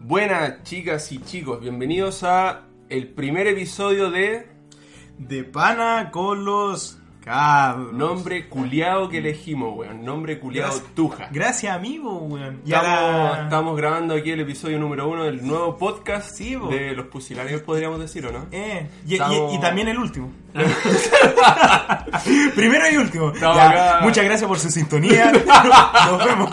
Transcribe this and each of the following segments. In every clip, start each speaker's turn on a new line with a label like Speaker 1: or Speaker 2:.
Speaker 1: Buenas chicas y chicos, bienvenidos a el primer episodio de
Speaker 2: De pana con los cabros.
Speaker 1: Nombre Culeado que elegimos, weón. Nombre Culeado
Speaker 2: Gracias.
Speaker 1: Tuja.
Speaker 2: Gracias, amigo, weón. Y a
Speaker 1: Estamos,
Speaker 2: la-
Speaker 1: estamos grabando aquí el episodio número uno del nuevo podcast
Speaker 2: Sí, bo.
Speaker 1: de los pusilánimos, podríamos decir, ¿o no?
Speaker 2: Eh, y, y-
Speaker 1: Estamos-
Speaker 2: y también el último. Primero y último.
Speaker 1: Estamos
Speaker 2: Ya,
Speaker 1: Ah. acá.
Speaker 2: Muchas gracias por su sintonía. Nos vemos.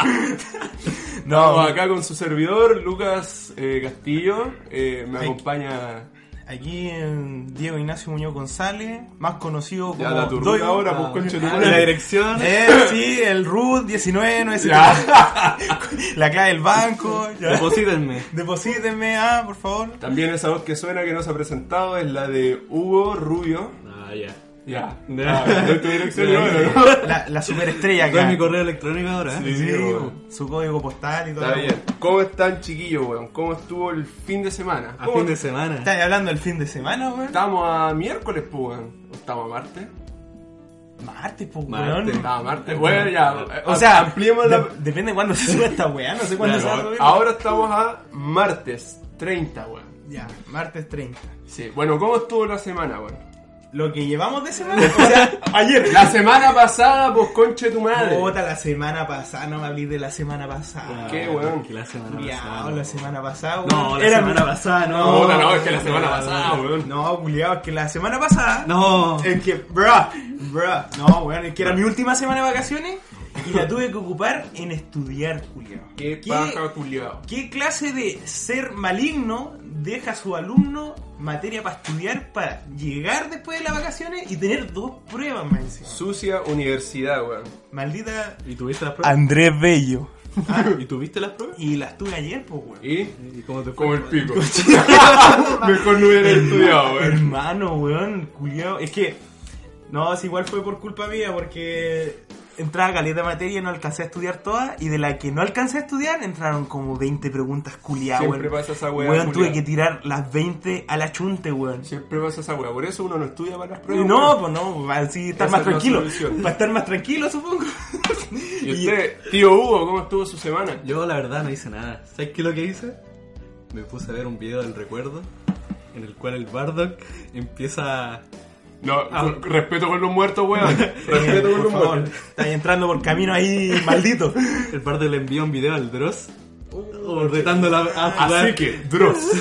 Speaker 2: No,
Speaker 1: Estamos acá con su servidor, Lucas eh, Castillo. Eh, me
Speaker 2: Ay.
Speaker 1: acompaña.
Speaker 2: aquí en Diego Ignacio Muñoz González, más conocido como
Speaker 1: Ya la turruna
Speaker 2: Doigo.
Speaker 1: ahora,
Speaker 2: Ah.
Speaker 1: pues concho tu
Speaker 2: Ah,
Speaker 1: madre.
Speaker 2: la dirección. Eh, sí, el RUT 1997. La clave del banco. ya.
Speaker 3: Deposítenme.
Speaker 2: Deposítenme, ah, por favor.
Speaker 1: También esa voz que suena que nos ha presentado es la de Hugo Rubio.
Speaker 3: Ah, ya.
Speaker 1: Ya.
Speaker 3: Ya.
Speaker 1: Ah, doy tu dirección,
Speaker 3: Ya.
Speaker 1: bueno, ¿no?
Speaker 2: La, la superestrella
Speaker 3: Doy
Speaker 2: acá.
Speaker 3: mi correo electrónico ahora.
Speaker 1: Sí.
Speaker 3: ¿eh?
Speaker 2: Sí,
Speaker 1: weón.
Speaker 2: su código postal y todo.
Speaker 1: Está bien. ¿Cómo están, chiquillos, weón? ¿Cómo estuvo el fin de semana?
Speaker 3: A
Speaker 1: ¿Cómo-
Speaker 3: fin de semana.
Speaker 2: ¿Estás hablando del fin de semana, weón?
Speaker 1: Estamos a miércoles, pues, weón. ¿O Estamos a martes.
Speaker 2: Martes, pues,
Speaker 3: Martes.
Speaker 2: weón.
Speaker 1: Estamos a martes. Bueno, ya.
Speaker 2: O sea,
Speaker 1: ampliemos
Speaker 2: de-
Speaker 1: la.
Speaker 2: Depende de cuándo se suba esta weá, no sé cuándo se va a
Speaker 1: Claro,
Speaker 2: subir.
Speaker 1: ahora estamos a martes 30, weón.
Speaker 2: Ya, martes 30.
Speaker 1: Sí. Bueno, ¿cómo estuvo la semana, weón?
Speaker 2: Lo que llevamos de semana, o sea, ayer.
Speaker 1: La semana pasada, pues, conche tu madre.
Speaker 2: Puta, la semana pasada, no me hablé de la semana pasada.
Speaker 1: qué, weón?
Speaker 3: Que Ah, la semana
Speaker 2: Diablo,
Speaker 3: pasada.
Speaker 2: la semana pasada, weón.
Speaker 3: No, la
Speaker 2: Era-
Speaker 3: semana pasada, no.
Speaker 1: Puta, no, es que la semana pasada, weón.
Speaker 2: No, culiao, es que la semana pasada.
Speaker 3: No.
Speaker 2: Es que, bruh, bruh. No, weón, es que era mi última semana de vacaciones y la tuve que ocupar en estudiar, culiao.
Speaker 1: Qué paja culiao.
Speaker 2: ¿Qué clase de ser maligno deja a su alumno materia para estudiar para llegar después de las vacaciones y tener dos pruebas más encima?
Speaker 1: Sucia universidad, weón.
Speaker 2: Maldita
Speaker 3: ¿Y tuviste las pruebas?
Speaker 2: Andrés Bello.
Speaker 3: ¿Y tuviste las pruebas?
Speaker 2: Y las tuve ayer, pues, weón.
Speaker 1: ¿Y?
Speaker 3: ¿Y cómo te fue?
Speaker 1: Como el pico. Mejor no hubiera estudiado, weón.
Speaker 2: Hermano, weón, culiao. Es que, no, es igual fue por culpa mía porque entraba caleta de materia y no alcancé a estudiar todas. Y de la que no alcancé a estudiar entraron como 20 preguntas culiao,
Speaker 1: Siempre
Speaker 2: weón.
Speaker 1: pasa esa weá,
Speaker 2: Weón, tuve
Speaker 1: culiao.
Speaker 2: que tirar las 20 a la chunte, weón.
Speaker 1: Siempre pasa esa weá. Por eso uno no estudia para las
Speaker 2: Y
Speaker 1: pruebas.
Speaker 2: no,
Speaker 1: weón.
Speaker 2: pues no, así estar
Speaker 1: Esa
Speaker 2: más
Speaker 1: es la
Speaker 2: tranquilo.
Speaker 1: solución.
Speaker 2: Para estar más tranquilo, supongo. eh,
Speaker 1: ¿Y usted, tío Hugo, cómo estuvo su semana?
Speaker 3: Yo la verdad no hice nada. ¿Sabes qué es lo que hice? Me puse a ver un video del recuerdo en el cual el Bardock empieza a...
Speaker 1: No,
Speaker 2: Ah.
Speaker 1: con- respeto con los muertos, weón.
Speaker 2: Eh,
Speaker 1: Respeto con
Speaker 2: por
Speaker 1: los
Speaker 2: favor,
Speaker 1: muertos.
Speaker 2: estáis entrando por camino ahí maldito.
Speaker 3: El Bardock le envía un video al Dross o retándola a jugar.
Speaker 1: Así que, Dross.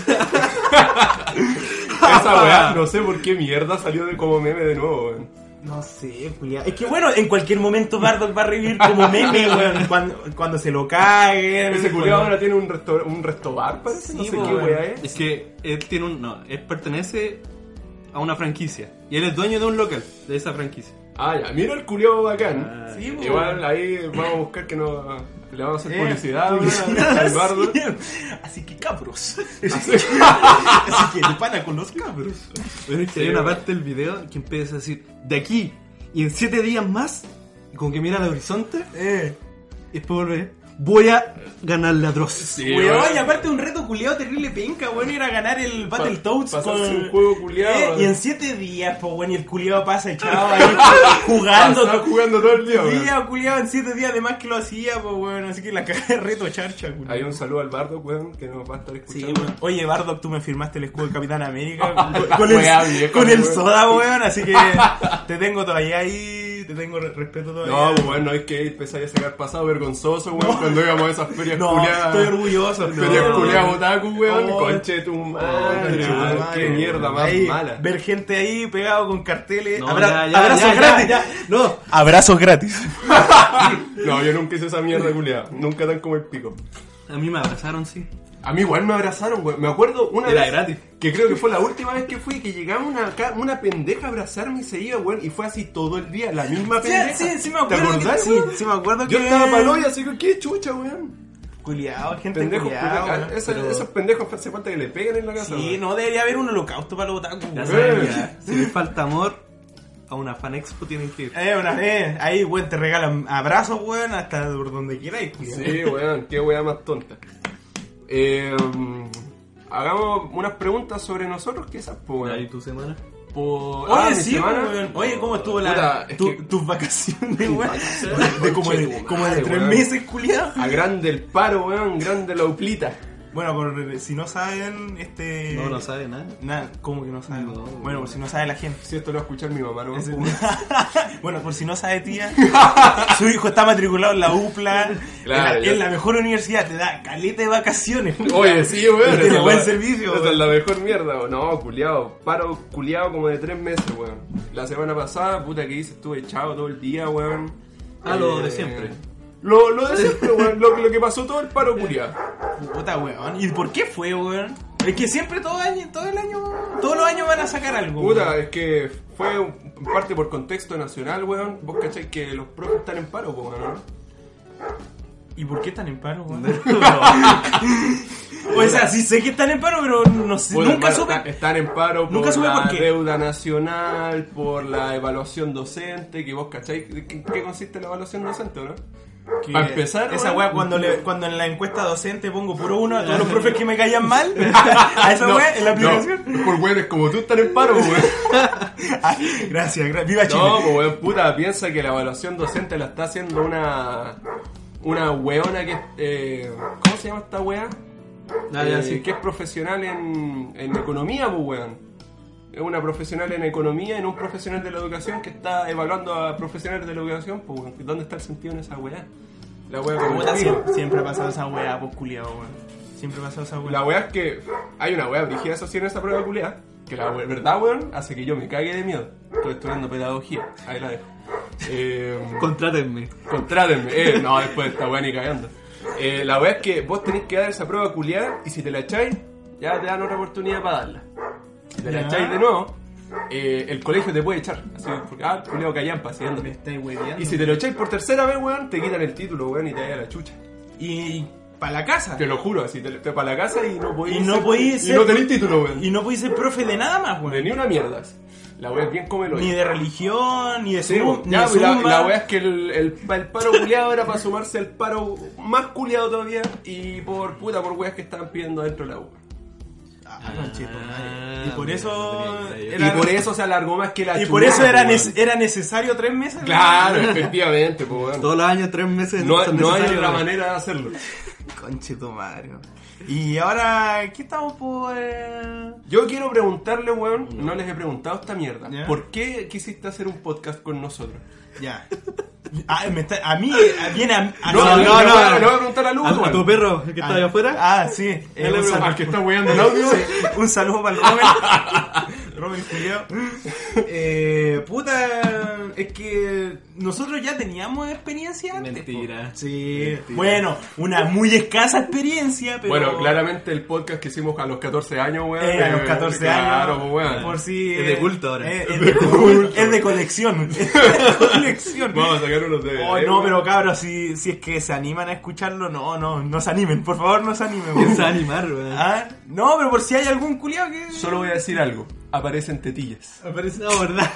Speaker 1: Esa weá, no sé por qué mierda salió de como meme de nuevo, weón.
Speaker 2: No sé, Julián. Es que bueno, en cualquier momento Bardock va a revivir como meme, weón. Cuando, cuando se lo caguen.
Speaker 1: Ese
Speaker 2: cuando-
Speaker 1: culiado ahora tiene un, resto, un restobar, parece. no
Speaker 2: Sí,
Speaker 1: sé
Speaker 2: po,
Speaker 1: qué
Speaker 2: weón.
Speaker 1: weá es.
Speaker 3: Es que él tiene un. No, él pertenece a una franquicia. Y él es dueño de un local de esa franquicia.
Speaker 1: Ah, ya, mira el culiado bacán.
Speaker 3: Ah,
Speaker 2: Sí, po,
Speaker 1: Igual
Speaker 2: weón.
Speaker 1: ahí vamos a buscar que no le vamos a hacer
Speaker 2: Eh,
Speaker 1: publicidad, weón,
Speaker 2: publicidad,
Speaker 1: al bardo.
Speaker 2: sí. Así que cabros. Así que, así que de pana con los cabros.
Speaker 3: Bueno, es que hay una parte del video que empieza a decir: De aquí y en 7 días más, y como que mira al horizonte,
Speaker 2: Eh.
Speaker 3: y después vuelve: Voy a ganar la Dross.
Speaker 1: Sí,
Speaker 2: Weón,
Speaker 1: weón.
Speaker 2: y aparte un reto culiado terrible penca, weón, era ganar el Battletoads
Speaker 1: pasarse
Speaker 2: con...
Speaker 1: un juego culiao.
Speaker 2: Eh, Y en 7 días, pues, weón, y el culiado pasa echado ahí jugando.
Speaker 1: Pasaba jugando todo el día,
Speaker 2: Sí,
Speaker 1: weón.
Speaker 2: ya, culiao, en 7 días, además que lo hacía, pues, weón, así que la cagada de reto charcha, culiao.
Speaker 1: Hay un saludo al bardo, weón, que nos va a estar
Speaker 2: Sí,
Speaker 1: escuchando.
Speaker 2: weón. Oye, Bardock, tú me firmaste el escudo del Capitán América con- con,
Speaker 1: Weá,
Speaker 2: el,
Speaker 1: viejo,
Speaker 2: con el
Speaker 1: weón.
Speaker 2: soda, weón, así que te tengo todavía ahí, te tengo re- respeto
Speaker 1: No,
Speaker 2: todavía.
Speaker 1: pues, bueno, es que empezar a sacar pasado vergonzoso, weón, cuando íbamos a esas ferias culiadas.
Speaker 2: estoy orgulloso.
Speaker 1: Ferias
Speaker 2: no.
Speaker 1: culiadas otaku, weón.
Speaker 2: Oh,
Speaker 1: conche de tu madre,
Speaker 2: Conche tu
Speaker 1: weón,
Speaker 2: madre,
Speaker 1: Qué
Speaker 2: weón.
Speaker 1: mierda más
Speaker 2: Ahí,
Speaker 1: mala.
Speaker 2: Ver gente ahí pegado con carteles.
Speaker 3: No,
Speaker 2: Abra-
Speaker 3: ya, ya,
Speaker 2: abrazos
Speaker 3: ya, ya,
Speaker 2: gratis.
Speaker 3: ya. No,
Speaker 2: Abrazos gratis.
Speaker 1: No, yo nunca hice esa mierda culiada. Nunca tan como el pico.
Speaker 3: a mí me abrazaron, sí.
Speaker 1: A mí igual me abrazaron, weón. Me acuerdo una
Speaker 3: Era
Speaker 1: vez.
Speaker 3: gratis.
Speaker 1: Que creo que fue la última vez que fui, que llegaba una, ca- una pendeja a abrazarme y se iba, weón. Y fue así todo el día, la misma
Speaker 2: Sí,
Speaker 1: pendeja.
Speaker 2: sí, sí me acuerdo
Speaker 1: ¿Te
Speaker 2: que-
Speaker 1: acordás,
Speaker 2: sí,
Speaker 1: weón?
Speaker 2: sí me acuerdo
Speaker 1: Yo
Speaker 2: que-
Speaker 1: estaba palo y así que, qué chucha, weón.
Speaker 2: Culiado, gente
Speaker 1: Pendejos,
Speaker 2: culiao,
Speaker 1: culiao,
Speaker 2: weón.
Speaker 1: esa-
Speaker 3: pero-
Speaker 1: Esos pendejos hace falta que le peguen en la casa.
Speaker 2: Sí,
Speaker 1: weón.
Speaker 2: no debería haber un holocausto para los otaku.
Speaker 3: Ya
Speaker 2: weón.
Speaker 3: saben,
Speaker 1: Eh.
Speaker 3: ya. Si les falta amor, a una fan expo tienen que ir.
Speaker 2: Eh, una vez, ahí, weón, te regalan abrazos, weón, hasta por donde pues. quieras. culiao.
Speaker 1: Sí, weón, qué weá más tonta. Eh, hagamos unas preguntas sobre nosotros, ¿qué esas, po,
Speaker 3: ¿Y
Speaker 1: weón?
Speaker 3: tu semana?
Speaker 1: Por-
Speaker 2: Oye,
Speaker 1: ah, mi
Speaker 2: sí, pues,
Speaker 1: semana-
Speaker 2: weón. Oye, ¿cómo estuvo
Speaker 1: Puta,
Speaker 2: la,
Speaker 1: es
Speaker 2: tu-
Speaker 1: que-
Speaker 2: tus vacaciones, weón?
Speaker 1: vacaciones,
Speaker 2: De como de,
Speaker 1: conchetumare,
Speaker 2: como de tres
Speaker 1: weón.
Speaker 2: meses, culiado.
Speaker 1: A grande el paro, weón, grande la uplita.
Speaker 2: Bueno, por, si no saben, este.
Speaker 3: No, no sabe nada.
Speaker 2: Nada, ¿cómo que no saben?
Speaker 3: No,
Speaker 2: bueno, por si no sabe la gente.
Speaker 1: Si esto lo va a escuchar mi mamá, no
Speaker 2: Es- bueno, por si no sabe tía, su hijo está matriculado en la UPLA,
Speaker 1: Claro,
Speaker 2: en, la,
Speaker 1: ya.
Speaker 2: en la mejor universidad, te da caleta de vacaciones.
Speaker 1: Oye, sí, weón.
Speaker 2: Tiene
Speaker 1: esa es
Speaker 2: buen
Speaker 1: la-
Speaker 2: servicio,
Speaker 1: Esa
Speaker 2: weón.
Speaker 1: es la mejor mierda, weón. No, culiado. Paro culiado como de tres meses, weón. La semana pasada, puta que hice, estuve echado todo el día, weón. Eh,
Speaker 3: Ah, lo de siempre.
Speaker 1: Lo, lo de siempre, weón. Lo, lo que pasó todo el paro culiado.
Speaker 2: Puta, weón. ¿Y por qué fue, weón? Es que siempre todo, año, todo el año, todos los años van a sacar algo.
Speaker 1: Puta,
Speaker 2: weón.
Speaker 1: es que fue un- en parte por contexto nacional, weón. Vos cacháis que los profes están en paro, po, weón.
Speaker 2: ¿Y por qué están en paro, weón?
Speaker 3: No.
Speaker 2: o sea, sí sé que están en paro, pero no sé,
Speaker 1: Puta,
Speaker 2: nunca
Speaker 1: hermano,
Speaker 2: supe.
Speaker 1: está- Están en paro
Speaker 2: Nunca
Speaker 1: por
Speaker 2: supe
Speaker 1: la
Speaker 2: por qué.
Speaker 1: deuda nacional, por la evaluación docente, que vos cacháis de qué, qué consiste la evaluación docente, ¿no?
Speaker 2: que
Speaker 1: pa' empezar,
Speaker 2: esa
Speaker 1: weón.
Speaker 2: weá, cuando, le- cuando en la encuesta docente pongo puro uno a todos los profes que me callan mal, a esa
Speaker 1: No,
Speaker 2: weá, en la
Speaker 1: no,
Speaker 2: aplicación.
Speaker 1: por weones como tú están en paro, po, weón.
Speaker 2: Ah, gracias, gracias. Viva Chile.
Speaker 1: No, pues weón, puta, piensa que la evaluación docente la está haciendo una. Una weona que. eh, ¿Cómo se llama esta wea?
Speaker 3: Ah,
Speaker 1: Eh,
Speaker 3: ya, sí.
Speaker 1: Que es profesional en, en economía, pues weón. Es una profesional en economía, en un profesional de la educación que está evaluando a profesionales de la educación, pues weón. ¿Dónde está el sentido en esa weá? La weá como
Speaker 2: Puta,
Speaker 1: el pico.
Speaker 2: siempre, siempre ha pasado esa weá, pues culiao, weón. Siempre ha pasado esa weá.
Speaker 1: La weá es que hay una weá brigida así en esa prueba culea, que la we- verdad, weón, hace que yo me cague de miedo. Estoy estudiando pedagogía, ahí la dejo. Eh,
Speaker 3: Contrátenme.
Speaker 1: Contrátenme. Eh, no, después está weá ni cagando. Eh, la weá es que vos tenés que dar esa prueba culiada y si te la echáis, ya te dan otra oportunidad para darla. Si te la
Speaker 2: Ya.
Speaker 1: echáis de nuevo, eh, el colegio te puede echar. Así, porque, ah, culiado callampa,
Speaker 2: Me
Speaker 1: haciéndote.
Speaker 2: estáis hueveando.
Speaker 1: Y si te lo echáis por tercera vez, weón, te quitan el título, weón, y te da la chucha.
Speaker 2: Y para la casa.
Speaker 1: Te lo juro, así te, te para la casa y no podís
Speaker 2: Y no podís
Speaker 1: Y
Speaker 2: ser-
Speaker 1: no tenés título, weón.
Speaker 2: Y no podéis ser profe de nada más,
Speaker 1: De
Speaker 2: weón.
Speaker 1: ni una mierda. La weá es bien come lo
Speaker 2: Ni de religión, ni de
Speaker 1: Sí,
Speaker 2: zumba,
Speaker 1: ya,
Speaker 2: ni de
Speaker 1: pues, la,
Speaker 2: zumba.
Speaker 1: la weá es que el, el- el paro culiado era para sumarse al paro más culiado todavía y por puta, por weas que estaban pidiendo dentro de la U.
Speaker 2: Ah, conchetumadre.
Speaker 3: Ah,
Speaker 2: y por
Speaker 3: mira,
Speaker 2: eso.
Speaker 3: tenía que
Speaker 1: Y
Speaker 2: era-
Speaker 1: por eso se alargó más que la
Speaker 2: e- y por eso
Speaker 1: chulada,
Speaker 2: era,
Speaker 1: weón.
Speaker 2: nece- era necesario tres meses. weón.
Speaker 1: Claro, efectivamente, pues, weón.
Speaker 3: Todos los años, tres meses.
Speaker 1: No,
Speaker 3: son
Speaker 1: no hay
Speaker 3: necesarios.
Speaker 1: otra manera de hacerlo.
Speaker 2: Conchetumadre. weón. Y ahora, ¿qué estamos por.? eh?
Speaker 1: Yo quiero preguntarle, weón, no les he preguntado esta mierda.
Speaker 2: Ya.
Speaker 1: ¿Por qué quisiste hacer un podcast con nosotros?
Speaker 2: Ya. Ah, me está- a mí a- viene a, a-
Speaker 1: No,
Speaker 2: a-
Speaker 1: no,
Speaker 2: a-
Speaker 1: no, no, no, voy a preguntar a Lu,
Speaker 3: A- Ah, a
Speaker 1: weón.
Speaker 3: tu perro que está allá afuera.
Speaker 2: Ah, sí. eh,
Speaker 1: Yo le
Speaker 2: un,
Speaker 1: pregunto-
Speaker 2: saludo,
Speaker 1: Al que está weando el audio.
Speaker 2: un saludo para el Robert. Robert Julio. Eh, puta, es que nosotros ya teníamos experiencia antes.
Speaker 3: Mentira.
Speaker 2: po. Sí. Bueno, una muy escasa experiencia, pero.
Speaker 1: Bueno, claramente el podcast que hicimos a los 14 años, weón.
Speaker 2: Eh, a los 14 años.
Speaker 1: Claro, pues, weón.
Speaker 2: Por si.
Speaker 3: Es de culto ahora.
Speaker 2: eh, es, de cul- es de colección. Es de colección.
Speaker 1: Vamos a sacar unos de.
Speaker 2: Oh, no, pero cabros, si, si es que se animan a escucharlo, no, no, no se animen, por favor, no se animen.
Speaker 3: Piensa animar, weón.
Speaker 2: Ah, No, pero por si hay algún culiao que.
Speaker 1: Solo voy a decir algo. Aparecen tetillas.
Speaker 3: Aparece la verdad.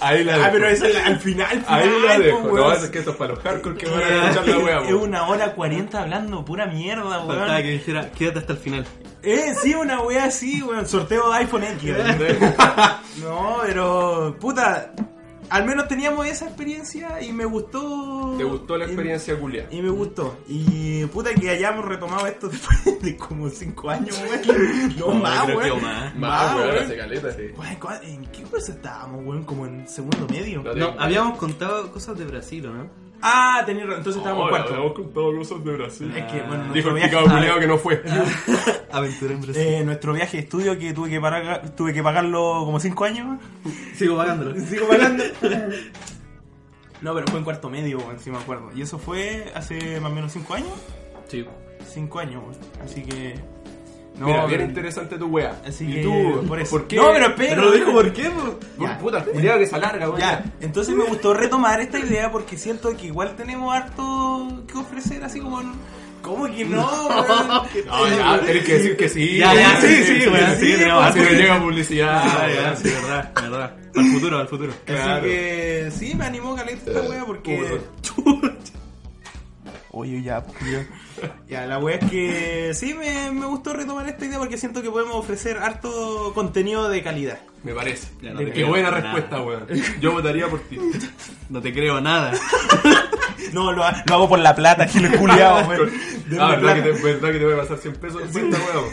Speaker 1: Ahí la
Speaker 2: Ah, pero
Speaker 1: dejo.
Speaker 2: eso es la- al final. final,
Speaker 1: Ahí la
Speaker 2: pues,
Speaker 1: dejo. No,
Speaker 2: weón.
Speaker 1: es que esto es para los hardcore que van
Speaker 2: Eh,
Speaker 1: a escuchar la wea,
Speaker 2: Es
Speaker 1: weón.
Speaker 2: una hora cuarenta hablando pura mierda,
Speaker 3: Faltaba que
Speaker 2: weón.
Speaker 3: dijera, quédate hasta el final.
Speaker 2: Eh, sí, una wea así, weón. Sorteo de iPhone X, weón. No, pero. Puta, al menos teníamos esa experiencia y me gustó.
Speaker 1: ¿Te gustó la
Speaker 2: y-
Speaker 1: experiencia culia?
Speaker 2: Y me gustó. Y puta que hayamos retomado esto después de como 5 años, weón. No,
Speaker 3: No,
Speaker 2: más,
Speaker 3: creo que
Speaker 2: weón.
Speaker 3: más.
Speaker 1: Más, Ah, weón,
Speaker 2: weón.
Speaker 1: hace caleta. Sí.
Speaker 2: Weón, ¿cu- ¿En qué curso estábamos, weón? Como en segundo medio.
Speaker 1: No,
Speaker 3: No, habíamos contado cosas de Brasil, ¿o ¿no?
Speaker 2: Ah, tenías razón. Entonces estábamos en cuarto.
Speaker 1: Habíamos contado cosas de Brasil.
Speaker 2: Es que, bueno,
Speaker 1: Dijo
Speaker 2: nuestro
Speaker 1: el
Speaker 2: viaje,
Speaker 1: picado culiado que no fue.
Speaker 3: Aventura en Brasil.
Speaker 2: eh, nuestro viaje de estudio que tuve que, pagar, tuve que pagarlo como 5 años,
Speaker 3: Sigo pagándolo.
Speaker 2: weón. Eh, Sigo pagando. No, pero fue en cuarto medio, weón, si me acuerdo. Y eso fue hace más o menos 5 años.
Speaker 3: Sí.
Speaker 2: 5 años, weón. Así que. No,
Speaker 1: Mira, este- bien
Speaker 2: pero-
Speaker 1: interesante tu wea.
Speaker 2: Así
Speaker 1: y
Speaker 2: que,
Speaker 1: tú,
Speaker 2: por eso.
Speaker 1: qué?
Speaker 2: No, pero espera.
Speaker 3: Pero lo dijo por qué, po.
Speaker 1: Por
Speaker 2: Ya.
Speaker 1: puta, el culiado que se alarga, weón.
Speaker 2: Ya, entonces me gustó retomar esta idea porque siento que igual tenemos harto que ofrecer, así como. en- ¿Cómo que no? weón?
Speaker 1: No, Ah, ya, tenés que decir que sí.
Speaker 3: Ya, ya, sí, sí, weón,
Speaker 1: bueno,
Speaker 3: sí, tenemos
Speaker 1: Si me llega publicidad.
Speaker 3: Ah,
Speaker 1: weón.
Speaker 3: ya, sí, verdad, verdad. Al futuro, al futuro.
Speaker 1: claro.
Speaker 2: Así que sí, me animó caleta esta wea porque. Oye, ya, pues, ya. Ya, la wea es que sí, me, me gustó retomar esta idea porque siento que podemos ofrecer harto contenido de calidad.
Speaker 1: Me parece.
Speaker 3: Ya, no
Speaker 1: Qué
Speaker 3: te creo
Speaker 1: buena
Speaker 3: nada.
Speaker 1: respuesta, weón. Yo votaría por ti.
Speaker 3: No te creo nada.
Speaker 2: No, lo, ha- lo hago por la plata, que lo he culiado, weón. Denme
Speaker 1: Ah, verdad
Speaker 2: plata.
Speaker 1: que, te, verdad que te voy a pasar 100 pesos en cuenta, weón.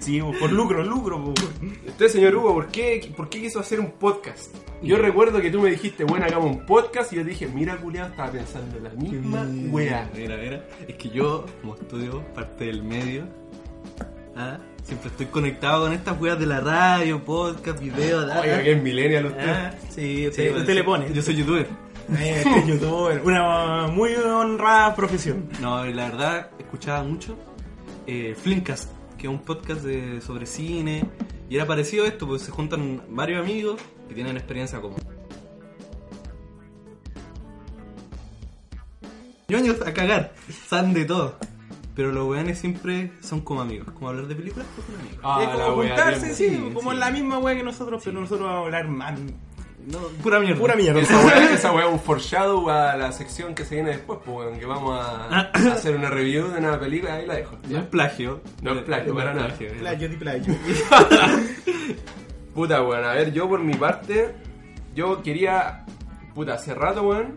Speaker 2: Sí, weón, por lucro, lucro, po, weón.
Speaker 1: Usted, señor Hugo, ¿por qué, ¿por qué quiso hacer un podcast? Yo recuerdo que tú me dijiste, bueno, hagamos un podcast, y yo te dije, mira, culiado, estaba pensando en la misma wea.
Speaker 3: Mira, mira. Es que yo, como estudio parte del medio, ah, siempre estoy conectado con estas weas de la radio, podcast, video, da, da.
Speaker 1: Oiga, que es millennial usted.
Speaker 3: Ah, sí,
Speaker 2: Sí, usted le pone.
Speaker 3: Yo soy youtuber.
Speaker 2: Eh, Este youtuber, una muy honrada profesión.
Speaker 3: No, la verdad, escuchaba mucho eh, Flimcast, que es un podcast de- sobre cine. Y era parecido a esto, pues se juntan varios amigos que tienen experiencia como. ñoños a cagar, saben de todo. Pero los weones siempre son como amigos, como hablar de películas, pues son amigos.
Speaker 1: Ah,
Speaker 2: es como
Speaker 1: la wea,
Speaker 2: juntarse,
Speaker 1: bien.
Speaker 2: sí,
Speaker 3: Sí,
Speaker 2: como
Speaker 3: sí.
Speaker 2: la misma wea que nosotros, pero nosotros vamos a hablar más.
Speaker 3: No, pura mierda.
Speaker 2: Pura mierda.
Speaker 1: Esa weá, esa weá es un foreshadow a la sección que se viene después, pues, weón, que vamos a, a hacer una review de una película, ahí la dejo.
Speaker 3: No es plagio.
Speaker 1: No es plagio, para nada.
Speaker 3: es
Speaker 2: Playo di playo.
Speaker 1: Puta, weón, a ver, yo por mi parte, yo quería, puta, hace rato, weón,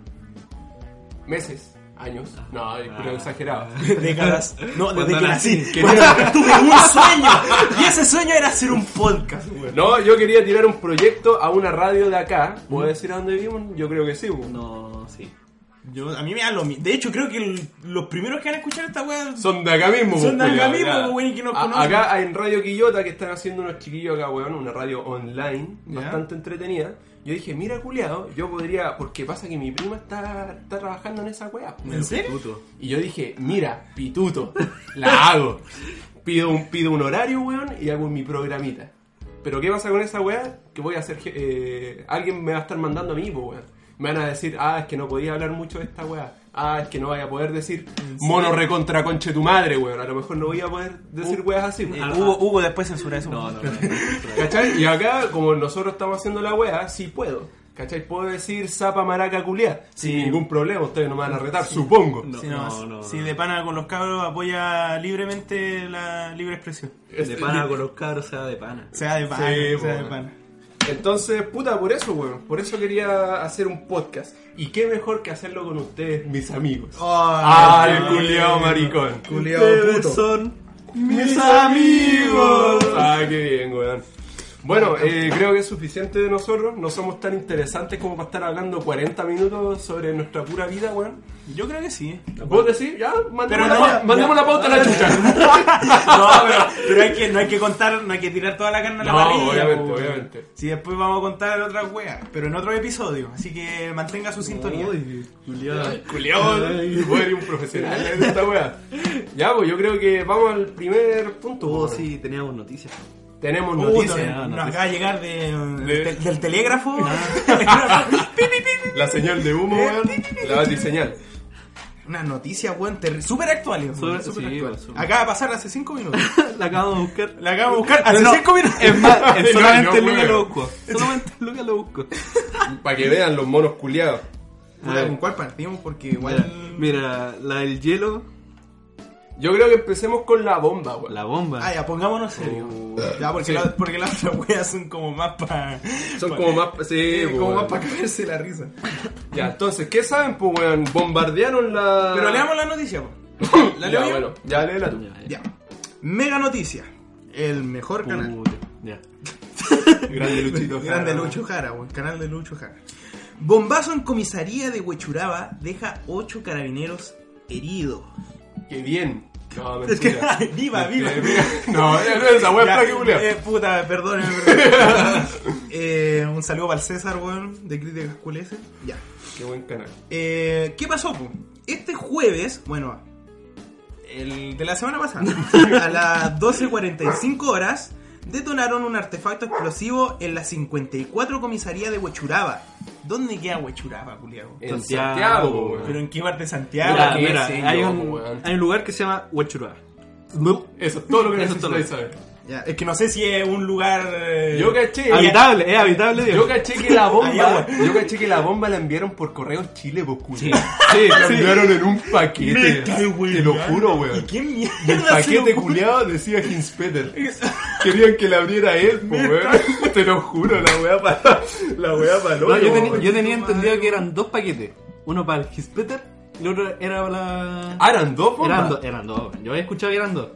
Speaker 1: meses, años, no,
Speaker 2: Ah.
Speaker 1: es culiao exagerado.
Speaker 2: Décadas. No,
Speaker 3: Cuando
Speaker 2: desde que
Speaker 3: nací,
Speaker 2: nací.
Speaker 3: que-
Speaker 2: Bueno, tuve un sueño. Y ese sueño era hacer un podcast, weón.
Speaker 1: No, yo quería tirar un proyecto a una radio de acá. ¿Puedo decir a dónde vivimos? Yo creo que sí, weón.
Speaker 3: No, sí.
Speaker 2: Yo, a mí me da lo mismo. De hecho, creo que el- los primeros que van a escuchar esta weá
Speaker 1: Son de acá mismo,
Speaker 2: Son de
Speaker 1: pues,
Speaker 2: acá
Speaker 1: culiao,
Speaker 2: mismo,
Speaker 1: ya.
Speaker 2: pues, weón, y que nos
Speaker 1: A-
Speaker 2: conocen.
Speaker 1: Acá en Radio Quillota, que están haciendo unos chiquillos acá, weón, una radio online,
Speaker 2: Ya.
Speaker 1: bastante entretenida. Yo dije, mira, culiado, yo podría, porque pasa que mi prima está, está trabajando en esa weá. pues.
Speaker 2: ¿En serio?
Speaker 3: Puto.
Speaker 1: Y yo dije, mira, pituto, la hago. Pido un, pido un horario, weón, y hago mi programita. Pero ¿qué pasa con esa weá? Que voy a hacer... je- eh, alguien me va a estar mandando a mí, pues, weón. Me van a decir, ah, es que no podía hablar mucho de esta weá. Ah, es que no vaya a poder decir mono recontra conche tu madre, weón. A lo mejor no voy a poder
Speaker 3: Uh.
Speaker 1: decir weas así.
Speaker 2: Eh,
Speaker 1: weón.
Speaker 2: Hugo, Hugo después censura eso.
Speaker 3: No,
Speaker 2: weón.
Speaker 3: no, no. no.
Speaker 1: ¿Cachai? Y acá, como nosotros estamos haciendo la weá, sí puedo. ¿Cachai? Puedo decir zapa maraca culiá. Sin
Speaker 2: Sí.
Speaker 1: ningún problema, ustedes no me van a retar, supongo.
Speaker 3: No,
Speaker 2: si, no,
Speaker 3: no, no,
Speaker 2: si
Speaker 3: no.
Speaker 2: de pana con los cabros apoya libremente la libre expresión.
Speaker 1: Este,
Speaker 3: De pana con los cabros, sea de pana.
Speaker 2: Sea de pana,
Speaker 1: Sí,
Speaker 2: sea de
Speaker 1: weón.
Speaker 2: pana.
Speaker 1: Entonces, puta, por eso, weón. Por eso quería hacer un podcast. Y qué mejor que hacerlo con ustedes, mis amigos. Ah, el culiao maricón.
Speaker 2: Oh, Culiao puto.
Speaker 3: son
Speaker 1: ¡Mis amigos! Ah, qué bien, weón. Bueno, eh, creo que es suficiente de nosotros. No somos tan interesantes como para estar hablando 40 minutos sobre nuestra pura vida, weón.
Speaker 2: Yo creo que sí.
Speaker 1: ¿Vos decís? Ya, mandemos,
Speaker 2: Pero
Speaker 1: la,
Speaker 2: no,
Speaker 1: pa-
Speaker 2: ya.
Speaker 1: mandemos la pauta a la chucha.
Speaker 2: No, pero, pero hay que, no hay que contar, no hay que tirar toda la carne a la
Speaker 1: No,
Speaker 2: parrilla.
Speaker 1: obviamente,
Speaker 2: po, weón.
Speaker 1: obviamente.
Speaker 2: Si después vamos a contar otras weas, pero en otro episodio. Así que mantenga su sintonía.
Speaker 3: Julián.
Speaker 1: Culiao, weón, y un profesional en esta weá. Ya, pues yo creo que vamos al primer punto.
Speaker 3: Oh,
Speaker 1: weón.
Speaker 3: sí, teníamos noticias.
Speaker 1: Tenemos
Speaker 2: Puta,
Speaker 1: noticias.
Speaker 3: ah,
Speaker 2: nos
Speaker 3: noticia.
Speaker 2: acaba de llegar de,
Speaker 1: De-
Speaker 2: del- del telégrafo.
Speaker 3: Ah.
Speaker 1: La señal de humo, weón. La batiseñal.
Speaker 2: Una noticia, weón, terri- súper actual.
Speaker 3: Súper- sí,
Speaker 2: actual.
Speaker 3: weón, súper.
Speaker 2: Acaba de pasar hace 5 minutos.
Speaker 3: La acabo de buscar.
Speaker 2: La acabo de buscar hace 5 minutos.
Speaker 3: Es más, en
Speaker 1: No,
Speaker 3: solamente
Speaker 1: no,
Speaker 3: en Lucas
Speaker 1: weón.
Speaker 3: lo busco. Solamente en Lucas lo busco.
Speaker 1: Para que vean los monos culiados.
Speaker 2: Puta, ¿Con cuál partimos? Porque
Speaker 3: Mira,
Speaker 2: igual.
Speaker 3: mira, la del hielo,
Speaker 1: Yo creo que empecemos con la bomba, weón.
Speaker 3: la bomba.
Speaker 2: Ah, ya, pongámonos serio. Ya, porque,
Speaker 1: Oh. Sí.
Speaker 2: la- porque las otras weas son como más para.
Speaker 1: Son como más. Sí, Ah. po,
Speaker 2: Eh, como
Speaker 1: weón.
Speaker 2: más para cagarse la risa.
Speaker 1: Ya, entonces, ¿qué saben, pues, weón? Bombardearon la.
Speaker 2: Pero leamos la noticia, po. ¿La
Speaker 1: ya,
Speaker 2: leo yo?
Speaker 1: bueno, ya léela tú.
Speaker 3: Ya,
Speaker 2: Ya. Mega noticia. El mejor canal.
Speaker 3: Puta, ya.
Speaker 1: Grande Luchito.
Speaker 2: Grande Lucho Jara, o el canal de Lucho Jara. Bombazo en comisaría de Huechuraba deja 8 carabineros heridos.
Speaker 1: Qué bien. No,
Speaker 2: Es que,
Speaker 1: mentira.
Speaker 2: viva, viva.
Speaker 1: Eh, mira, No, ya, no, esa weón
Speaker 2: Ya,
Speaker 1: es para que culiao.
Speaker 2: eh, puta, perdón. perdón. Eh, un saludo para el César, weón, de Críticas Culeses. Ya.
Speaker 1: Qué buen canal.
Speaker 2: Eh, ¿Qué pasó? po? Este jueves, bueno, el de la semana pasada, a las 12.45 horas, detonaron un artefacto explosivo en la 54 comisaría de Huechuraba. ¿Dónde queda Huechuraba, culiao?
Speaker 1: En
Speaker 3: Santiago,
Speaker 1: Santiago, po, weón.
Speaker 2: ¿Pero en qué parte de Santiago?
Speaker 3: Mira,
Speaker 1: que
Speaker 3: mira,
Speaker 1: sí,
Speaker 3: hay,
Speaker 1: yo,
Speaker 3: un,
Speaker 1: weón.
Speaker 3: hay un lugar que se llama Huachurá.
Speaker 1: Eso, todo lo que
Speaker 3: Eso es todo.
Speaker 1: necesitáis saber.
Speaker 2: Ya, es que no sé si es un lugar... eh,
Speaker 1: Yo caché.
Speaker 3: Habitable, es habitable, Dios.
Speaker 1: Yo caché que la
Speaker 2: Ahí
Speaker 1: bomba,
Speaker 2: agua.
Speaker 1: yo caché que la bomba la enviaron por correo a Chile, vos culo. Sí, la
Speaker 3: sí.
Speaker 1: enviaron en un paquete.
Speaker 2: Me cae,
Speaker 1: este- te
Speaker 2: weón.
Speaker 1: lo juro,
Speaker 2: ¿Y
Speaker 1: weón.
Speaker 2: qué mierda
Speaker 1: El
Speaker 2: se le
Speaker 1: paquete
Speaker 2: ocurre?
Speaker 1: culiado decía Hinspeter. Querían que la abriera él, po, weón. Te lo juro, la weá para la weá para
Speaker 3: No, yo, teni- yo tenía entendido que eran dos paquetes. Uno para el Hispeter y el otro era para la.
Speaker 1: Ah, eran dos, po,
Speaker 3: eran
Speaker 1: pa.
Speaker 3: dos, eran dos. Yo había escuchado que eran dos.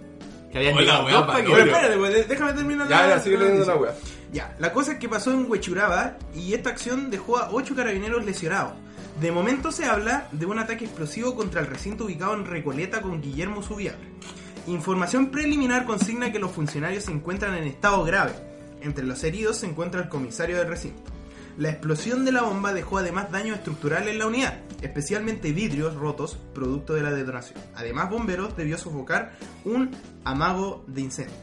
Speaker 3: Que habían
Speaker 1: Hola,
Speaker 3: llegado
Speaker 1: weá,
Speaker 3: dos
Speaker 1: pa-
Speaker 3: paquetes.
Speaker 2: Pero
Speaker 1: Bueno.
Speaker 2: espérate, pues, de- déjame terminar
Speaker 1: Ya, ya, sigue leyendo la
Speaker 2: noticia.
Speaker 1: wea.
Speaker 2: Ya, la cosa es que pasó en Huechuraba y esta acción dejó a 8 carabineros lesionados. De momento se habla de un ataque explosivo contra el recinto ubicado en Recoleta con Guillermo Subial. Información preliminar consigna que los funcionarios se encuentran en estado grave. Entre los heridos se encuentra el comisario del recinto. La explosión de la bomba dejó además daños estructurales en la unidad, especialmente vidrios rotos producto de la detonación. Además, bomberos debió sofocar un amago de incendio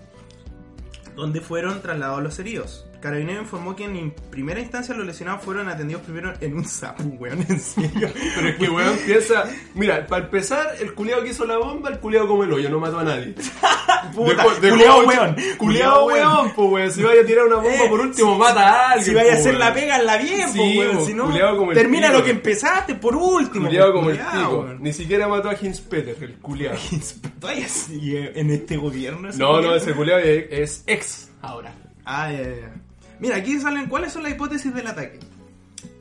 Speaker 2: donde fueron trasladados los heridos. Carabinero informó que en primera instancia los lesionados fueron atendidos primero en un sapo, weón, en serio.
Speaker 1: Pero es que, weón, piensa. Mira, para empezar, el culiao que hizo la bomba, el culiao como el hoyo, no mató a nadie.
Speaker 2: Puta,
Speaker 1: Dejo- dejó-
Speaker 2: culiao weón. Eh,
Speaker 1: Culiao, weón, pues, weón. Si vaya a tirar una bomba, por último, mata a alguien.
Speaker 2: Si vaya a
Speaker 1: po,
Speaker 2: hacer
Speaker 1: weón.
Speaker 2: la pega, la bien, po,
Speaker 1: Sí,
Speaker 2: weón.
Speaker 1: po,
Speaker 2: Si no,
Speaker 1: culiao como el
Speaker 2: termina
Speaker 1: pico.
Speaker 2: lo que empezaste, por último.
Speaker 1: Culiao
Speaker 2: po,
Speaker 1: como el
Speaker 2: pues, culiao,
Speaker 1: pico.
Speaker 2: weón.
Speaker 1: Ni siquiera mató a Hinspeter, el culiao.
Speaker 2: Todavía sigue en este gobierno. ese
Speaker 1: No, no,
Speaker 2: culiao.
Speaker 1: ese culiao es, es ex ahora.
Speaker 2: Ah, ya, ya, ya. Mira, aquí salen cuáles son las hipótesis del ataque.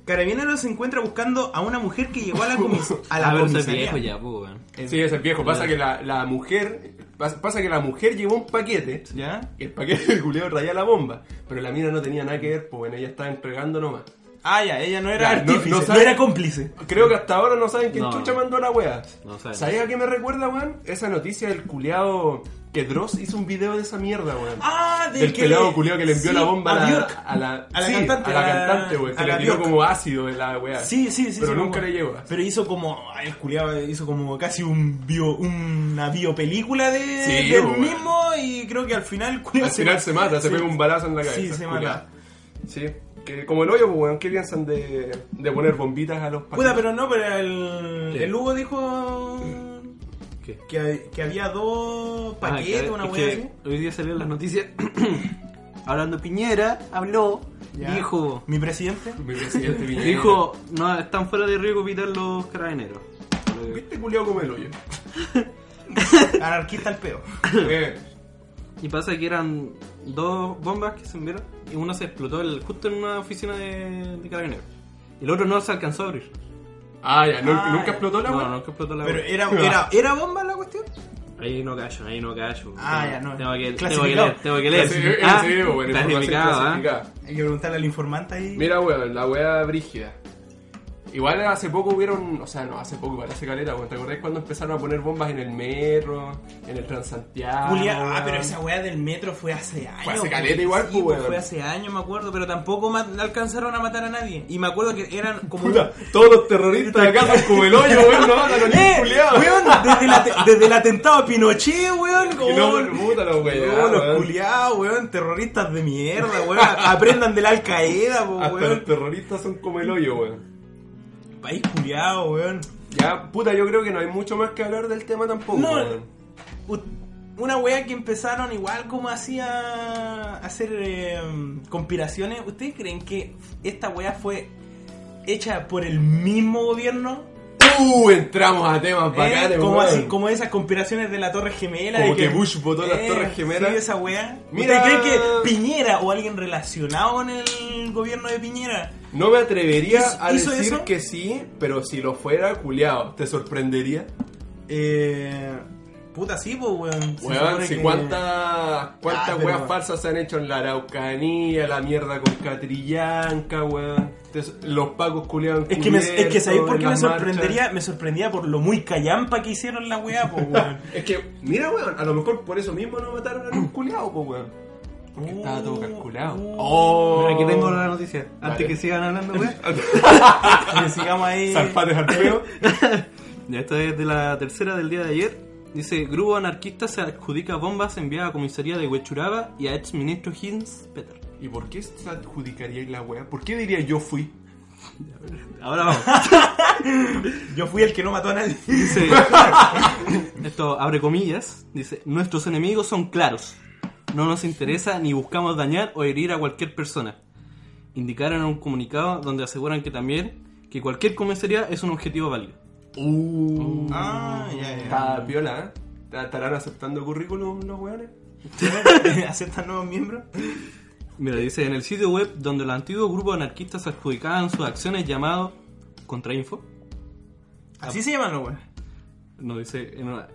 Speaker 2: Carabineros se encuentra buscando a una mujer que llegó a la, comis a la
Speaker 3: Ah, pero ese
Speaker 2: comisaría.
Speaker 3: viejo ya, pues, weón.
Speaker 1: Sí, ese es viejo. Pasa que la, la mujer. Pasa, pasa que la mujer llevó un paquete.
Speaker 2: ¿Ya?
Speaker 1: y El paquete del culiao traía la bomba. Pero la mina no tenía nada que ver, pues, bueno, ella estaba entregando nomás.
Speaker 2: Ah, ya, ella no era
Speaker 1: Ya, no-
Speaker 2: artífice,
Speaker 1: no
Speaker 2: no,
Speaker 1: sabe-
Speaker 2: era cómplice.
Speaker 1: Creo que hasta ahora no saben quién
Speaker 3: No.
Speaker 1: chucha mandó la wea.
Speaker 3: No saben.
Speaker 1: ¿Sabes a qué me recuerda, weón? Esa noticia del culeado que Dross hizo un video de esa mierda, weón.
Speaker 2: Ah, del
Speaker 1: del
Speaker 2: que
Speaker 1: pelado
Speaker 2: le-
Speaker 1: culeado que le envió
Speaker 2: sí,
Speaker 1: la bomba a la,
Speaker 2: Bjork.
Speaker 1: a la,
Speaker 2: A la
Speaker 1: sí,
Speaker 2: cantante,
Speaker 1: a la
Speaker 2: a la-
Speaker 1: cantante, weón.
Speaker 2: a
Speaker 1: Que
Speaker 2: la
Speaker 1: le tiró
Speaker 2: Bjork.
Speaker 1: como ácido de la wea.
Speaker 2: Sí, sí, sí.
Speaker 1: Pero
Speaker 2: sí,
Speaker 1: nunca
Speaker 2: como-
Speaker 1: le llegó. así.
Speaker 2: Pero hizo como. ay, El culiado hizo como casi un bio, una biopelícula de,
Speaker 1: Sí,
Speaker 2: del
Speaker 1: weón.
Speaker 2: mismo y creo que al final el culiao
Speaker 1: Al final se mata, se
Speaker 2: sí.
Speaker 1: pega un balazo en la cabeza.
Speaker 2: Sí, se
Speaker 1: culiao.
Speaker 2: mata.
Speaker 1: Sí. Que como el hoyo, pues, weón, ¿qué piensan de, de poner bombitas a los
Speaker 2: Puta,
Speaker 1: paquetes?
Speaker 2: pero no, pero el,
Speaker 3: ¿Qué?
Speaker 2: el Hugo dijo
Speaker 3: ¿Qué?
Speaker 2: que, que había dos
Speaker 3: Ah,
Speaker 2: paquetes,
Speaker 3: que-
Speaker 2: una
Speaker 3: es
Speaker 2: wea
Speaker 3: que
Speaker 2: así.
Speaker 3: Hoy día salió en las noticias. Hablando Piñera, habló,
Speaker 2: Ya.
Speaker 3: dijo.
Speaker 2: Mi presidente.
Speaker 1: Mi presidente Piñera.
Speaker 3: Dijo, no, están fuera de riesgo vital los carabineros.
Speaker 1: ¿Viste culeado como el hoyo?
Speaker 2: Anarquista al peo.
Speaker 1: Eh,
Speaker 3: Y pasa que eran dos bombas que se enviaron y una se explotó el- justo en una oficina de, de carabineros. Y el otro no se alcanzó a abrir.
Speaker 1: Ah, ya, ¿no-
Speaker 2: Ah,
Speaker 1: ¿nunca
Speaker 2: ya.
Speaker 1: explotó la
Speaker 3: No,
Speaker 1: wea?
Speaker 3: no, que explotó la
Speaker 2: Pero
Speaker 3: bomba.
Speaker 2: era, era, ¿era bomba la cuestión?
Speaker 3: Ahí no callo, ahí no callo.
Speaker 2: Ah,
Speaker 3: Tengo-
Speaker 2: ya, no.
Speaker 3: Tengo que, tengo que
Speaker 2: Clasificado.
Speaker 3: leer, tengo que leer.
Speaker 1: Sí, eh,
Speaker 3: Ah,
Speaker 1: sí, bueno,
Speaker 3: clasificado,
Speaker 1: información
Speaker 3: ¿ah?
Speaker 1: clasificada.
Speaker 2: Hay que preguntarle al informante ahí.
Speaker 1: Mira, weón, la wea brígida. Igual hace poco hubieron, o sea, no, hace poco, parece caleta, weón. ¿Te acordás cuando empezaron a poner bombas en el metro, en el Transantiago?
Speaker 2: Julia, ah,
Speaker 1: weón?
Speaker 2: pero esa weá del metro fue hace años.
Speaker 1: hace
Speaker 2: weón.
Speaker 1: caleta igual,
Speaker 2: Sí,
Speaker 1: pues,
Speaker 2: pues,
Speaker 1: weón.
Speaker 2: Fue hace años, me acuerdo, pero tampoco ma- alcanzaron a matar a nadie. Y me acuerdo que eran como.
Speaker 1: Puta, todos los terroristas de acá son como el hoyo, weón, no matan a
Speaker 2: ¡Eh!
Speaker 1: ningún culiado.
Speaker 2: Weón, desde, el ate- desde el atentado a Pinochet, weón. Como,
Speaker 1: no, puta, los weón,
Speaker 2: No, los
Speaker 1: weón.
Speaker 2: culiados, weón. Terroristas de mierda, weón. Aprendan de la Al Qaeda, po,
Speaker 1: Hasta
Speaker 2: weón.
Speaker 1: los terroristas son como el hoyo, weón.
Speaker 2: País culiado, weón.
Speaker 1: Ya, puta, yo creo que no hay mucho más que hablar del tema tampoco,
Speaker 2: No.
Speaker 1: weón.
Speaker 2: Ut- Una wea que empezaron igual como hacía hacer eh, conspiraciones. ¿Ustedes creen que esta wea fue hecha por el mismo gobierno?
Speaker 1: Uh, entramos a temas bacanes,
Speaker 2: Eh, como
Speaker 1: weón.
Speaker 2: así, como esas conspiraciones de la Torre Gemela.
Speaker 1: Como
Speaker 2: de Eh,
Speaker 1: que Bush votó las Torres Gemelas.
Speaker 2: Sí, esa wea.
Speaker 1: Mira-
Speaker 2: ¿Ustedes creen que Piñera o alguien relacionado con el gobierno de Piñera?
Speaker 1: No me atrevería
Speaker 2: ¿Hizo-
Speaker 1: a
Speaker 2: hizo
Speaker 1: decir
Speaker 2: eso?
Speaker 1: que sí, pero si lo fuera, culiao, ¿te sorprendería?
Speaker 2: Eh, puta, sí, pues weón. Se
Speaker 1: Weón,
Speaker 2: supone
Speaker 1: si
Speaker 2: que-
Speaker 1: cuántas cuántas
Speaker 2: Ah, pero-
Speaker 1: weas falsas se han hecho en la Araucanía, la mierda con Catrillanca, weón. Te so- Los pacos culiados
Speaker 2: Es que, me, es que ¿sabéis por
Speaker 1: en
Speaker 2: qué me
Speaker 1: las marchas.
Speaker 2: sorprendería? Me sorprendía por lo muy callampa que hicieron la weá, pues weón.
Speaker 1: Es que, mira, weón, a lo mejor por eso mismo no mataron a los culiados, po, weón. Porque estaba
Speaker 2: Uh,
Speaker 1: todo calculado. Oh,
Speaker 3: Mira, aquí tengo la noticia. Antes
Speaker 1: Vale.
Speaker 3: que sigan hablando, weón.
Speaker 2: Que sigamos ahí.
Speaker 1: Zarpates al peo.
Speaker 3: Ya, Esta es de la tercera del día de ayer. Dice, grupo anarquista se adjudica bombas enviadas a comisaría de Huechuraba y a ex ministro Hinz Peter.
Speaker 1: ¿Y por qué se adjudicaría la wea? ¿Por qué diría yo fui?
Speaker 3: Ahora vamos.
Speaker 2: Yo fui el que no mató a nadie.
Speaker 3: Dice, esto abre comillas. Dice, nuestros enemigos son claros. No nos interesa ni buscamos dañar o herir a cualquier persona. Indicaron en un comunicado donde aseguran que también que cualquier comisaría es un objetivo válido.
Speaker 1: Uh.
Speaker 2: Ah, ya,
Speaker 1: Está piola, ¿eh? ¿Está- ¿Estarán aceptando currículum los weones?
Speaker 2: ya. ¿Aceptan nuevos miembros?
Speaker 3: Mira, dice, en el sitio web donde los antiguos grupos anarquistas adjudicaban sus acciones llamado Contrainfo,
Speaker 2: Así se llaman los weones.
Speaker 3: No dice, en una-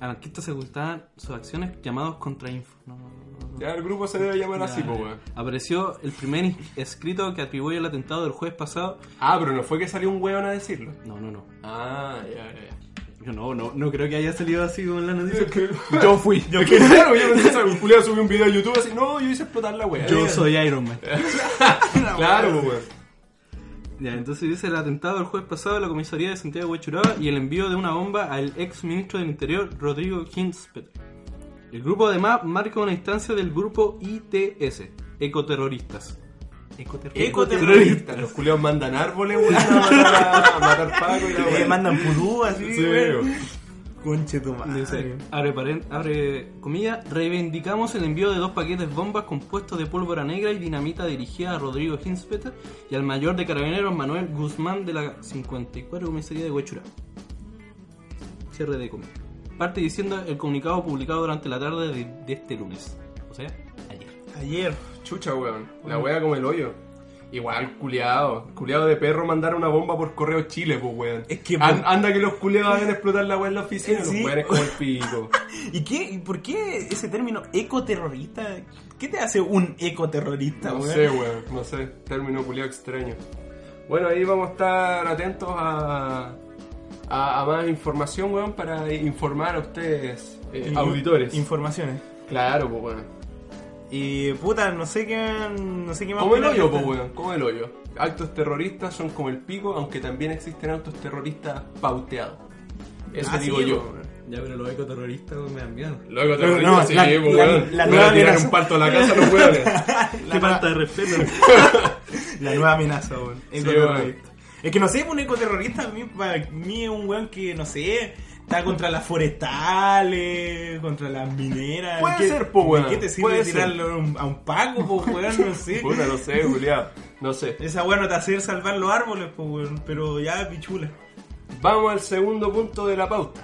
Speaker 3: anarquistas se ocultaban sus acciones llamados contra info. No, no, no.
Speaker 1: Ya el grupo se debe llamar así, po, weón.
Speaker 3: Apareció el primer in- escrito que atribuye el atentado del jueves pasado.
Speaker 1: Ah, pero no fue que salió un weón a decirlo.
Speaker 3: No, no, no.
Speaker 1: Ah, ya, ya, ya.
Speaker 3: Yo no, no, no creo que haya salido así como en la noticia.
Speaker 1: Yo fui. Yo que claro, yo pensé, ¿sabes? Un culiao subió un video a YouTube así, no, yo hice explotar la weá.
Speaker 3: Yo soy Iron Man.
Speaker 1: Claro, po, weón.
Speaker 3: Ya, entonces dice el atentado el jueves pasado a la comisaría de Santiago Huachuraba y el envío de una bomba al ex ministro del Interior, Rodrigo Hinspeter. El grupo además marca una instancia del grupo ITS, ecoterroristas. Ecoterroristas.
Speaker 2: Ecoterroristas.
Speaker 1: Los culiados mandan árboles, weón, a matar, a matar pago y la
Speaker 2: Le
Speaker 1: weá.
Speaker 2: mandan pudú así,
Speaker 1: Sí,
Speaker 2: weón.
Speaker 1: weón.
Speaker 2: Conche tu madre.
Speaker 3: Dice, abre, paren- abre comillas, reivindicamos el envío de dos paquetes bombas compuestos de pólvora negra y dinamita dirigida a Rodrigo Hinspeter y al mayor de carabineros Manuel Guzmán de la 54 Comisaría de Huechura. Cierre de comillas. Parte diciendo el comunicado publicado durante la tarde de, de este lunes. O sea, ayer.
Speaker 2: Ayer.
Speaker 1: Chucha, weón. La weá como el hoyo. Igual, culiado. Culiado de perro mandar una bomba por correo Chile, pues, weón.
Speaker 2: Es que,
Speaker 1: An-
Speaker 2: po-
Speaker 1: anda que los culiados van a explotar la weá en la oficina.
Speaker 2: Sí.
Speaker 1: Los weones como el pico.
Speaker 2: ¿Y qué? ¿Y por qué ese término ecoterrorista? ¿Qué te hace un ecoterrorista,
Speaker 1: No
Speaker 2: weón?
Speaker 1: sé, weón, no sé, término culiado extraño. Bueno, ahí vamos a estar atentos a, a, a más información, weón, para informar a ustedes, eh,
Speaker 2: Y-
Speaker 1: auditores.
Speaker 2: Informaciones.
Speaker 1: claro, pues, weón.
Speaker 2: Y puta, no sé qué, no sé qué más.
Speaker 1: Como el
Speaker 2: poner.
Speaker 1: hoyo, pues, weón, como el hoyo. Actos terroristas son como el pico, aunque también existen actos terroristas pauteados. Eso
Speaker 2: Ah, sí,
Speaker 1: digo yo.
Speaker 2: weón.
Speaker 3: Ya, pero los ecoterroristas me dan miedo.
Speaker 1: Luego
Speaker 2: Pero no,
Speaker 1: terroristas, sí,
Speaker 2: la-
Speaker 1: pues,
Speaker 2: la-
Speaker 1: weón.
Speaker 2: la
Speaker 1: Van
Speaker 2: nueva
Speaker 1: a tirar
Speaker 2: amenaza.
Speaker 1: un parto a la casa los weones.
Speaker 3: Qué falta de respeto.
Speaker 2: La nueva amenaza, weón.
Speaker 1: weón.
Speaker 2: Ecoterrorista. es que no sé, pues, un ecoterrorista a mí, para mí es un weón que, no sé, está contra las forestales, contra las mineras.
Speaker 1: Puede
Speaker 2: ¿Qué-
Speaker 1: ser, po, weón.
Speaker 2: ¿de ¿Qué te sirve
Speaker 1: Puede ser.
Speaker 2: tirarlo a un- a un paco, po, weón? No sé.
Speaker 1: Puta, no sé, culiado. No sé.
Speaker 2: Esa weón no te hace salvar los árboles, po, weón. Pero ya, pichula.
Speaker 1: Vamos al segundo punto de la pauta.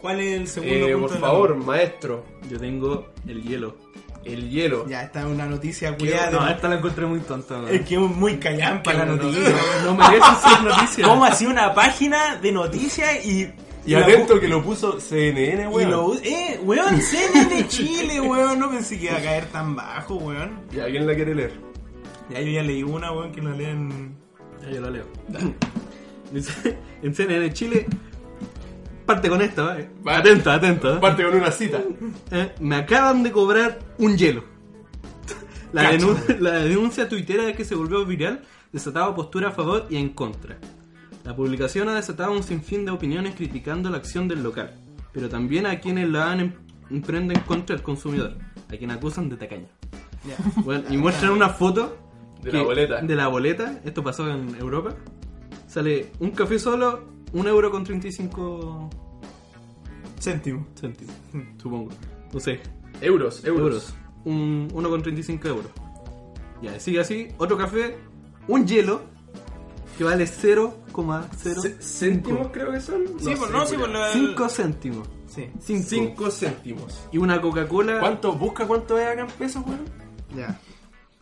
Speaker 2: ¿Cuál es el segundo
Speaker 1: Eh,
Speaker 2: punto?
Speaker 1: por
Speaker 2: de la-
Speaker 1: favor, maestro,
Speaker 3: Yo tengo el hielo.
Speaker 1: el hielo.
Speaker 2: Ya, esta es una noticia culiada.
Speaker 3: No,
Speaker 2: de-
Speaker 3: esta la encontré muy tonta. weón.
Speaker 2: Es que es muy callampa la
Speaker 3: no,
Speaker 2: noticia.
Speaker 3: no merecen ser noticias.
Speaker 2: ¿Cómo hacía una página de noticias y.
Speaker 1: Y atento que lo puso CNN,
Speaker 2: Y
Speaker 1: weón.
Speaker 2: lo us- eh, weón, CNN de Chile, weón. No pensé que iba a caer tan bajo, weón.
Speaker 1: ¿Y alguien la quiere leer?
Speaker 2: Ya yo ya leí una, weón, que la leen.
Speaker 3: Ya, yo la leo. Dice, en CNN Chile, parte con ¿eh? esta, ¿vale?
Speaker 1: Va.
Speaker 3: Atenta, atenta.
Speaker 1: Parte con una cita.
Speaker 3: Eh, me acaban de cobrar un hielo. La,
Speaker 2: Cacho.
Speaker 3: denu- la denuncia tuitera que se volvió viral desataba postura a favor y en contra. La publicación ha desatado un sinfín de opiniones criticando la acción del local, pero también a quienes la han em- emprenden contra el consumidor, a quien acusan de tacaño.
Speaker 2: Ya.
Speaker 3: Bueno, y muestran una foto
Speaker 1: De la boleta.
Speaker 3: De la boleta, esto pasó en Europa. Sale un café solo, un euro con 35
Speaker 2: Céntimo.
Speaker 3: céntimos, supongo. No sé,
Speaker 1: Euros, euros.
Speaker 3: euros. Un, uno con 35 euros. Ya, sigue así, otro café, un hielo, que vale 0,05
Speaker 1: C- ¿Céntimos creo que son?
Speaker 2: sí, pues no, sí, pues la.
Speaker 3: Cinco céntimos.
Speaker 2: Sí.
Speaker 1: 5 céntimos.
Speaker 3: Y una Coca-Cola.
Speaker 1: ¿Cuánto? ¿Busca cuánto es acá en pesos, weón?
Speaker 2: Ya.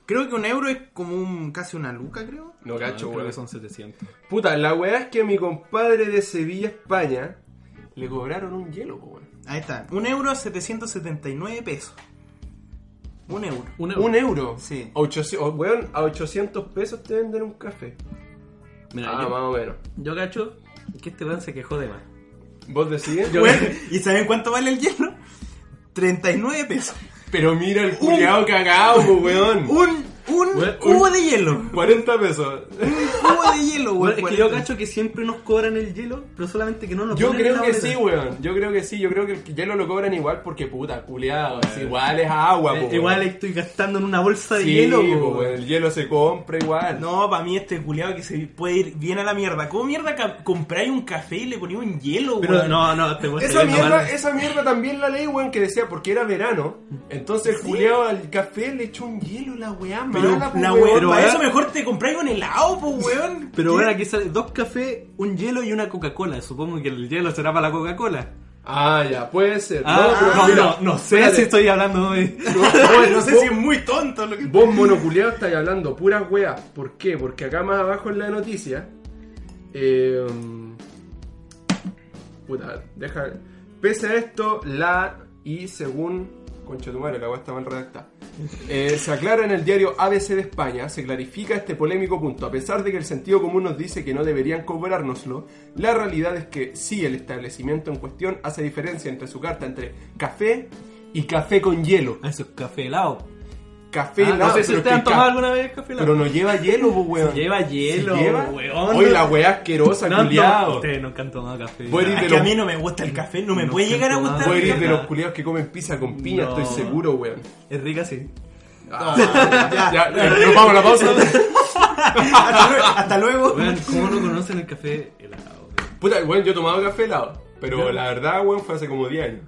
Speaker 2: Creo que un euro es como un, casi una luca, creo.
Speaker 1: No
Speaker 3: Ah,
Speaker 1: cacho,
Speaker 3: creo
Speaker 1: weón.
Speaker 3: que son 700.
Speaker 1: Puta, la weá es que a mi compadre de Sevilla, España, le cobraron un hielo, po, weón.
Speaker 2: Ahí está. Un euro, 779 pesos. Un euro.
Speaker 3: Un euro.
Speaker 1: ¿Un euro?
Speaker 2: Sí.
Speaker 1: Ochoci- oh, weón, a 800 pesos te venden un café.
Speaker 3: Mira,
Speaker 1: Ah,
Speaker 3: yo-
Speaker 1: más o menos.
Speaker 3: Yo cacho que este weón se quejó de más.
Speaker 1: ¿Vos decís?
Speaker 2: Weón, ¿Y saben cuánto vale el hielo? 39 pesos.
Speaker 1: Pero mira el culiado cagado, po, weón.
Speaker 2: Un, un
Speaker 1: Weón,
Speaker 2: cubo
Speaker 1: un-
Speaker 2: de hielo.
Speaker 1: 40 pesos.
Speaker 2: Un cubo de hielo,
Speaker 3: Bueno,
Speaker 2: weón.
Speaker 3: es que yo cacho que siempre nos cobran el hielo, pero solamente que no nos
Speaker 1: Yo
Speaker 3: ponen en
Speaker 1: creo
Speaker 3: la Eh,
Speaker 1: que
Speaker 3: boleta.
Speaker 1: sí, weón. Yo creo que sí. Yo creo que el hielo lo cobran igual porque puta, culiado. es igual es agua, po,
Speaker 3: Eh,
Speaker 1: weón.
Speaker 3: Igual estoy gastando en una bolsa de
Speaker 1: Sí,
Speaker 3: hielo.
Speaker 1: po,
Speaker 3: po.
Speaker 1: weón. El hielo se compra igual.
Speaker 2: No, para mí este culiado que se puede ir bien a la mierda. ¿Cómo mierda ca- compráis un café y le ponéis un hielo,
Speaker 3: Pero
Speaker 2: weón?
Speaker 3: no, no, te voy a
Speaker 1: Esa
Speaker 3: seguir
Speaker 1: mierda,
Speaker 3: nomás.
Speaker 1: esa mierda también la leí, weón, que decía porque era verano. Entonces el culiado al café le echó un hielo, la weá
Speaker 2: Pero,
Speaker 1: mala, po,
Speaker 2: la
Speaker 1: weón.
Speaker 2: weón,
Speaker 3: pero
Speaker 2: para
Speaker 3: ahora-
Speaker 2: eso mejor te compráis un helado, pues, weón.
Speaker 3: Pero bueno, aquí sale dos cafés, un hielo y una Coca-Cola. Supongo que el hielo será para la Coca-Cola.
Speaker 1: Ah, ya, puede ser.
Speaker 3: Ah,
Speaker 1: pero
Speaker 3: no,
Speaker 1: mira,
Speaker 3: no, no sé
Speaker 1: espérate.
Speaker 3: si estoy hablando hoy.
Speaker 1: Weón,
Speaker 2: no sé
Speaker 1: vos-
Speaker 2: si es muy tonto lo que...
Speaker 1: Vos monoculeado estás hablando puras weas. ¿Por qué? Porque acá más abajo en la noticia eh, Puta, deja. Pese a esto, la y según. Concha tu madre, la weá está mal redactada. Eh, se aclara en el diario ABC de España, se clarifica este polémico punto. A pesar de que el sentido común nos dice que no deberían cobrárnoslo, la realidad es que sí el establecimiento en cuestión hace diferencia entre su carta entre café y café con hielo.
Speaker 3: Ah, Eso es café helado.
Speaker 1: Café
Speaker 3: Ah, no
Speaker 1: helado,
Speaker 3: sé si
Speaker 1: pero
Speaker 3: ustedes
Speaker 1: que
Speaker 3: han tomado
Speaker 1: ca-
Speaker 3: alguna vez café helado.
Speaker 1: Pero no lleva hielo, pues, weón.
Speaker 3: Lleva hielo,
Speaker 1: ¿Lleva?
Speaker 3: weón.
Speaker 1: Hoy la weá asquerosa,
Speaker 3: No han tomado-
Speaker 1: culiao.
Speaker 3: Ustedes nunca han tomado café.
Speaker 1: Voy a ir
Speaker 2: Es
Speaker 1: de
Speaker 2: que a
Speaker 1: los-
Speaker 2: mí no me gusta el café, no me
Speaker 3: No
Speaker 2: puede llegar a
Speaker 3: siento
Speaker 2: gustar.
Speaker 3: nada.
Speaker 1: Tú
Speaker 2: el
Speaker 1: eres de
Speaker 2: café.
Speaker 1: los culiados que comen pizza con piña,
Speaker 3: No.
Speaker 1: estoy seguro, weón.
Speaker 3: Es rica, sí.
Speaker 1: Ah, ya, ya, nos vamos a la pausa.
Speaker 2: Hasta luego. hasta luego.
Speaker 3: Weón, ¿cómo no conocen el café helado? weón?
Speaker 1: Puta, weón, yo he tomado café helado. Pero la verdad, weón, fue hace como 10 años.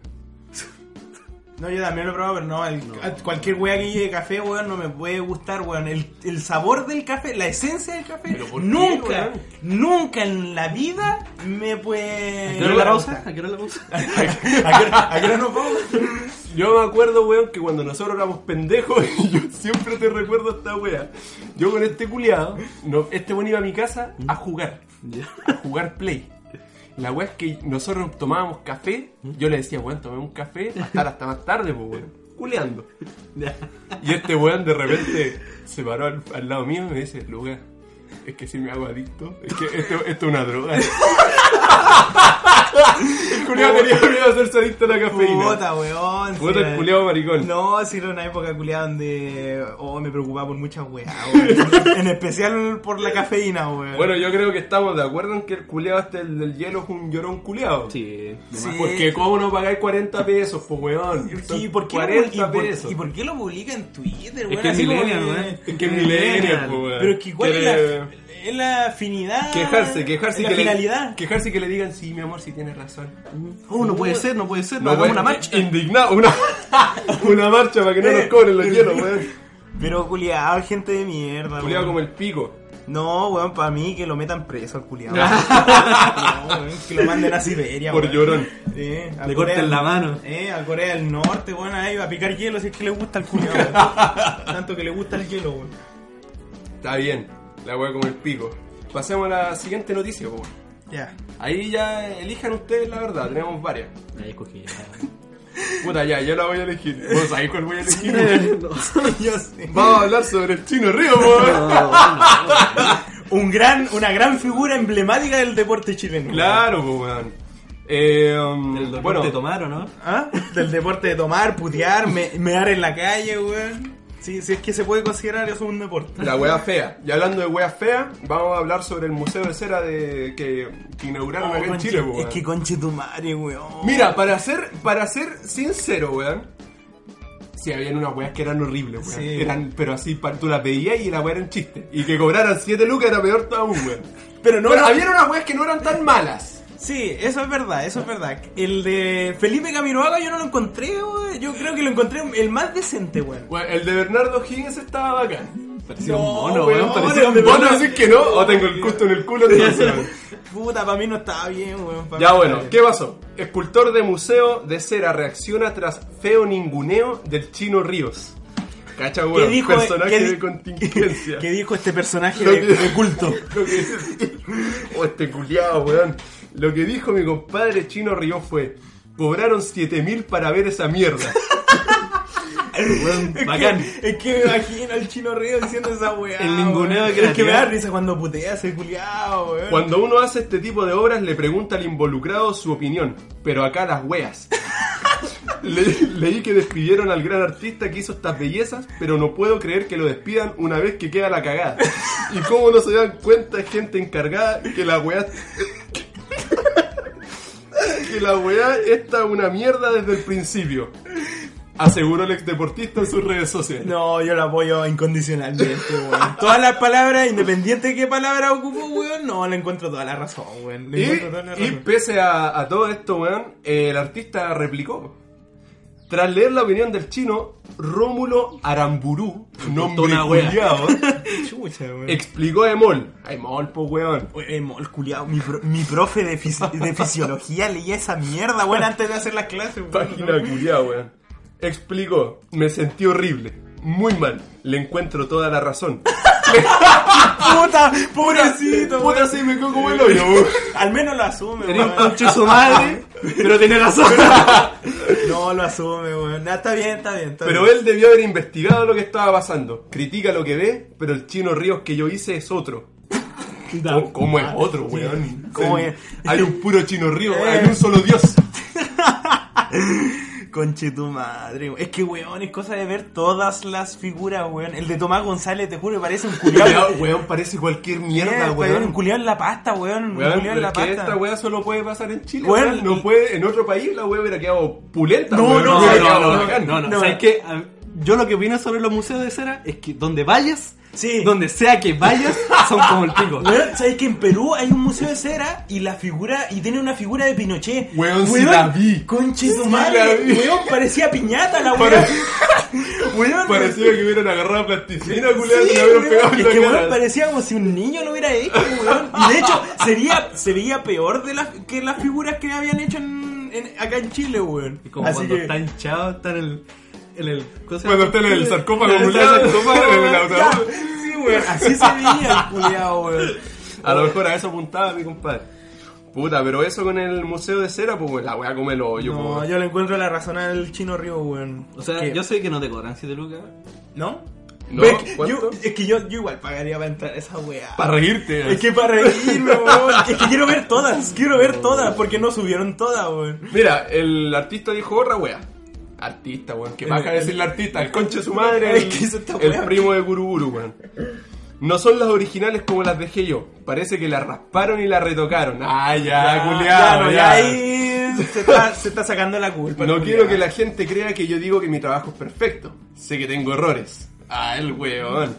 Speaker 2: No, yo también lo he probado, pero no, el- a- cualquier weá que lleve café, weón, no me puede gustar, weón. El, el sabor del café, la esencia del café,
Speaker 1: Pero ¿por qué,
Speaker 2: nunca,
Speaker 1: weón?
Speaker 2: nunca en la vida me puede.
Speaker 3: ¿A qué hora la
Speaker 2: rosa?
Speaker 3: pausa? ¿A qué hora la pausa?
Speaker 2: ¿A qué hora- a qué hora nos vamos?
Speaker 1: Yo me acuerdo, weón, que cuando nosotros éramos pendejos, y yo siempre te recuerdo esta weá. Yo con este culiado, no, este weón iba a mi casa a jugar.
Speaker 3: Ya.
Speaker 1: A jugar play. La weá es que nosotros tomábamos café. Yo le decía, weón, tomé un café para estar hasta más tarde, pues, weón. Culeando.
Speaker 3: Ya.
Speaker 1: Y este weón de repente se paró al, al lado mío y me dice, Luga, es que si me hago adicto, es que esto, esto es una droga. El culiao tenía miedo a hacerse adicto a la cafeína.
Speaker 2: Puta, weón.
Speaker 1: Puta
Speaker 2: sí,
Speaker 1: el culiao maricón.
Speaker 2: No, sí, era una época culiada donde oh, me preocupaba por muchas weas, weón. En especial por la cafeína, weón.
Speaker 1: Bueno, yo creo que estamos de acuerdo en que el culiao este el del hielo es un llorón culiao.
Speaker 3: Sí.
Speaker 2: Sí.
Speaker 1: Porque cómo no pagáis 40 pesos, pues weón. Son
Speaker 2: ¿Y por, qué lo, y
Speaker 1: 40
Speaker 2: por-
Speaker 1: pesos.
Speaker 2: y por qué lo publica en Twitter,
Speaker 3: Es
Speaker 2: weón?
Speaker 3: que es
Speaker 2: Así como
Speaker 3: millennial,
Speaker 2: que-
Speaker 3: weón.
Speaker 1: Es que es millennial, pues, weón.
Speaker 2: Pero es que cuál es la,
Speaker 1: Quiere
Speaker 2: es la afinidad.
Speaker 1: Quejarse, quejarse y
Speaker 2: es la
Speaker 1: que le,
Speaker 2: finalidad.
Speaker 1: quejarse y que le digan, sí, mi amor, sí tienes razón.
Speaker 3: Oh, no puede ser, no puede ser.
Speaker 1: No,
Speaker 3: hagamos
Speaker 1: weón,
Speaker 3: una marcha.
Speaker 1: Indignado, una, una marcha para que no nos cobren los hielos, weón.
Speaker 2: Pero culiado, gente de mierda,
Speaker 1: Culeado
Speaker 2: weón.
Speaker 1: como el pico.
Speaker 2: No, weón, para mí que lo metan preso al culiado. no, weón, que lo manden a Siberia,
Speaker 1: Por
Speaker 2: weón.
Speaker 1: llorón.
Speaker 2: Eh, a
Speaker 3: Le
Speaker 2: Corea
Speaker 3: corten
Speaker 2: del-
Speaker 3: la mano.
Speaker 2: Eh, a Corea del Norte, weón, ahí va a picar hielo si es que le gusta el culiado. weón. Tanto que le gusta el hielo, weón.
Speaker 1: Está bien, la weá como el pico. Pasemos a la siguiente noticia, po, weón.
Speaker 2: Ya.
Speaker 1: Ahí ya elijan ustedes la verdad, tenemos varias.
Speaker 3: Ahí escogí.
Speaker 1: Puta, ya, yo la voy a elegir. ¿Vos sabés cuál voy a elegir?
Speaker 2: Yo sé.
Speaker 1: Vamos a hablar sobre el chino río, po, weón.
Speaker 2: Un gran, una gran figura emblemática del deporte chileno.
Speaker 1: Claro, po, weón. Eh, um,
Speaker 3: El dolor
Speaker 1: bueno,
Speaker 3: te tomaron, ¿no?
Speaker 2: ¿Ah? Del deporte de tomar, putear, me, mear en la calle, weón. Si, si es que se puede considerar eso un deporte.
Speaker 1: la weá fea. Y hablando de weá fea, vamos a hablar sobre el museo de cera de, que, que inauguraron acá en
Speaker 2: Oh, Conche-
Speaker 1: Chile, po, weón.
Speaker 2: es que conche tu madre, weón.
Speaker 1: Mira, para ser, para ser sincero, weón. Sí, habían unas weas que eran horribles, weón.
Speaker 2: Sí.
Speaker 1: Eran, pero así, pa- tú las veías y la wea era un chiste. Y que cobraran 7 lucas era peor aún, weón.
Speaker 2: Pero no,
Speaker 1: Pero
Speaker 2: no-
Speaker 1: habían unas weas que no eran tan malas.
Speaker 2: Sí, eso es verdad, eso es verdad. El de Felipe Camiroaga yo no lo encontré, weón. Yo creo que lo encontré el más decente, weón.
Speaker 1: Weón, el de Bernardo Higgins estaba bacán.
Speaker 3: Parecía
Speaker 2: No,
Speaker 3: un mono,
Speaker 2: weón,
Speaker 3: weón.
Speaker 1: Parecía un
Speaker 2: de
Speaker 1: mono
Speaker 2: verdad.
Speaker 1: decir que no, o tengo el gusto en el culo entonces, weón.
Speaker 2: Puta, para mí no estaba bien, weón. pa'
Speaker 1: Ya
Speaker 2: mí
Speaker 1: bueno,
Speaker 2: estaba
Speaker 1: ¿qué
Speaker 2: bien.
Speaker 1: pasó? Escultor de museo de cera reacciona tras feo ninguneo del chino Ríos. Cacha, weón,
Speaker 2: dijo- e-,
Speaker 1: personaje
Speaker 2: qué di-
Speaker 1: de contingencia.
Speaker 2: ¿Qué dijo este personaje
Speaker 1: Lo
Speaker 2: de,
Speaker 1: que-
Speaker 2: de culto?
Speaker 1: Lo que Oh, este culiao, weón. Lo que dijo mi compadre Chino Río fue: cobraron 7000 para ver esa mierda.
Speaker 3: Weón, Bacán.
Speaker 2: Es que me imagino al chino río diciendo esa weá.
Speaker 3: El ninguneo
Speaker 2: weón.
Speaker 3: que
Speaker 2: Es que me da
Speaker 3: creatividad.
Speaker 2: risa cuando putea ese culiao, weón.
Speaker 1: Cuando uno hace este tipo de obras, le pregunta al involucrado su opinión, pero acá las weas. Le- leí que despidieron al gran artista que hizo estas bellezas, pero no puedo creer que lo despidan una vez que queda la cagada. Y cómo no se dan cuenta gente encargada que la weá... que la weá está una mierda desde el principio. Aseguró el exdeportista en sus redes sociales.
Speaker 2: No, yo lo apoyo incondicionalmente, weón. Todas las palabras, independiente de qué palabra ocupo, weón, no, le encuentro toda la razón, weón. Le
Speaker 1: Y,
Speaker 2: encuentro toda la
Speaker 1: y
Speaker 2: razón.
Speaker 1: pese a, a todo esto, weón, eh, el artista replicó. Tras leer la opinión del chino, Rómulo Aramburú, nombre
Speaker 3: una wea.
Speaker 1: culiao,
Speaker 2: Chucha, weón.
Speaker 1: explicó a Emol. A Emol, po, weón.
Speaker 2: Oye, eh, mo- el culiao, mi, pro- mi profe de, fisi- de fisiología leía esa mierda, weón, antes de hacer las clases, weón.
Speaker 1: Página culiao, weón. Explicó, me sentí horrible, muy mal, le encuentro toda la razón.
Speaker 2: ¡Puta! ¡Pobrecito!
Speaker 1: Puta, sí, me quedo como el hoyo.
Speaker 2: weón. Al menos lo asume,
Speaker 3: Tenía un
Speaker 2: weón.
Speaker 3: conche su madre, pero tiene razón.
Speaker 2: No, lo asume, weón. Nah, está bien, está bien. Está
Speaker 1: Pero
Speaker 2: bien.
Speaker 1: él debió haber investigado lo que estaba pasando. Critica lo que ve, pero el chino Ríos que yo hice es otro. ¿Cómo, cómo es otro, weón?
Speaker 2: ¿Cómo
Speaker 1: Sí.
Speaker 2: es?
Speaker 1: Hay un puro chino Ríos,
Speaker 2: Eh.
Speaker 1: hay un solo Dios.
Speaker 2: Conche tu madre, weón. Es que, weón, es cosa de ver todas las figuras, weón. El de Tomás González, te juro, que parece un
Speaker 1: Ya,
Speaker 2: culiado.
Speaker 1: weón, parece
Speaker 2: Eh,
Speaker 1: cualquier mierda,
Speaker 2: Un
Speaker 1: weón.
Speaker 2: culiado en la pasta, weón. Un
Speaker 1: Weón,
Speaker 2: culiado
Speaker 1: pero
Speaker 2: en
Speaker 1: es
Speaker 2: la
Speaker 1: que esta
Speaker 2: pasta.
Speaker 1: weá solo puede pasar en Chile,
Speaker 2: Weón,
Speaker 1: weón. No
Speaker 2: y-
Speaker 1: puede, en otro país la weá hubiera quedado pulenta,
Speaker 2: No,
Speaker 1: weón.
Speaker 2: no,
Speaker 1: Hubiera
Speaker 2: no,
Speaker 1: quedado
Speaker 2: no,
Speaker 1: bacán.
Speaker 3: No, no,
Speaker 2: No.
Speaker 3: ¿sabes qué? A- Yo lo que opino sobre los museos de cera es que donde vayas,
Speaker 2: Sí.
Speaker 3: donde sea que vayas, son como el pico.
Speaker 2: Weón, ¿sabes que en Perú hay un museo de cera y la figura, y tiene una figura de Pinochet?
Speaker 1: Weón, sí la vi.
Speaker 2: Conche tu
Speaker 1: Sí
Speaker 2: madre.
Speaker 1: la vi.
Speaker 2: Weón, parecía piñata la weón.
Speaker 1: Pare-
Speaker 2: Weón,
Speaker 1: Parecía que hubieran agarrado plasticina, culiado, y
Speaker 2: Sí,
Speaker 1: le hubieran
Speaker 2: weón.
Speaker 1: pegado
Speaker 2: Es
Speaker 1: en la
Speaker 2: que weón,
Speaker 1: cara.
Speaker 2: parecía como si un niño lo hubiera hecho, weón. Y de hecho, sería, se veía peor de las, que las figuras que habían hecho en, en- acá en Chile, weón.
Speaker 3: Y como
Speaker 2: Así
Speaker 3: cuando
Speaker 2: que-
Speaker 3: está hinchado, está en el. En el ¿cómo se
Speaker 1: Cuando
Speaker 3: llama?
Speaker 1: está en el sarcófago,
Speaker 3: En el
Speaker 1: culiado,
Speaker 3: sarcófago,
Speaker 1: en el
Speaker 3: weón.
Speaker 2: Ya,
Speaker 1: ataúd.
Speaker 2: sí, weón. Así se veía el culiao, weón.
Speaker 1: A lo mejor a eso apuntaba mi compadre. Puta, pero eso con el museo de cera, pues weón, la weá come el hoyo, pues,
Speaker 2: No,
Speaker 1: weón.
Speaker 2: yo le encuentro la razón al chino Río, weón.
Speaker 3: O sea,
Speaker 2: Que-
Speaker 3: yo sé que no te cobran 7 lucas.
Speaker 2: ¿No?
Speaker 1: No,
Speaker 2: Ve que
Speaker 1: ¿cuánto?
Speaker 2: yo- es que yo, yo igual pagaría para entrar a esa weá.
Speaker 1: Para reírte.
Speaker 2: es que para reírme, weón. Es que quiero ver todas, quiero ver todas, porque no subieron todas, weón.
Speaker 1: Mira, el artista dijo otra wea. Artista, weón. Que baja a decirle artista, el conche de su madre.
Speaker 2: Es
Speaker 1: El,
Speaker 2: que hizo esta
Speaker 1: el
Speaker 2: wea.
Speaker 1: primo de Guruguru, weón. No son las originales como las dejé yo. Parece que la rasparon y la retocaron. Ah, ya, culiado,
Speaker 2: no,
Speaker 1: ya.
Speaker 2: ya ahí se está, se está sacando la culpa.
Speaker 1: No
Speaker 2: el
Speaker 1: quiero
Speaker 2: culiao.
Speaker 1: que la gente crea que yo digo que mi trabajo es perfecto. Sé que tengo errores. Ah, el weón.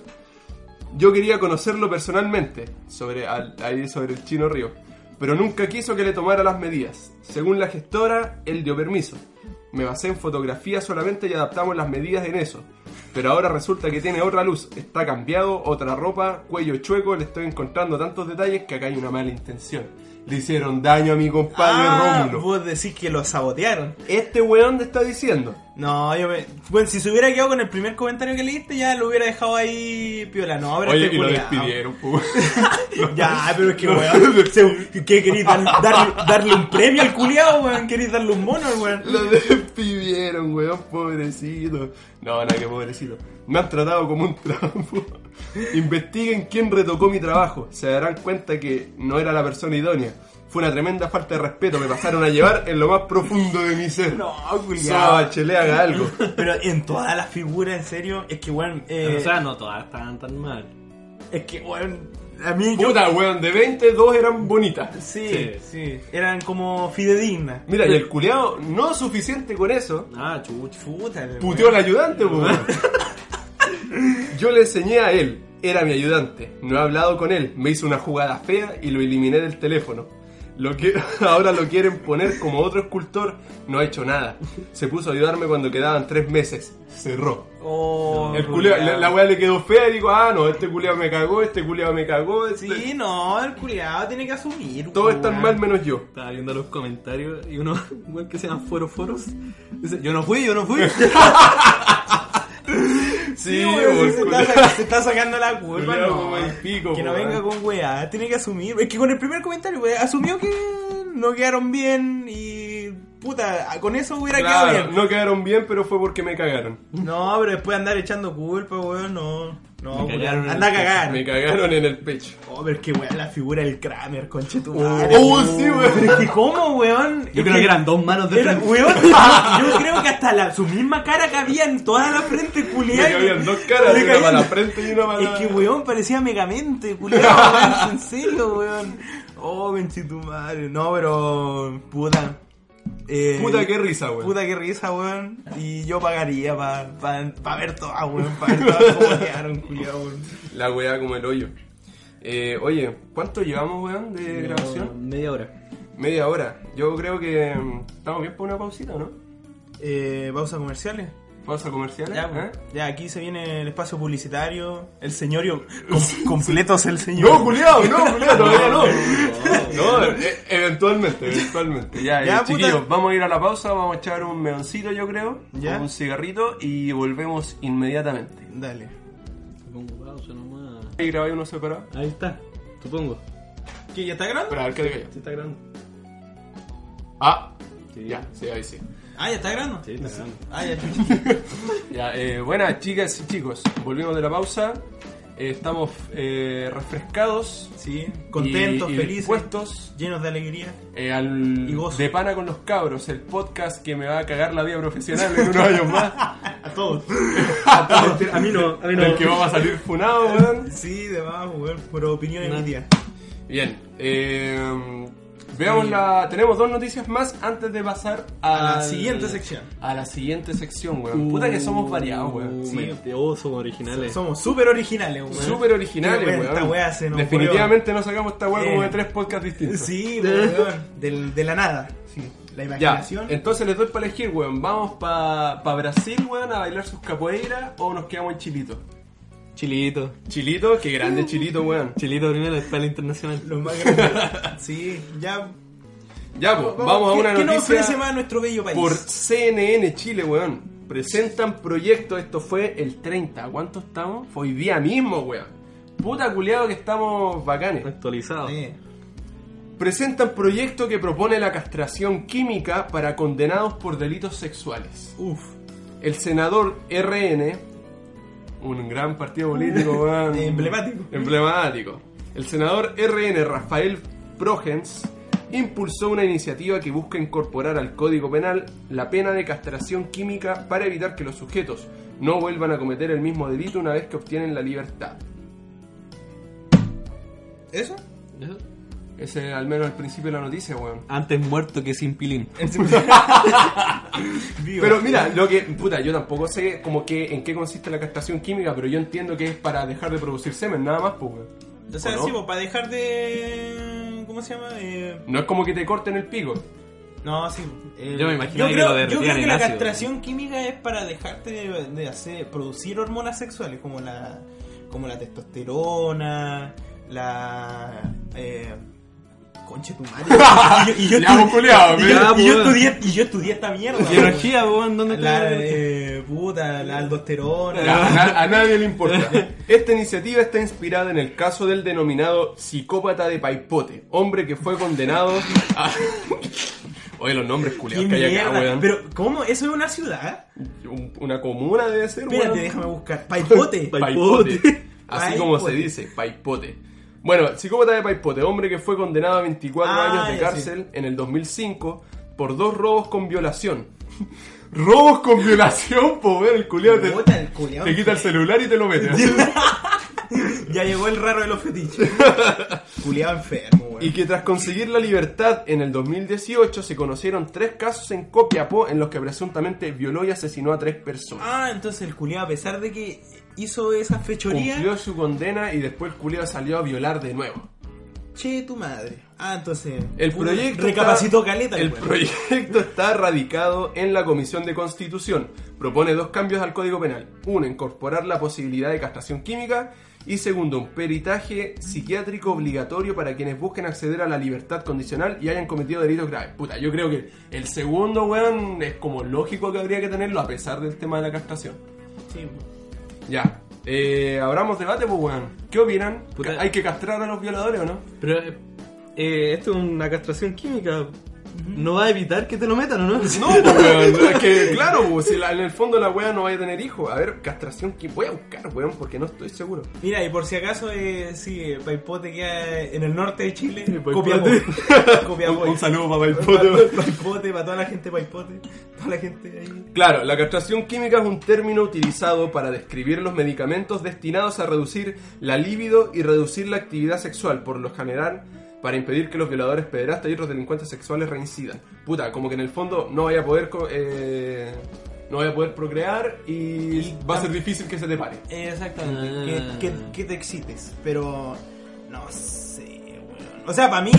Speaker 1: Yo quería conocerlo personalmente, sobre, al- ahí sobre el chino Río, pero nunca quiso que le tomara las medidas. Según la gestora, él dio permiso. Me basé en fotografías solamente y adaptamos las medidas en eso. Pero ahora resulta que tiene otra luz, está cambiado, otra ropa, cuello chueco, le estoy encontrando tantos detalles que acá hay una mala intención. Le hicieron daño a mi compadre
Speaker 2: Ah,
Speaker 1: Rómulo.
Speaker 2: vos decís que lo sabotearon.
Speaker 1: Este weón te está diciendo.
Speaker 2: No, yo me. Bueno, si se hubiera quedado con el primer comentario que leíste, ya lo hubiera dejado ahí piola. No, ahora
Speaker 1: Oye,
Speaker 2: este
Speaker 1: y lo
Speaker 2: culiao.
Speaker 1: despidieron, po.
Speaker 2: Ya, pero es que, weón. se- ¿Qué querís? Dar- darle, darle un premio al culiao, weón. ¿Querís darle un mono, weón?
Speaker 1: Lo despidieron, weón, pobrecito. No, no, que pobrecito. Me han tratado como un trampo. Investiguen quién retocó mi trabajo. Se darán cuenta que no era la persona idónea. Fue una tremenda falta de respeto. Me pasaron a llevar en lo más profundo de mi ser.
Speaker 2: No,
Speaker 1: Saba
Speaker 2: culiao.
Speaker 1: Bachelet, haga algo.
Speaker 2: Pero en todas las figuras, en serio, es que, weón. eh,
Speaker 3: O sea, no todas están tan mal.
Speaker 2: es que, weón. A mí, yo.
Speaker 1: Puta, weón, de 20, dos eran bonitas.
Speaker 2: Sí, sí, Eran como fidedignas.
Speaker 1: Mira, y el culeado, no suficiente con eso,
Speaker 3: Ah, chucha.
Speaker 2: Puta, weón.
Speaker 1: Puteó al ayudante, po, weón. Yo le enseñé a él, era mi ayudante. No he hablado con él, me hizo una jugada fea y lo eliminé del teléfono. Lo que ahora lo quieren poner como otro escultor, no ha hecho nada. Se puso a ayudarme cuando quedaban tres meses. Cerró.
Speaker 2: Oh,
Speaker 1: El culeo, la,
Speaker 2: culiao.
Speaker 1: la weá le quedó fea y digo, ah no, este culeado me cagó, este culeado me cagó, este-
Speaker 2: Sí, no, el culiao tiene que asumir.
Speaker 1: todo
Speaker 2: weón.
Speaker 1: está mal menos yo.
Speaker 3: Estaba viendo los comentarios y uno, weón, que se llaman foroforos. Dice, yo no fui, yo no fui.
Speaker 2: Sí,
Speaker 1: Sí,
Speaker 2: weón,
Speaker 1: weón,
Speaker 2: se,
Speaker 1: culiao.
Speaker 2: está, sa- se está sacando la culpa,
Speaker 1: Culiao
Speaker 2: no.
Speaker 1: como el pico,
Speaker 2: que no
Speaker 1: weón.
Speaker 2: venga con weá, tiene que asumir. Es que con el primer comentario, weón, asumió que no quedaron bien y. Puta, con eso hubiera quedado
Speaker 1: Claro,
Speaker 2: bien.
Speaker 1: no quedaron bien, pero fue porque me cagaron.
Speaker 2: No, pero después andar echando culpa, weón, no. No,
Speaker 3: Me
Speaker 2: weón,
Speaker 3: cagaron en
Speaker 2: anda a
Speaker 3: el-
Speaker 2: cagar.
Speaker 1: Me cagaron en el pecho.
Speaker 2: Oh, pero es que weón, la figura del Kramer, conche tu
Speaker 1: Oh,
Speaker 2: madre.
Speaker 1: sí, weón.
Speaker 2: Pero es que, ¿cómo, weón?
Speaker 3: Yo
Speaker 2: Es
Speaker 3: creo que eran dos manos de
Speaker 2: Era,
Speaker 3: frente.
Speaker 2: weón, yo, yo creo que hasta la, su misma cara cabía en toda la frente, culiao.
Speaker 1: Me cabían dos caras,
Speaker 2: Le
Speaker 1: una
Speaker 2: cabían-
Speaker 1: para la frente y una para
Speaker 2: Es
Speaker 1: la...
Speaker 2: que, weón, parecía megamente, culiao, weón, en serio, weón. Oh, benche tu madre. No, pero, puta. Eh,
Speaker 1: Puta que risa, weón.
Speaker 2: Puta que risa, weón. Y yo pagaría para pa, pa ver todas, weón. Para ver todas cómo quedaron, culiao, weón.
Speaker 1: La weá como el hoyo. Eh, oye, ¿cuánto llevamos, weón,
Speaker 3: Eh,
Speaker 1: de grabación?
Speaker 3: Media hora.
Speaker 1: Media hora. Yo creo que mm, estamos bien por una pausita, ¿no?
Speaker 2: Eh, pausa comerciales.
Speaker 1: Pausa comercial.
Speaker 2: Ya, pues.
Speaker 1: ¿eh?
Speaker 2: ya, aquí se viene el espacio publicitario, el señorio, com- completos el señor.
Speaker 1: No, culiado, no, culiado, todavía no. No, e- eventualmente, eventualmente. Ya,
Speaker 2: Ya,
Speaker 1: eh,
Speaker 2: puta.
Speaker 1: chiquillos, vamos a ir a la pausa, vamos a echar un meoncito, yo creo,
Speaker 2: Ya.
Speaker 1: un cigarrito y volvemos inmediatamente.
Speaker 2: Dale.
Speaker 3: pongo pausa nomás.
Speaker 1: Y grabáis uno separado.
Speaker 3: Ahí está, supongo.
Speaker 2: ¿Qué? ¿Ya está grabando?
Speaker 1: Pero a ver qué digo yo.
Speaker 3: Sí, está grabando.
Speaker 1: Ah, ya, sí, ahí sí.
Speaker 2: Ah, ya está grabando.
Speaker 3: Sí, está grabando.
Speaker 2: Ah, ya.
Speaker 1: Ya, eh, buenas chicas y chicos, volvimos de la pausa. Eh, estamos eh, refrescados,
Speaker 2: Sí, contentos,
Speaker 1: y- y
Speaker 2: felices,
Speaker 1: dispuestos.
Speaker 2: llenos de alegría.
Speaker 1: eh, al
Speaker 2: Y gozo.
Speaker 1: de pana con los cabros, el podcast que me va a cagar la vida profesional en unos años más,
Speaker 2: A todos.
Speaker 3: A mí no, a mí no.
Speaker 1: del que vamos a salir funado, weón.
Speaker 2: Sí, de más, weón, por opinión
Speaker 3: Nah.
Speaker 2: en día.
Speaker 1: Bien, eh, veamos la. Tenemos dos noticias más antes de pasar
Speaker 2: A la
Speaker 1: al-
Speaker 2: siguiente sección. Uh,
Speaker 1: A la siguiente sección, weón. Puta que somos variados, weón.
Speaker 3: Uh, Sí, oh, somos originales.
Speaker 2: Somos súper originales, weón.
Speaker 1: Súper originales,
Speaker 2: Pero,
Speaker 1: weón.
Speaker 2: weón, esta weá se nos
Speaker 1: Definitivamente no sacamos esta weá como de
Speaker 2: Eh.
Speaker 1: tres podcasts distintos.
Speaker 2: Sí, weón. Del, de la nada. Sí. La
Speaker 1: Ya,
Speaker 2: imaginación.
Speaker 1: entonces les doy para elegir, weón. Vamos para Brasil, weón, a bailar sus capoeiras o nos quedamos en Chilito.
Speaker 3: Chilito.
Speaker 1: Chilito, qué
Speaker 2: Uh.
Speaker 1: grande Chilito, weón.
Speaker 3: Chilito primero, después el internacional.
Speaker 2: Los más grandes. sí, ya.
Speaker 1: Ya, pues, vamos a
Speaker 2: ¿qué-
Speaker 1: una
Speaker 2: ¿Qué nos ofrece
Speaker 1: noticia
Speaker 2: más nuestro bello país?
Speaker 1: por CNN Chile, weón. Presentan proyectos, esto fue el 30. ¿Cuánto estamos? Fue hoy día mismo, weón. Puta culiado que estamos bacanes.
Speaker 3: Actualizado.
Speaker 2: Eh,
Speaker 1: Presentan proyecto que propone la castración química para condenados por delitos sexuales.
Speaker 2: Uf.
Speaker 1: El senador RN, un gran partido político, weón.
Speaker 2: Emblemático.
Speaker 1: Emblemático. El senador RN Rafael Progens impulsó una iniciativa que busca incorporar al Código Penal la pena de castración química para evitar que los sujetos no vuelvan a cometer el mismo delito una vez que obtienen la libertad.
Speaker 2: ¿Eso?
Speaker 3: Eso.
Speaker 1: Ese es al menos el principio de la noticia, weón.
Speaker 3: Antes muerto que sin pilín.
Speaker 2: Vivo.
Speaker 1: Pero mira, lo que. Puta, yo tampoco sé como que en qué consiste la castración química, pero yo entiendo que es para dejar de producir semen, nada más, pues, weón.
Speaker 2: O sea,
Speaker 1: ¿O no?
Speaker 2: sí, pues, para dejar de. ¿Cómo se llama? Eh,
Speaker 1: No es como que te corten el pico.
Speaker 2: No, sí. eh,
Speaker 3: Yo me imagino
Speaker 2: yo
Speaker 3: que
Speaker 2: creo,
Speaker 3: lo
Speaker 2: yo
Speaker 3: derretían
Speaker 2: creo que
Speaker 3: en
Speaker 2: la
Speaker 3: ácido.
Speaker 2: castración química es para dejarte de, de hacer producir hormonas sexuales como la como la testosterona, la eh, conche tu madre. y yo, y yo
Speaker 1: Ya,
Speaker 2: estudié-
Speaker 1: pues, culiao,
Speaker 2: y yo-
Speaker 3: ya,
Speaker 2: y yo
Speaker 3: pues.
Speaker 2: estudié y yo estudié esta mierda.
Speaker 3: Biología, weón, ¿dónde
Speaker 2: weón.
Speaker 3: te
Speaker 2: La eh, puta, la aldosterona.
Speaker 1: A, na- a nadie le importa. Esta iniciativa está inspirada en el caso del denominado psicópata de Paipote, hombre que fue condenado a. Oye, los nombres
Speaker 2: Qué
Speaker 1: culiados que hay acá,
Speaker 2: mierda.
Speaker 1: weón.
Speaker 2: Pero cómo eso es una ciudad?
Speaker 1: Un- Una comuna debe ser,
Speaker 2: Espérate,
Speaker 1: weón.
Speaker 2: déjame buscar. Paipote.
Speaker 1: Paipote. Así como se
Speaker 2: Paipote.
Speaker 1: dice, Paipote. Bueno, psicópata de Paipote, hombre que fue condenado a 24
Speaker 2: Ah,
Speaker 1: años de
Speaker 2: ya,
Speaker 1: cárcel en el 2005 por dos robos con violación. robos con violación, pobre, el culiao te,
Speaker 2: Puta, el culiao.
Speaker 1: te quita el celular y te lo mete.
Speaker 2: Ya llegó el raro de los fetiches. Culeado enfermo, weón.
Speaker 1: Y que tras conseguir la libertad en el 2018 se conocieron tres casos en Copiapó en los que presuntamente violó y asesinó a tres personas.
Speaker 2: Ah, entonces el culeado, a pesar de que hizo esa fechoría,
Speaker 1: Cumplió su condena y después el culiao salió a violar de nuevo.
Speaker 2: che tu madre. Ah, entonces.
Speaker 1: El
Speaker 2: puta,
Speaker 1: proyecto
Speaker 2: Recapacitó
Speaker 1: está-
Speaker 2: caleta,
Speaker 1: El
Speaker 2: weón.
Speaker 1: proyecto está radicado en la Comisión de Constitución. Propone dos cambios al Código Penal. Uno, incorporar la posibilidad de castración química. Y segundo, un peritaje psiquiátrico obligatorio para quienes busquen acceder a la libertad condicional y hayan cometido delitos graves. Puta, yo creo que el segundo, weón, es como lógico que habría que tenerlo a pesar del tema de la castración.
Speaker 2: Sí, weón.
Speaker 1: Ya. Eh, abramos debate, pues, weón. ¿Qué opinan?
Speaker 3: Puta.
Speaker 1: ¿Hay que castrar a los violadores o no?
Speaker 3: Pero eh, eh, esto es una castración química. No va a evitar que te lo metan, ¿o no?
Speaker 1: No, pues, weón, es que, claro, pues, si la- en el fondo la wea no vaya a tener hijos. A ver, castración que voy a buscar, weón, porque no estoy seguro.
Speaker 2: Mira, y por si acaso, eh, sí, eh, Paipote queda en el norte de Chile.
Speaker 1: Paipote.
Speaker 2: Copiapó. Copiapó.
Speaker 1: saludo para
Speaker 2: Paipote, para toda la gente Paipote. Toda la gente ahí.
Speaker 1: Claro, la castración química es un término utilizado para describir los medicamentos destinados a reducir la libido y reducir la actividad sexual, por lo general, para impedir que los violadores, pederastas y otros delincuentes sexuales reincidan. Puta, como que en el fondo no vaya a poder... co- eh, No vaya a poder procrear y, va a ser difícil que se te pare.
Speaker 2: Eh, Exactamente,
Speaker 3: Ah.
Speaker 2: que, que- que te excites, pero no sé, weón. O sea, para mí,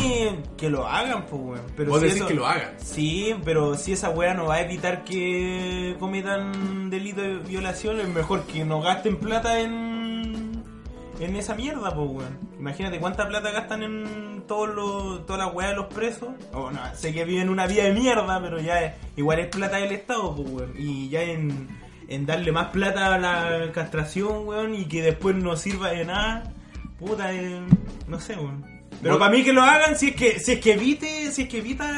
Speaker 2: que lo hagan, pues, weón. Pero
Speaker 1: Vos
Speaker 2: si
Speaker 1: decís
Speaker 2: eso-
Speaker 1: que lo hagan.
Speaker 2: Sí, pero si esa weá no va a evitar que cometan delito de violación, es mejor que no gasten plata en. en esa mierda, pues, weón. Imagínate cuánta plata gastan en todos los, toda la weá de los presos. Oh, no, sé que viven una vida de mierda, pero ya es- igual es plata del Estado, pues, weón. Y ya en. en darle más plata a la castración, weón, y que después no sirva de nada. Puta, eh, no sé, weón. Pero
Speaker 1: Vos-
Speaker 2: para mí que lo hagan si es que, si es que evite, si es que evita.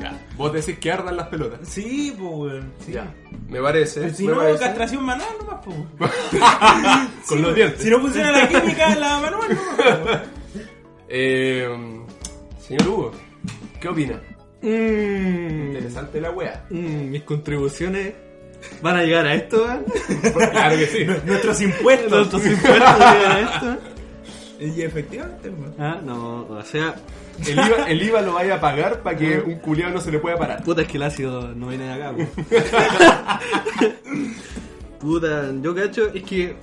Speaker 1: Ya. Vos decís que ardan las pelotas.
Speaker 2: Sí, pues, weón. sí.
Speaker 1: Ya. Me parece.
Speaker 2: Pero si
Speaker 1: me
Speaker 2: no,
Speaker 1: parece.
Speaker 2: castración manual nomás, pues. weón.
Speaker 1: Con
Speaker 2: Sí,
Speaker 1: los
Speaker 2: weón.
Speaker 1: dientes.
Speaker 2: Si no funciona la química, la manual nomás. pues, weón.
Speaker 1: Eh, señor Hugo, ¿qué opina?
Speaker 2: Mm.
Speaker 1: Interesante la wea.
Speaker 3: Mm, mis contribuciones van a llegar a esto, weón.
Speaker 1: Claro que sí.
Speaker 2: Nuestros impuestos.
Speaker 3: Nuestros impuestos llegan a esto.
Speaker 2: Y efectivamente, weón.
Speaker 3: Ah, no, o sea,
Speaker 1: El IVA, el IVA lo vaya a pagar para que un culiado no se le pueda parar.
Speaker 3: puta es que el ácido no viene de acá, weón. Puta, yo cacho, es que.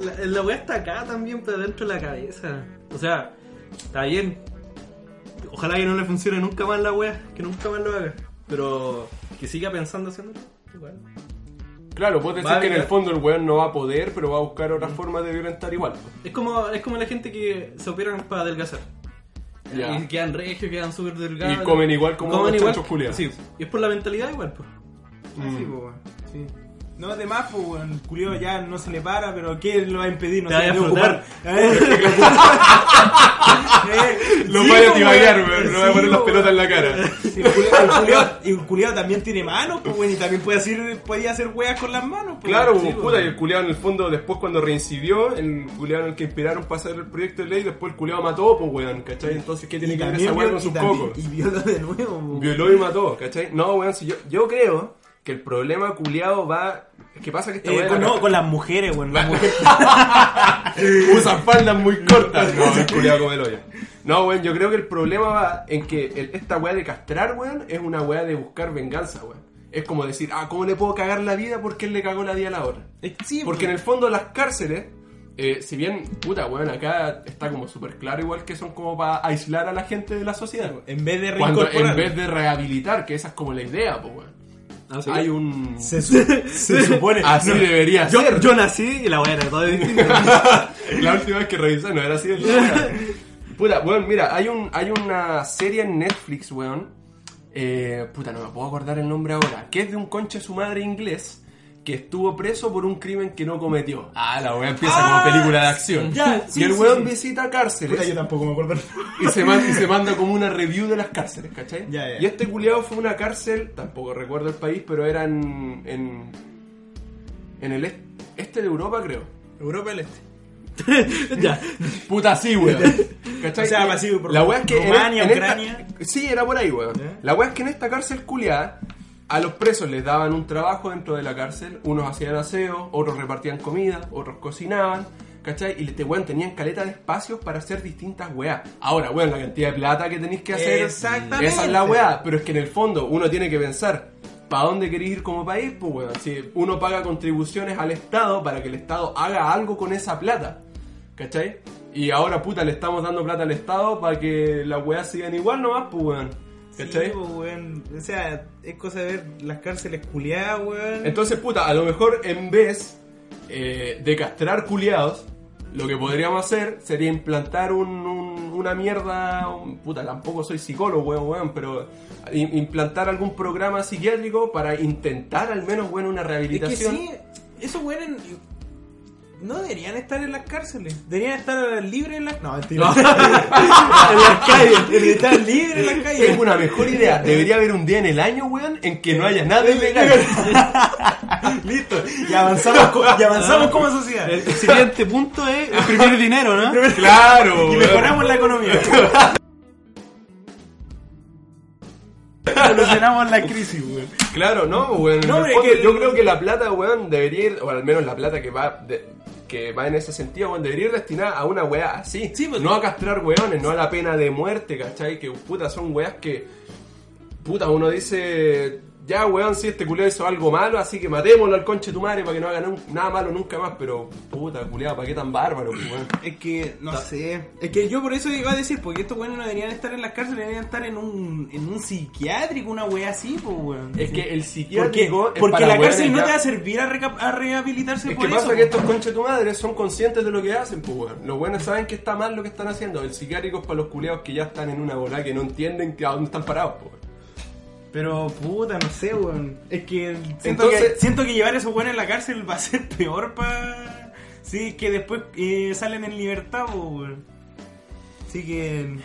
Speaker 3: La, la weá está acá también, pero dentro de la cabeza. O sea, está bien. Ojalá que no le funcione nunca más la weá, que nunca más lo haga. Pero que siga pensando haciéndolo.
Speaker 2: Ah,
Speaker 3: Igual.
Speaker 1: Claro, vos decís
Speaker 3: Vale.
Speaker 1: que en el fondo el weón no va a poder, pero va a buscar otras
Speaker 2: Mm.
Speaker 1: formas de violentar igual.
Speaker 3: Es como, es como la gente que se operan para adelgazar.
Speaker 1: Ya.
Speaker 3: Y quedan regios, quedan súper delgados.
Speaker 1: Y comen igual como
Speaker 3: Comen
Speaker 1: unos
Speaker 3: igual,
Speaker 1: chanchos culiados.
Speaker 3: Sí, y es por la mentalidad igual, pues.
Speaker 1: Mm.
Speaker 2: Sí, po, weón. Sí. No, además, pues, weón, culiao ya no se le para, pero ¿qué lo va a impedir? No
Speaker 3: Te
Speaker 2: sé,
Speaker 3: vaya a
Speaker 2: debe
Speaker 3: frotar.
Speaker 2: Eh,
Speaker 1: Lo
Speaker 2: sí,
Speaker 1: vaya a
Speaker 2: po,
Speaker 1: tibaguear,
Speaker 2: weón.
Speaker 1: weón. Le va a
Speaker 2: Sí,
Speaker 1: poner las
Speaker 2: po,
Speaker 1: pelotas en
Speaker 2: weón.
Speaker 1: la cara.
Speaker 2: Sí, el culiao- el culiao- Y el culiado también tiene manos, pues, weón, y también puede hacer, podía hacer weas con las manos, pues,
Speaker 1: Claro,
Speaker 2: sí, po,
Speaker 1: puta, y
Speaker 2: weón.
Speaker 1: el culiado en el fondo, después cuando reincidió, el culiado en el que inspiraron para hacer el proyecto de ley, después el culiado mató, pues weón, ¿cachai? Entonces, ¿qué tiene
Speaker 2: Y
Speaker 1: que ver
Speaker 2: también
Speaker 1: esa weá
Speaker 2: vio-
Speaker 1: con
Speaker 2: y
Speaker 1: sus
Speaker 2: también-
Speaker 1: cocos?
Speaker 2: Y violó de nuevo, po.
Speaker 1: Violó y mató, ¿cachai? No, weón, si yo, yo creo que el problema culiado va. Es que pasa que esta
Speaker 2: Eh,
Speaker 1: weá
Speaker 2: con,
Speaker 1: la-
Speaker 2: no, con las mujeres, weón. Las mujeres.
Speaker 1: Usa faldas muy cortas. No, el culiado como el hoyo. No, weón, yo creo que el problema va en que el- esta weá de castrar, weón, es una weá de buscar venganza, weón. Es como decir, ah, ¿cómo le puedo cagar la vida porque él le cagó la vida a la otra?
Speaker 2: Eh, sí,
Speaker 1: Porque en
Speaker 2: po.
Speaker 1: el fondo las cárceles, eh, si bien, puta, weón, acá está como súper claro igual que son como para aislar a la gente de la sociedad, weón.
Speaker 2: en vez de
Speaker 1: Cuando en
Speaker 2: reincorporar.
Speaker 1: vez de rehabilitar, que esa es como la idea, pues, weón. Hay un...
Speaker 2: Se, su- se supone.
Speaker 1: Así
Speaker 2: no,
Speaker 1: debería
Speaker 3: Yo,
Speaker 1: ser.
Speaker 3: yo nací y la weá era todo distinta.
Speaker 1: La última vez que revisé no era así de loca. Puta, weón, mira, hay, un, hay una serie en Netflix, weón. eh, puta, no me puedo acordar el nombre ahora. Que es de un conche su madre inglés que estuvo preso por un crimen que no cometió. Ah, la weón empieza
Speaker 2: Ah,
Speaker 1: como película de acción.
Speaker 2: ya, sí,
Speaker 1: y el
Speaker 2: sí,
Speaker 1: weón
Speaker 2: sí.
Speaker 1: visita
Speaker 2: puta, yo
Speaker 1: cárceles
Speaker 2: tampoco me acuerdo.
Speaker 1: y se, manda, y se manda como una review de las cárceles, ¿cachai?
Speaker 2: Ya, ya.
Speaker 1: Y este culiado fue a una cárcel, tampoco recuerdo el país, pero era en. en, en el est- este de Europa, creo.
Speaker 2: Europa del Este.
Speaker 3: ya.
Speaker 1: Puta, sí, weón. ¿Cachai?
Speaker 2: O sea, así, por
Speaker 1: la weá es que. en-
Speaker 2: Rumania,
Speaker 1: en esta-
Speaker 2: Ucrania.
Speaker 1: sí, era por ahí, weón.
Speaker 2: ¿Eh?
Speaker 1: La weá es que en esta cárcel culiada, a los presos les daban un trabajo dentro de la cárcel. Unos hacían aseo, otros repartían comida, otros cocinaban. ¿Cachai? Y este weón tenían caleta de espacios para hacer distintas weas. Ahora, weón, la cantidad de plata que tenéis que hacer.
Speaker 2: Exactamente.
Speaker 1: Esa es la weá. Pero es que en el fondo uno tiene que pensar. ¿Para dónde queréis ir como país? Pues weón, si uno paga contribuciones al Estado para que el Estado haga algo con esa plata. ¿Cachai? Y ahora, puta, le estamos dando plata al Estado para que las weas sigan igual nomás, pues, weón. ¿Cachai?
Speaker 2: Sí, pues. po, weón. O sea, es cosa de ver las cárceles culiadas, weón.
Speaker 1: Entonces, puta, a lo mejor en vez eh, de castrar culiados, lo que podríamos hacer sería implantar un, un- una mierda. un- puta, tampoco soy psicólogo, weón, weón, pero i- implantar algún programa psiquiátrico para intentar al menos, weón, una
Speaker 2: es que
Speaker 1: rehabilitación.
Speaker 2: sí, esos weones no deberían estar en las cárceles. Deberían estar libres en las... No, mentira. en las calles. Deberían estar libres en las calles.
Speaker 1: Tengo una mejor idea. Debería haber un día en el año, weón, en que no haya nada ilegal.
Speaker 2: Listo. Y avanzamos, co- y avanzamos como sociedad.
Speaker 3: El siguiente punto es el primer dinero, ¿no?
Speaker 1: claro,
Speaker 2: Y
Speaker 1: weón.
Speaker 2: mejoramos la economía. Solucionamos la crisis, weón.
Speaker 1: Claro, no, weón. en
Speaker 2: No,
Speaker 1: el
Speaker 2: es
Speaker 1: fondo
Speaker 2: que el-
Speaker 1: Yo creo que la plata, weón, debería ir, o al menos la plata que va de- que va en ese sentido, weón, debería ir destinada a una weá así.
Speaker 2: Sí, pues-
Speaker 1: no a castrar weones, no a la pena de muerte, ¿cachai? Que puta, son weas que. Puta, uno dice. Ya, weón, si este culiao hizo algo malo, así que matémoslo al conche tu madre para que no haga nun- nada malo nunca más. Pero, puta, culiao, ¿para qué tan bárbaro, pues, weón?
Speaker 2: Es que, no sé. Es que yo por eso iba a decir, porque estos weones no deberían estar en las cárceles, deberían estar en un, en un psiquiátrico, una wea así, pues, weón.
Speaker 1: Es que el
Speaker 2: ¿Por qué?
Speaker 1: psiquiátrico. es
Speaker 2: Porque
Speaker 1: para
Speaker 2: la
Speaker 1: weones
Speaker 2: cárcel no
Speaker 1: ya-
Speaker 2: te va a servir a, reca- a rehabilitarse
Speaker 1: Es
Speaker 2: por
Speaker 1: que
Speaker 2: eso.
Speaker 1: pasa que
Speaker 2: po.
Speaker 1: estos conches tu madre son conscientes de lo que hacen, pues weón. Los buenos saben que está mal lo que están haciendo. El psiquiátrico es para los culeados que ya están en una bola que no entienden que a dónde están parados, pues weón.
Speaker 2: Pero puta, no sé, weón. Es que siento,
Speaker 1: Entonces-
Speaker 2: que siento que llevar a esos weones en la cárcel va a ser peor para. Sí, que después eh, salen en libertad, po, weón. Así que.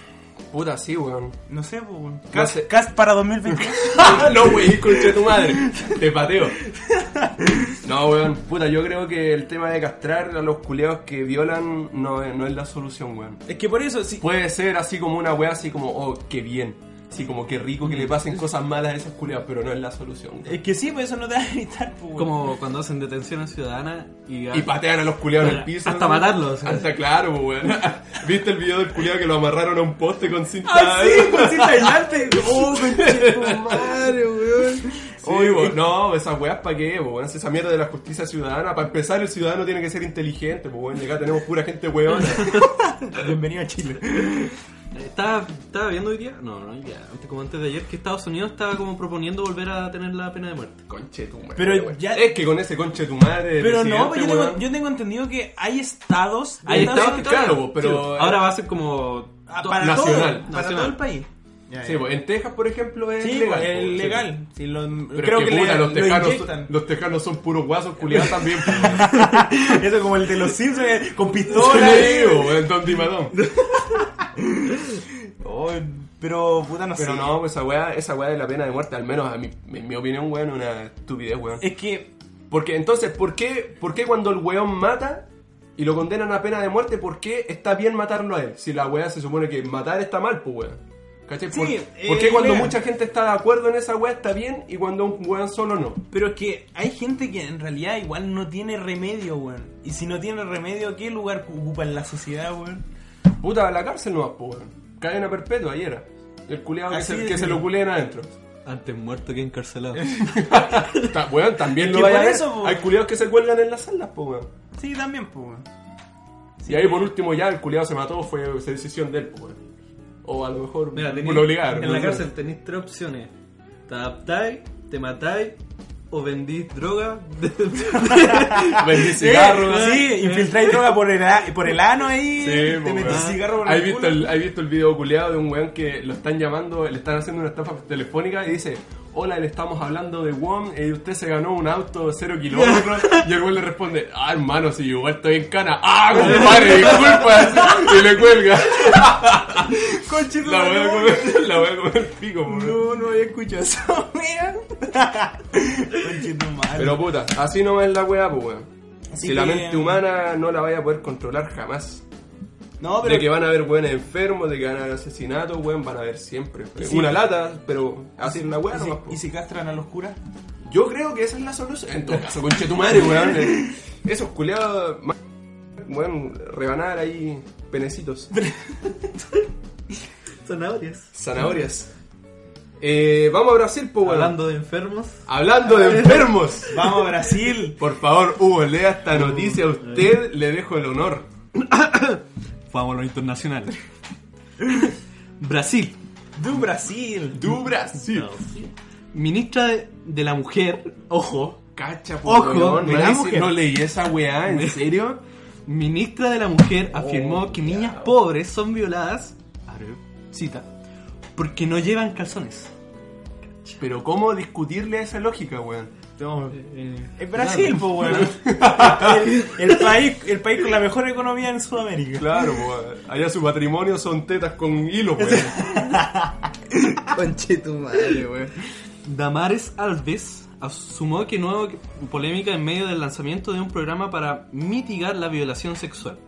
Speaker 1: Puta, sí, weón.
Speaker 2: No sé, po, weón.
Speaker 1: No
Speaker 2: Cast,
Speaker 1: sé.
Speaker 2: cast para 2020.
Speaker 1: no, wey, escuché tu madre. Te pateo. No, weón. Puta, yo creo que el tema de castrar a los culeados que violan no, es- no es la solución, weón.
Speaker 2: es que por eso, sí.
Speaker 1: Puede ser así como una weá, así como, oh, qué bien. Así como, qué rico que le pasen cosas malas a esos culeados, pero no es la solución. weón.
Speaker 2: Es que sí, pues eso no te va a evitar, po, weón.
Speaker 3: Como cuando hacen detenciones ciudadanas y,
Speaker 1: Y patean a los culeados en el
Speaker 3: Hasta
Speaker 1: piso.
Speaker 3: matarlos, o sea.
Speaker 1: Hasta claro, pues, weón. ¿Viste el video del culeado que lo amarraron a un poste con cinta?
Speaker 2: ¡Ah, sí! ¡Con cinta aislante! ¡Oh,
Speaker 1: pues,
Speaker 2: madre, weón!
Speaker 1: Oye, weón, pues, no, esas weas pa' qué, pues, weón. Es esa mierda de la justicia ciudadana. Para empezar, el ciudadano tiene que ser inteligente, pues, weón. Y acá tenemos pura gente weona.
Speaker 2: Bienvenido a Chile.
Speaker 3: Estaba, estaba viendo hoy día, no, no, ya, antes, como antes de ayer, que Estados Unidos estaba como proponiendo volver a tener la pena de muerte.
Speaker 1: conche tu madre.
Speaker 2: Pero
Speaker 1: weón.
Speaker 2: ya-
Speaker 1: Es que con ese conche tu madre.
Speaker 2: Pero no,
Speaker 1: presidente,
Speaker 2: pues, yo tengo,
Speaker 1: weón.
Speaker 2: yo tengo entendido que hay estados. de
Speaker 3: Hay estados
Speaker 1: que-
Speaker 2: Unidos-
Speaker 1: claro, weón, pero. eh,
Speaker 2: pues,
Speaker 3: Ahora va a ser como.
Speaker 2: Ah,
Speaker 3: to-
Speaker 2: para
Speaker 1: nacional,
Speaker 2: todo, para
Speaker 3: nacional.
Speaker 2: todo el país.
Speaker 1: Sí, weón. En Texas, por ejemplo, es
Speaker 2: Sí,
Speaker 1: legal.
Speaker 2: pues,
Speaker 1: weón.
Speaker 2: el
Speaker 1: Sí.
Speaker 2: legal. Sí, lo-
Speaker 1: Pero
Speaker 2: creo
Speaker 1: es
Speaker 2: que,
Speaker 1: que, puta,
Speaker 2: le-
Speaker 1: los,
Speaker 2: lo
Speaker 1: tejanos,
Speaker 2: inyectan.
Speaker 1: los tejanos son puros guasos culiados también. pues, weón.
Speaker 2: Eso como el de los Simpsons eh, con
Speaker 1: Yo
Speaker 2: pistola.
Speaker 1: le
Speaker 2: eh.
Speaker 1: digo, weón, Don Dimadón.
Speaker 2: Oh, pero puta no
Speaker 1: Pero
Speaker 2: sé.
Speaker 1: no, pues esa weá, esa weá de la pena de muerte, al menos a mi, en mi opinión, weón, una estupidez, weón.
Speaker 2: Es que
Speaker 1: Porque entonces, ¿por qué, ¿por qué cuando el weón mata y lo condenan a pena de muerte, por qué está bien matarlo a él? Si la weá se supone que matar está mal, pues weón. ¿Cachai?
Speaker 2: Sí,
Speaker 1: ¿Por,
Speaker 2: eh,
Speaker 1: por qué cuando
Speaker 2: legal.
Speaker 1: mucha gente está de acuerdo en esa weá está bien y cuando un weón solo no?
Speaker 2: pero es que hay gente que en realidad igual no tiene remedio, weón. Y si no tiene remedio, ¿qué lugar ocupa en la sociedad, weón?
Speaker 1: Puta, a la cárcel no vas, pues weón. Cadena perpetua, ahí era. El culeado que,
Speaker 2: Así
Speaker 1: se,
Speaker 2: de
Speaker 1: que se
Speaker 2: bien.
Speaker 1: lo culeen adentro.
Speaker 3: Antes muerto que encarcelado.
Speaker 1: Ta- weón, también
Speaker 2: Es
Speaker 1: lo
Speaker 2: que
Speaker 1: vaya a
Speaker 2: por
Speaker 1: ver.
Speaker 2: eso, po.
Speaker 1: Hay culeados que se cuelgan en las salas, pues weón.
Speaker 2: Sí, también, pues, weón.
Speaker 1: Y ahí por último ya el culiado se mató, fue se decisión de él, pues. weón. O a lo mejor
Speaker 3: Mira, tenés-
Speaker 1: lo obligaron.
Speaker 3: en la
Speaker 1: no sé.
Speaker 3: cárcel tenéis tres opciones: te adaptáis, te matáis o vendís droga.
Speaker 1: Vendí
Speaker 2: Sí,
Speaker 1: cigarros.
Speaker 2: sí, infiltráis droga por el, a- por el ano ahí.
Speaker 1: Sí,
Speaker 2: te
Speaker 1: po,
Speaker 2: metís
Speaker 1: weón.
Speaker 2: cigarro por
Speaker 1: ¿Has
Speaker 2: el
Speaker 1: visto
Speaker 2: culo.
Speaker 1: el, ¿Has visto el video culiado de un weón que lo están llamando, le están haciendo una estafa telefónica y dice, hola, le estamos hablando de WOM y usted se ganó un auto cero kilómetros? y el weón le responde, ah, hermano, si igual estoy en cana. Ah, compadre, disculpa. y le cuelga.
Speaker 2: Conche tu
Speaker 1: La voy a
Speaker 2: madre,
Speaker 1: comer, la voy a comer pico, po, weón.
Speaker 2: No, no había escuchado eso, mira. Conche tu madre.
Speaker 1: Pero puta, así no es la weá, pues weón.
Speaker 2: Así
Speaker 1: si la
Speaker 2: que-
Speaker 1: mente humana no la vaya a poder controlar jamás.
Speaker 2: no,
Speaker 1: De que
Speaker 2: Oh, pero.
Speaker 1: van a haber weones enfermos, de que van a haber asesinatos, weón, van a haber siempre.
Speaker 2: Sí.
Speaker 1: Una lata, pero así es la weá
Speaker 2: ¿Y si-
Speaker 1: nomás, po.
Speaker 2: ¿Y si castran a los curas?
Speaker 1: Yo creo que esa es la solución. En todo caso, conche tu madre, weón. Eh, Esos culeados, ma- weón, rebanar ahí penecitos,
Speaker 3: Zanahorias.
Speaker 1: zanahorias. Eh, vamos a Brasil, pues weón.
Speaker 3: Hablando de enfermos.
Speaker 1: Hablando de enfermos.
Speaker 2: ¡Vamos, Brasil!
Speaker 1: Por favor, Hugo, lea esta noticia. A usted le dejo el honor.
Speaker 3: Vamos a lo internacional. Brasil.
Speaker 2: ¡Du Brasil!
Speaker 1: Du Brasil.
Speaker 3: Ministra de, de la Mujer, ojo.
Speaker 1: Cacha, po,
Speaker 3: Ojo,
Speaker 1: weón.
Speaker 3: mirá,
Speaker 1: Nadie se-
Speaker 3: mujer.
Speaker 1: no leí esa weá, ¿en serio?
Speaker 3: Ministra de la Mujer afirmó
Speaker 1: Oh,
Speaker 3: que niñas
Speaker 1: claro.
Speaker 3: pobres son violadas. abre Cita. Porque no llevan calzones.
Speaker 1: Pero ¿cómo discutirle esa lógica, weón?
Speaker 2: Eh,
Speaker 1: Eh,
Speaker 2: ¡Es Brasil, po, weón! El, el país, el país con la mejor economía en Sudamérica.
Speaker 1: Claro, weón. Allá su matrimonio son tetas con hilo, weón.
Speaker 3: Conche tu madre, Damares Alves asumió que nueva polémica en medio del lanzamiento de un programa para mitigar la violación sexual.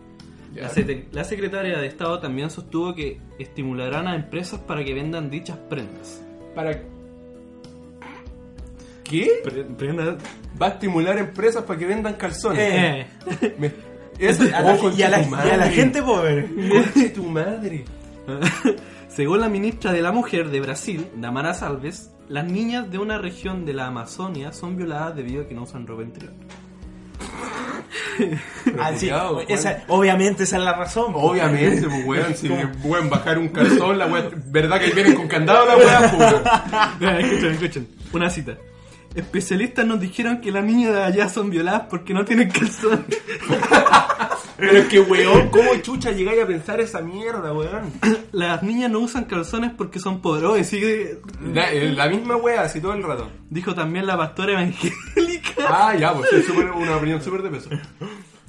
Speaker 3: La, sete- la secretaria de Estado también sostuvo que estimularán a empresas para que vendan dichas prendas.
Speaker 1: Para... ¿Qué?
Speaker 3: Prendas.
Speaker 1: Va a estimular empresas para que vendan calzones.
Speaker 3: Eh.
Speaker 1: Me- Eso-
Speaker 2: A la-
Speaker 1: oh, conche
Speaker 2: y, a la,
Speaker 1: tu
Speaker 2: y a la
Speaker 1: madre.
Speaker 2: gente pobre.
Speaker 1: Conche tu madre.
Speaker 3: Según la ministra de la Mujer de Brasil, Damara Alves, las niñas de una región de la Amazonia son violadas debido a que no usan ropa interior.
Speaker 1: Pero
Speaker 2: Ah, sí,
Speaker 1: cuidado, weón.
Speaker 2: esa- obviamente esa es la razón. po.
Speaker 1: Obviamente, pues, weón. Si weón, bajar un calzón, la weá. ¿Verdad que ahí vienen con candado la weá, po, weón?
Speaker 3: Vean, escuchen, escuchen. Una cita. Especialistas nos dijeron que las niñas de allá son violadas porque no tienen calzón.
Speaker 1: Pero es que, weón, ¿cómo chucha llegáis a pensar esa mierda, weón?
Speaker 3: Las niñas no usan calzones porque son poderosas. Sigue,
Speaker 1: La, eh, la misma wea, así todo el rato.
Speaker 3: dijo también la pastora evangélica.
Speaker 1: Ah, ya, pues es súper- una opinión súper de peso.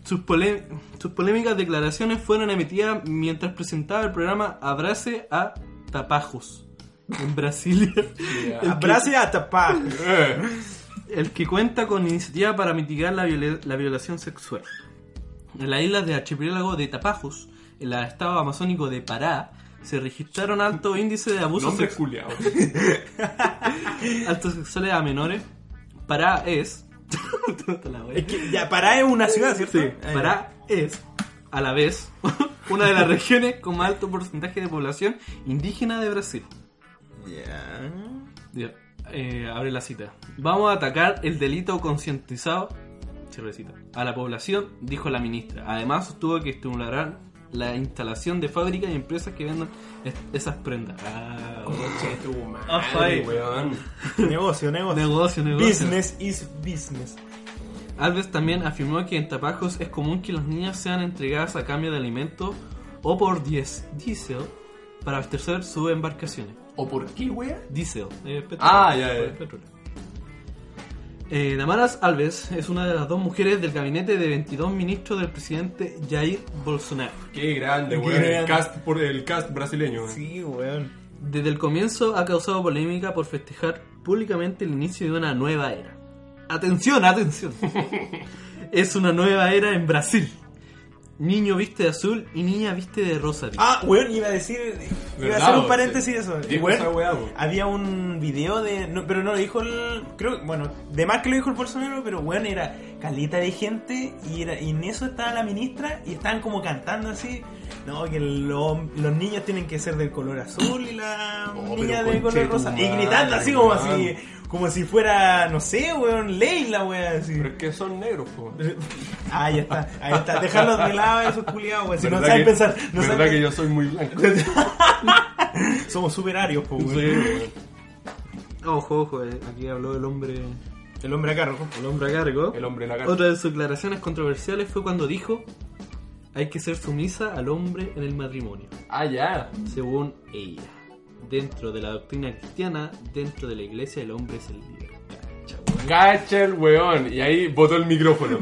Speaker 3: Sus, pole- sus polémicas declaraciones fueron emitidas mientras presentaba el programa Abrace a Tapajos en Brasilia. El que-
Speaker 2: Abrace hasta pa.
Speaker 1: Eh,
Speaker 3: el que cuenta con iniciativa para mitigar la, viol- la violación sexual. En las islas de archipiélago de Tapajos, en el estado amazónico de Pará, se registraron altos índices de abuso
Speaker 1: nombres
Speaker 3: sexual.
Speaker 1: culiados.
Speaker 3: Altos sexuales a menores. Pará es. Puta la wea.
Speaker 2: Es que ya Pará es una ciudad, ¿cierto?
Speaker 3: Sí,
Speaker 2: Ah,
Speaker 3: Pará es, a la vez, una de las regiones con más alto porcentaje de población indígena de Brasil.
Speaker 2: Ya.
Speaker 3: Ya, eh, abre la cita. Vamos a atacar el delito concientizado cierro la cita, a la población, dijo la ministra. Además, sostuvo que estimularán la instalación de fábricas y empresas que vendan es- esas prendas. Ah,
Speaker 1: Conche tu madre,
Speaker 2: Ah,
Speaker 3: Ojo ahí.
Speaker 1: weón.
Speaker 2: Negocio, negocio.
Speaker 3: negocio, negocio.
Speaker 2: Business is business.
Speaker 3: Alves también afirmó que en Tapajos es común que las niñas sean entregadas a cambio de alimento o por diez, diésel para abastecer sus embarcaciones.
Speaker 1: ¿O por qué, wea?
Speaker 3: Diesel, eh, petróleo.
Speaker 1: Ah, ya, ya.
Speaker 3: Por el petróleo. Eh, Damaras Alves es una de las dos mujeres del gabinete de 22 ministros del presidente Jair Bolsonaro.
Speaker 1: Qué grande,
Speaker 2: Qué
Speaker 1: weón. El
Speaker 2: grande.
Speaker 1: cast, por, el cast brasileño, weón.
Speaker 2: Sí, weón.
Speaker 3: Desde el comienzo ha causado polémica por festejar públicamente el inicio de una nueva era. Atención, atención. es una nueva era en Brasil. Niño viste de azul y niña viste de rosa. dijo.
Speaker 2: Ah, weón, iba a decir. Iba a
Speaker 1: ¿Verdad,
Speaker 2: hacer un
Speaker 1: vos?
Speaker 2: paréntesis
Speaker 1: ah, Sí.
Speaker 2: de eso.
Speaker 1: Dijo
Speaker 2: Weón,
Speaker 1: esa weá, vos.
Speaker 2: había un video de. no, pero no lo dijo el. Creo, bueno, de más que lo dijo el Bolsonaro, pero weón, era calita de gente y, era, y en eso estaba la ministra y estaban como cantando así. No, que lo- los niños tienen que ser del color azul y la
Speaker 1: Oh,
Speaker 2: niña
Speaker 1: pero
Speaker 2: del
Speaker 1: conche
Speaker 2: color
Speaker 1: tu
Speaker 2: rosa. Y
Speaker 1: madre,
Speaker 2: gritando así como
Speaker 1: weón.
Speaker 2: así. Como si fuera, no sé, weón, Leila, weón, así.
Speaker 1: Pero es que son negros, po.
Speaker 2: Ah, ya está, ahí está. Dejarlos de lado esos culiados, weón. Si no
Speaker 1: ¿Verdad
Speaker 2: saben
Speaker 1: que-
Speaker 2: pensar, no
Speaker 1: ¿Verdad
Speaker 2: saben
Speaker 1: que yo soy muy blanco?
Speaker 2: Somos superarios, po,
Speaker 1: Sí,
Speaker 2: weón.
Speaker 1: weón.
Speaker 3: Ojo, ojo, eh, aquí habló el hombre,
Speaker 2: El hombre a carro.
Speaker 3: el hombre a cargo.
Speaker 1: El hombre lagarto.
Speaker 3: Otra de sus declaraciones controversiales fue cuando dijo hay que ser sumisa al hombre en el matrimonio,
Speaker 1: Ah, ya.
Speaker 3: según ella. Dentro de la doctrina cristiana, dentro de la iglesia, el hombre es el líder. Cacha, weón.
Speaker 1: Cacha el weón. Y ahí botó el micrófono.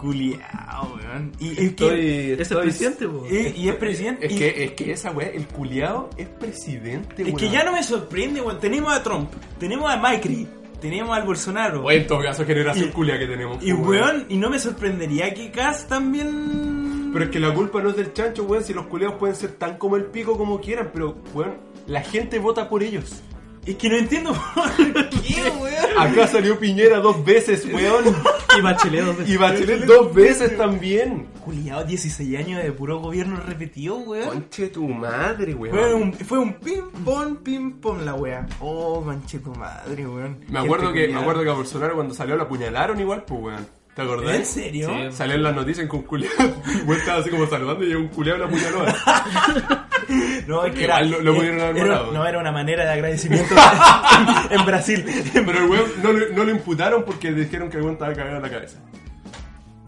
Speaker 2: Culiao, weón. Y es que.
Speaker 1: Estoy-
Speaker 3: Es el
Speaker 1: estoy-
Speaker 3: presidente, po.
Speaker 2: y- y es presidente.
Speaker 1: Es
Speaker 2: y-
Speaker 1: que, es que esa weá, el culiado es presidente,
Speaker 2: es que
Speaker 1: weón.
Speaker 2: ya no me sorprende, weón. Tenemos a Trump, tenemos a Macri, tenemos al Bolsonaro.
Speaker 1: Oye, en todo caso, generación
Speaker 2: Y-
Speaker 1: culia que tenemos.
Speaker 2: y
Speaker 1: po,
Speaker 2: weón, y no me sorprendería que Cass también.
Speaker 1: Pero es que la culpa no es del chancho, weón. Si los culiados pueden ser tan como el pico como quieran, pero, weón, la gente vota por ellos.
Speaker 2: Es que no entiendo por qué, weón.
Speaker 1: Acá salió Piñera dos veces, weón.
Speaker 3: Y Bachelet dos veces.
Speaker 1: Y Bachelet dos veces también.
Speaker 2: Culiao, 16 años de puro gobierno repetido, weón.
Speaker 1: Conche tu madre, weón.
Speaker 2: Fue un, fue un ping pong, ping pong la weá. Oh, manche tu madre, weón.
Speaker 1: Me acuerdo,
Speaker 2: Gente
Speaker 1: que, me
Speaker 2: culiao.
Speaker 1: acuerdo que a Bolsonaro cuando salió la apuñalaron igual, pues, weón. ¿Te acordás?
Speaker 2: ¿En serio?
Speaker 3: Sí.
Speaker 1: Salió en las noticias con un culiado. Weón estaba así como saludando y llegó un culiado y la apuñaló.
Speaker 2: No, es que
Speaker 1: Igual
Speaker 2: era,
Speaker 1: lo- lo pudieron haber
Speaker 2: era-
Speaker 1: matado.
Speaker 2: No, era una manera de agradecimiento en, en Brasil.
Speaker 1: Pero el weón no, le- no lo imputaron porque dijeron que el weón estaba cagado en la cabeza.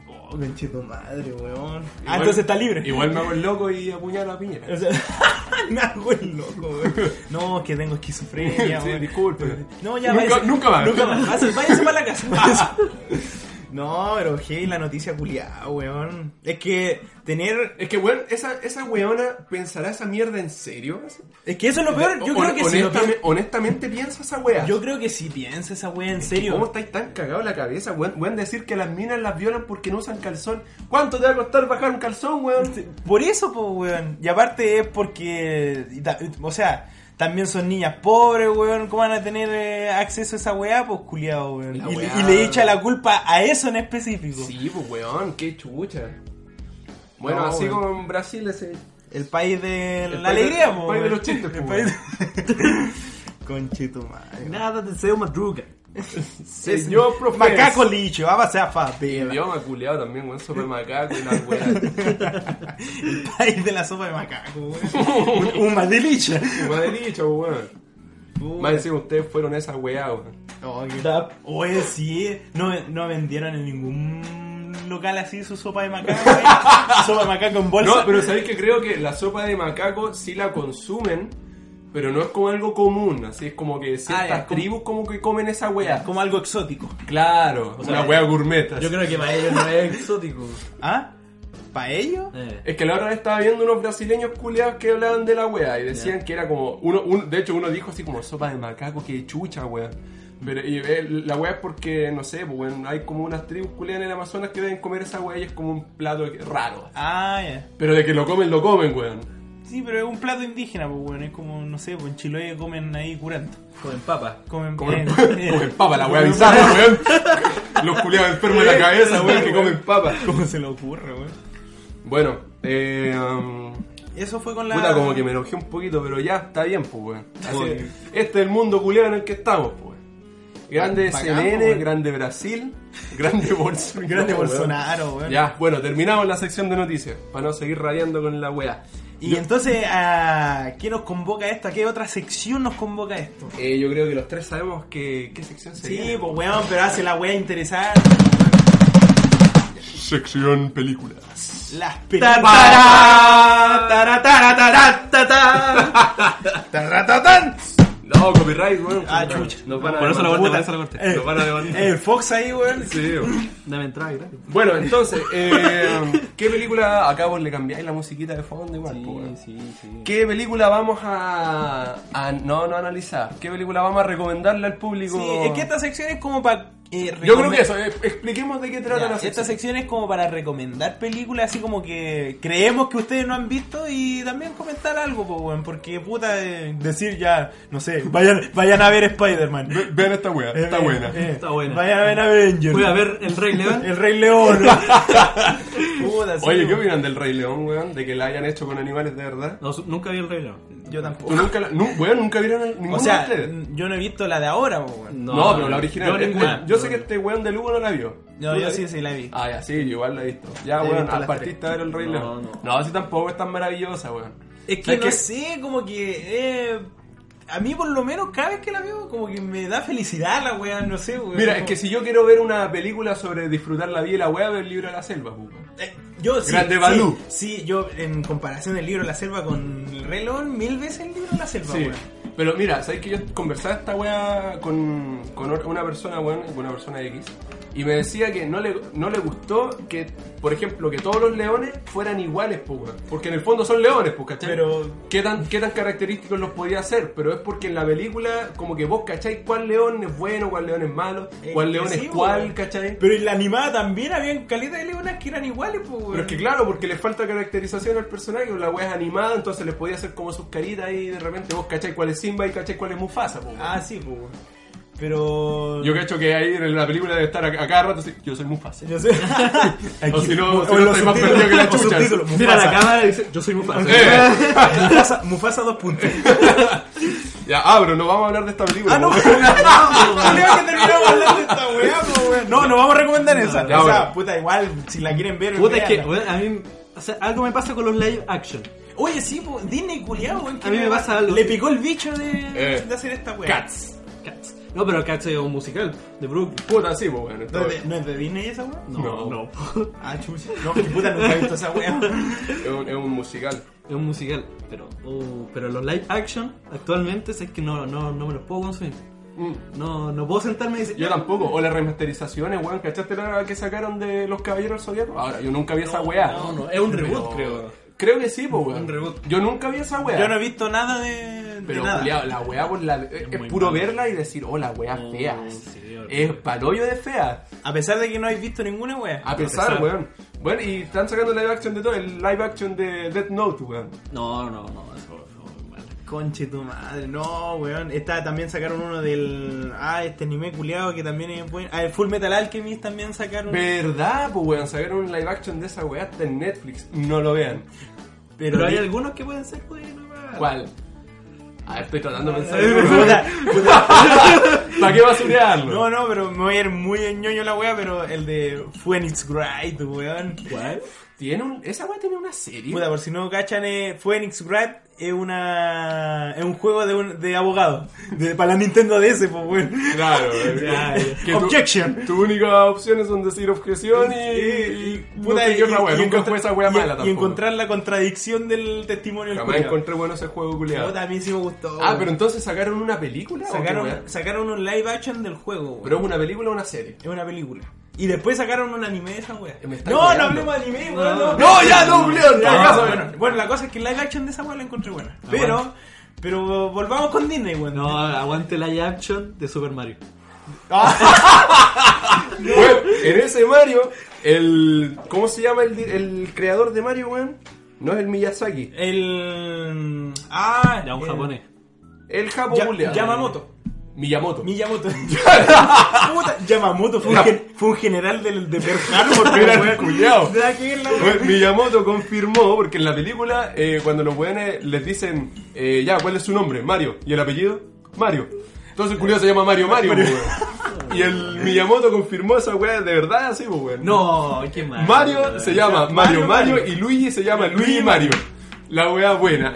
Speaker 2: Oh, conchito madre, weón. Ah,
Speaker 1: Igual-
Speaker 2: entonces está libre.
Speaker 1: Igual me hago el loco y apuñalo a Piñera.
Speaker 2: O sea, me hago el loco, weón. No, es que tengo esquizofrenia,
Speaker 1: Sí,
Speaker 2: weón.
Speaker 1: disculpe.
Speaker 2: No, ya
Speaker 1: Nunca-
Speaker 2: váyase-
Speaker 1: nunca más. Ah.
Speaker 2: Nunca más. Váyase, váyase para la casa. váyase. No, pero hey, la noticia culiada, weón. Es que tener.
Speaker 1: Es que, weón, esa, esa weona pensará esa mierda en serio.
Speaker 2: Es que eso es lo peor. Yo
Speaker 1: Hon-
Speaker 2: creo que sí. lo
Speaker 1: honestame-
Speaker 2: peor-
Speaker 1: Honestamente piensa esa wea.
Speaker 2: Yo creo que sí piensa esa weá en
Speaker 1: ¿Cómo
Speaker 2: serio.
Speaker 1: estáis tan cagados en la cabeza, weón? Weón, decir que las minas las violan porque no usan calzón. ¿Cuánto te va a costar bajar un calzón, weón?
Speaker 2: Por eso, pues, weón. Y aparte es porque. y ta- O sea, también son niñas pobres, weón. ¿Cómo van a tener eh, acceso a esa weá? Pues, culiado, weón.
Speaker 1: La
Speaker 2: Y, le-
Speaker 1: weá.
Speaker 2: y le echa la culpa a eso en específico.
Speaker 1: Sí, pues, weón, qué chucha. Bueno,
Speaker 2: No,
Speaker 1: así
Speaker 2: weón.
Speaker 1: como en Brasil ese...
Speaker 2: El país de
Speaker 1: El
Speaker 2: la
Speaker 1: país de-
Speaker 2: alegría,
Speaker 1: el
Speaker 2: po,
Speaker 1: país de
Speaker 2: weón.
Speaker 1: los chistes, po,
Speaker 2: El país de- Conchetumare.
Speaker 3: Nada de deseo madruga.
Speaker 1: Señor profesor.
Speaker 2: Macaco licho, vamos a favela.
Speaker 1: Idioma culiado también, weón, sobre macaco y las weas.
Speaker 2: El país de la sopa de macaco, weón. Un- Un madelicha.
Speaker 1: Madre dicho, weón. Más encima ustedes fueron esa weá, weón.
Speaker 2: Oye, sí, no, no vendieron en ningún local así su sopa de macaco. ¿eh? sopa de macaco en bolsa.
Speaker 1: No, pero sabéis que creo que la sopa de macaco sí la consumen, pero no es como algo común. Así es como que ciertas
Speaker 2: ya, como-
Speaker 1: tribus como que comen esa weá.
Speaker 2: Como algo exótico.
Speaker 1: Claro,
Speaker 4: sea,
Speaker 1: una weá gourmet. así.
Speaker 4: Yo creo que para ellos no es exótico.
Speaker 2: ¿Ah? ¿Para ellos?
Speaker 4: Eh.
Speaker 1: Es que la otra vez estaba viendo unos brasileños culiados que hablaban de la wea y decían que era como. Uno, un- de hecho, uno dijo así como sopa de macaco, que chucha, wea. Pero y, eh, la wea es porque, no sé, pues, bueno, hay como unas tribus culiadas en el Amazonas que deben comer esa wea y es como un plato que- raro.
Speaker 2: Ah, ya.
Speaker 1: Pero de que lo comen, lo comen, weón.
Speaker 2: Sí, pero es un plato indígena, pues, weón. Es como, no sé, pues en Chiloé comen ahí curanto.
Speaker 4: Comen papa.
Speaker 2: Comen,
Speaker 1: Comen,
Speaker 2: eh, eh,
Speaker 1: comen papa, la wea bizarra, weón. Los culiados enfermos de la cabeza, weón, que comen papa.
Speaker 2: ¿Cómo se le ocurre, weón?
Speaker 1: Bueno, eh. um,
Speaker 2: Eso fue con la.
Speaker 1: puta, como que me enojé un poquito, pero ya está bien, pues, weón. Así
Speaker 2: Joder.
Speaker 1: es. Este es el mundo culiado en el que estamos, pues. Grande
Speaker 2: Bacán,
Speaker 1: CNN,
Speaker 2: weón.
Speaker 1: grande Brasil, grande Bolsonaro.
Speaker 2: Grande
Speaker 1: weón.
Speaker 2: Bolsonaro, weón.
Speaker 1: Ya, bueno, terminamos la sección de noticias, para no seguir rayando con la weá.
Speaker 2: Y entonces, ¿a qué nos convoca esto? ¿A qué otra sección nos convoca esto?
Speaker 1: Eh, yo creo que los tres sabemos que, qué sección
Speaker 2: Sí,
Speaker 1: sería.
Speaker 2: pues weón, pero hace la wea interesante.
Speaker 1: sección películas.
Speaker 2: Las
Speaker 3: Tan,
Speaker 2: películas.
Speaker 3: tará, tará, tará, tará, ta, ta.
Speaker 1: No, copyright, weón.
Speaker 2: Ah,
Speaker 1: copyright.
Speaker 2: chucha.
Speaker 1: Nos van a
Speaker 3: Por eso la corté, por
Speaker 1: demandar.
Speaker 3: eso la corté.
Speaker 2: Eh,
Speaker 1: Nos van a demandar.
Speaker 2: El Fox ahí, weón.
Speaker 1: Sí, weón.
Speaker 3: Dame entrada, gracias.
Speaker 1: Bueno, entonces, eh, ¿qué película acá vos le cambiáis la musiquita de fondo igual? po, weón? ¿Qué película vamos a, a- no no analizar? ¿Qué película vamos a recomendarle al público?
Speaker 2: Sí, es que esta sección es como para. eh,
Speaker 1: Yo creo
Speaker 2: recomend-
Speaker 1: que eso, eh, expliquemos de qué trata
Speaker 2: Ya,
Speaker 1: la
Speaker 2: esta
Speaker 1: sección.
Speaker 2: sección es como para recomendar películas así como que creemos que ustedes no han visto y también comentar algo, po, weón, porque puta, eh, decir ya, no sé, vayan, vayan a ver Spider-Man. Eh,
Speaker 1: Vean esta wea,
Speaker 2: eh, eh,
Speaker 3: Está buena.
Speaker 2: Vayan a ver Avengers.
Speaker 3: Voy a ver el Rey León.
Speaker 2: El Rey León. Puta, sí,
Speaker 1: Oye, ¿qué
Speaker 2: weón.
Speaker 1: opinan del Rey León, weón? De que la hayan hecho con animales de verdad.
Speaker 3: No, su- nunca vi el Rey León.
Speaker 2: Yo
Speaker 1: ¿Tú
Speaker 2: tampoco.
Speaker 1: nunca la, nu- weón, nunca vieron a ninguna
Speaker 2: O sea,
Speaker 1: de ustedes?
Speaker 2: yo no he visto la de ahora, po, weón.
Speaker 1: No, pero la original.
Speaker 3: Yo
Speaker 1: este-
Speaker 3: ninguna.
Speaker 1: yo sé que este weón de Lugo no la vio.
Speaker 2: No,
Speaker 1: ¿Tú la
Speaker 2: yo sí,
Speaker 1: vi?
Speaker 2: sí la vi.
Speaker 1: Ah, ya, sí, igual la he visto. Ya,
Speaker 2: He
Speaker 1: weón,
Speaker 2: visto las
Speaker 1: partiste a ver el Rey
Speaker 4: No,
Speaker 1: León.
Speaker 4: no.
Speaker 1: No, sí tampoco es tan maravillosa, weón.
Speaker 2: Es que
Speaker 1: ¿Sabes
Speaker 2: no
Speaker 1: qué?
Speaker 2: sé, como que. eh, a mí, por lo menos, cada vez que la veo, como que me da felicidad la weá, no sé, weón.
Speaker 1: Mira,
Speaker 2: Como-
Speaker 1: es que si yo quiero ver una película sobre disfrutar la vida y la weá, veo el libro de la selva, pues, weón.
Speaker 2: Eh, yo sí,
Speaker 1: Grande
Speaker 2: sí,
Speaker 1: Balú.
Speaker 2: Sí, yo en comparación del libro La Selva con el relón, mil veces el libro La Selva,
Speaker 1: Sí.
Speaker 2: weón.
Speaker 1: Pero mira, ¿sabes que yo conversaba esta weá con, con or- una persona, weón, con una persona X, y me decía que no le, no le gustó que, por ejemplo, que todos los leones fueran iguales, pues, weón. Porque en el fondo son leones, pues, ¿cachai?
Speaker 2: Pero-
Speaker 1: ¿Qué tan, ¿Qué tan característicos los podía hacer? Pero es porque en la película, como que vos, ¿cachai? ¿Cuál león es bueno, cuál león es malo,
Speaker 2: Eh,
Speaker 1: cuál león
Speaker 2: sí,
Speaker 1: es cuál,
Speaker 2: weón.
Speaker 1: ¿cachai?
Speaker 2: Pero en la animada también habían caletas de leonas que eran iguales, pues, weón.
Speaker 1: Pero es que claro, porque le falta caracterización al personaje, la weá es animada, entonces les podía hacer como sus caritas y de repente vos cachai cuál es Simba y cachai cuál es Mufasa. po, weón.
Speaker 2: Ah, sí, pues, weón. Pero.
Speaker 1: Yo cacho que ahí en la película debe estar a, a cada rato así, yo soy muy fácil.
Speaker 2: Yo sé.
Speaker 1: O si no- o si
Speaker 2: en
Speaker 1: no
Speaker 2: los
Speaker 1: estoy más
Speaker 2: subtítulos,
Speaker 1: perdido que la
Speaker 2: los
Speaker 1: chucha.
Speaker 2: subtítulos,
Speaker 3: Mira la
Speaker 2: Mufasa.
Speaker 3: cámara y dice, yo soy muy fácil.
Speaker 1: ¡Eh!
Speaker 2: Mufasa, Mufasa dos puntos.
Speaker 1: Ya, ah, pero no vamos a hablar de esta película.
Speaker 2: Ah, no,
Speaker 1: po.
Speaker 2: pero no, no, que terminamos hablando de esta weá, po, weón. No, no vamos a recomendar esa.
Speaker 1: Ya,
Speaker 2: o sea,
Speaker 1: bueno.
Speaker 2: puta, igual, si la quieren ver,
Speaker 3: Puta, es que,
Speaker 2: véanla.
Speaker 3: weón, a mí, o sea, algo me pasa con los live action.
Speaker 2: Oye, sí, po, Disney culiao, weón. que
Speaker 3: A mí me pasa algo.
Speaker 2: Le picó el bicho de,
Speaker 1: Eh.
Speaker 2: de hacer esta weá.
Speaker 1: Cats.
Speaker 3: Cats. No, pero Cats es un musical de Brooklyn.
Speaker 1: Puta, sí, pues bueno.
Speaker 2: ¿No es, de, no es de Disney esa weá?
Speaker 3: No,
Speaker 1: No.
Speaker 3: no.
Speaker 2: Ah, chucha. No, que puta, nunca he visto esa weá.
Speaker 1: Es, un, es un musical.
Speaker 3: Es un musical. Pero, oh, pero los live action actualmente es que no, no, no me los puedo consumir.
Speaker 1: Mm,
Speaker 3: No, no puedo sentarme y decir.
Speaker 1: Yo tampoco. O las remasterizaciones, weón. ¿Cachaste la que sacaron de Los Caballeros Zodiacos? Ahora, yo nunca vi esa weá.
Speaker 3: No, no, es un reboot,
Speaker 1: Pero-
Speaker 3: creo.
Speaker 1: Creo que sí, pues weón.
Speaker 3: Un reboot.
Speaker 1: Yo nunca vi esa weá.
Speaker 2: Yo no he visto nada de, de
Speaker 1: Pero
Speaker 2: nada.
Speaker 1: culiao, la weá por la- es, es
Speaker 3: muy
Speaker 1: puro
Speaker 3: malo.
Speaker 1: verla y decir, oh, la weá
Speaker 3: No,
Speaker 1: fea.
Speaker 3: sí, horrible.
Speaker 1: es palollo de fea.
Speaker 2: A pesar de que no he visto ninguna weá.
Speaker 1: A pesar,
Speaker 3: pesar.
Speaker 1: weón. Bueno, y están sacando live action de todo. El live action de Death Note, weón.
Speaker 3: No, no, no. Eso, eso, mal.
Speaker 2: Conche tu madre, no, weón. Esta también sacaron uno del. Ah, este anime culiado que también es bueno. Ah, el Full Metal Alchemist también sacaron.
Speaker 1: ¿Verdad? Pues weón, sacaron un live action de esa weá hasta en Netflix. No lo vean.
Speaker 3: Pero, hay
Speaker 2: di-
Speaker 3: algunos que pueden ser buenos, weón.
Speaker 1: ¿Cuál? A ver, estoy tratando de pensar.
Speaker 2: Puta, puta.
Speaker 1: ¿Para qué basurearlo?
Speaker 2: No, no, pero me voy a ir muy en ñoño la wea, pero el de Phoenix Wright, weón.
Speaker 3: ¿Cuál?
Speaker 1: Tiene un, esa weá tiene una serie.
Speaker 2: Puta, por si no cachan, eh, Phoenix Wright es una es un juego de, un, de abogado. De, para la Nintendo DS, pues, weón.
Speaker 1: Claro,
Speaker 2: Ya, ya.
Speaker 1: que tu-
Speaker 2: Objection.
Speaker 1: Tu única opción es un decir objeción y. y,
Speaker 2: Y-
Speaker 1: puta, y, otra weá.
Speaker 2: y
Speaker 1: Nunca
Speaker 2: encontrar-
Speaker 1: fue esa weá
Speaker 2: y-
Speaker 1: mala tampoco.
Speaker 2: Y encontrar la contradicción del testimonio del
Speaker 1: Jamás
Speaker 2: culiao.
Speaker 1: encontré bueno ese juego
Speaker 2: Yo
Speaker 1: culiado.
Speaker 2: también sí me gustó.
Speaker 1: Ah,
Speaker 2: weón.
Speaker 1: pero entonces sacaron una película. ¿o qué weá?
Speaker 2: sacaron, sacaron un live action del juego, weón.
Speaker 1: Pero es una película o una serie.
Speaker 2: Es una película. Y después sacaron un anime de esa wea.
Speaker 1: Me está
Speaker 2: No, no
Speaker 1: weando.
Speaker 2: hablemos de anime, weón.
Speaker 4: No.
Speaker 1: No, ya, no, Julián,
Speaker 2: Ya,
Speaker 1: ya,
Speaker 2: ya,
Speaker 1: ya,
Speaker 2: bueno, bueno, la cosa es que la live action de esa wea la encontré buena.
Speaker 1: Ah,
Speaker 2: pero, pero volvamos con Disney, weón.
Speaker 3: No, aguante la live action de Super Mario.
Speaker 1: Weón, en ese Mario, el. ¿Cómo se llama el, di- el creador de Mario, weón? No es el Miyazaki.
Speaker 2: El. Ah,
Speaker 3: Ya un
Speaker 1: Eh.
Speaker 2: el-
Speaker 3: japonés.
Speaker 1: El Japo
Speaker 2: Ya,
Speaker 1: culiao.
Speaker 2: Yamamoto.
Speaker 1: Miyamoto.
Speaker 2: Miyamoto. Puta, Yamamoto fue un,
Speaker 1: Ya.
Speaker 2: gen- fue un general del, de Pearl Harbor,
Speaker 1: Era
Speaker 2: weón.
Speaker 1: el culiao.
Speaker 2: Nada que ver la wea.
Speaker 1: Bueno, Miyamoto confirmó, porque en la película, eh, cuando los weones les dicen, eh, ya, ¿cuál es su nombre? Mario. ¿Y el apellido? Mario. Entonces el culiao se llama Mario Mario, pues, weón. Y el Miyamoto confirmó esa weá de verdad, así, pues, weón.
Speaker 3: No, qué mal.
Speaker 1: Mario se llama Mario
Speaker 2: Mario,
Speaker 1: Mario
Speaker 2: Mario.
Speaker 1: y Luigi se llama Luigi Mario. La weá buena.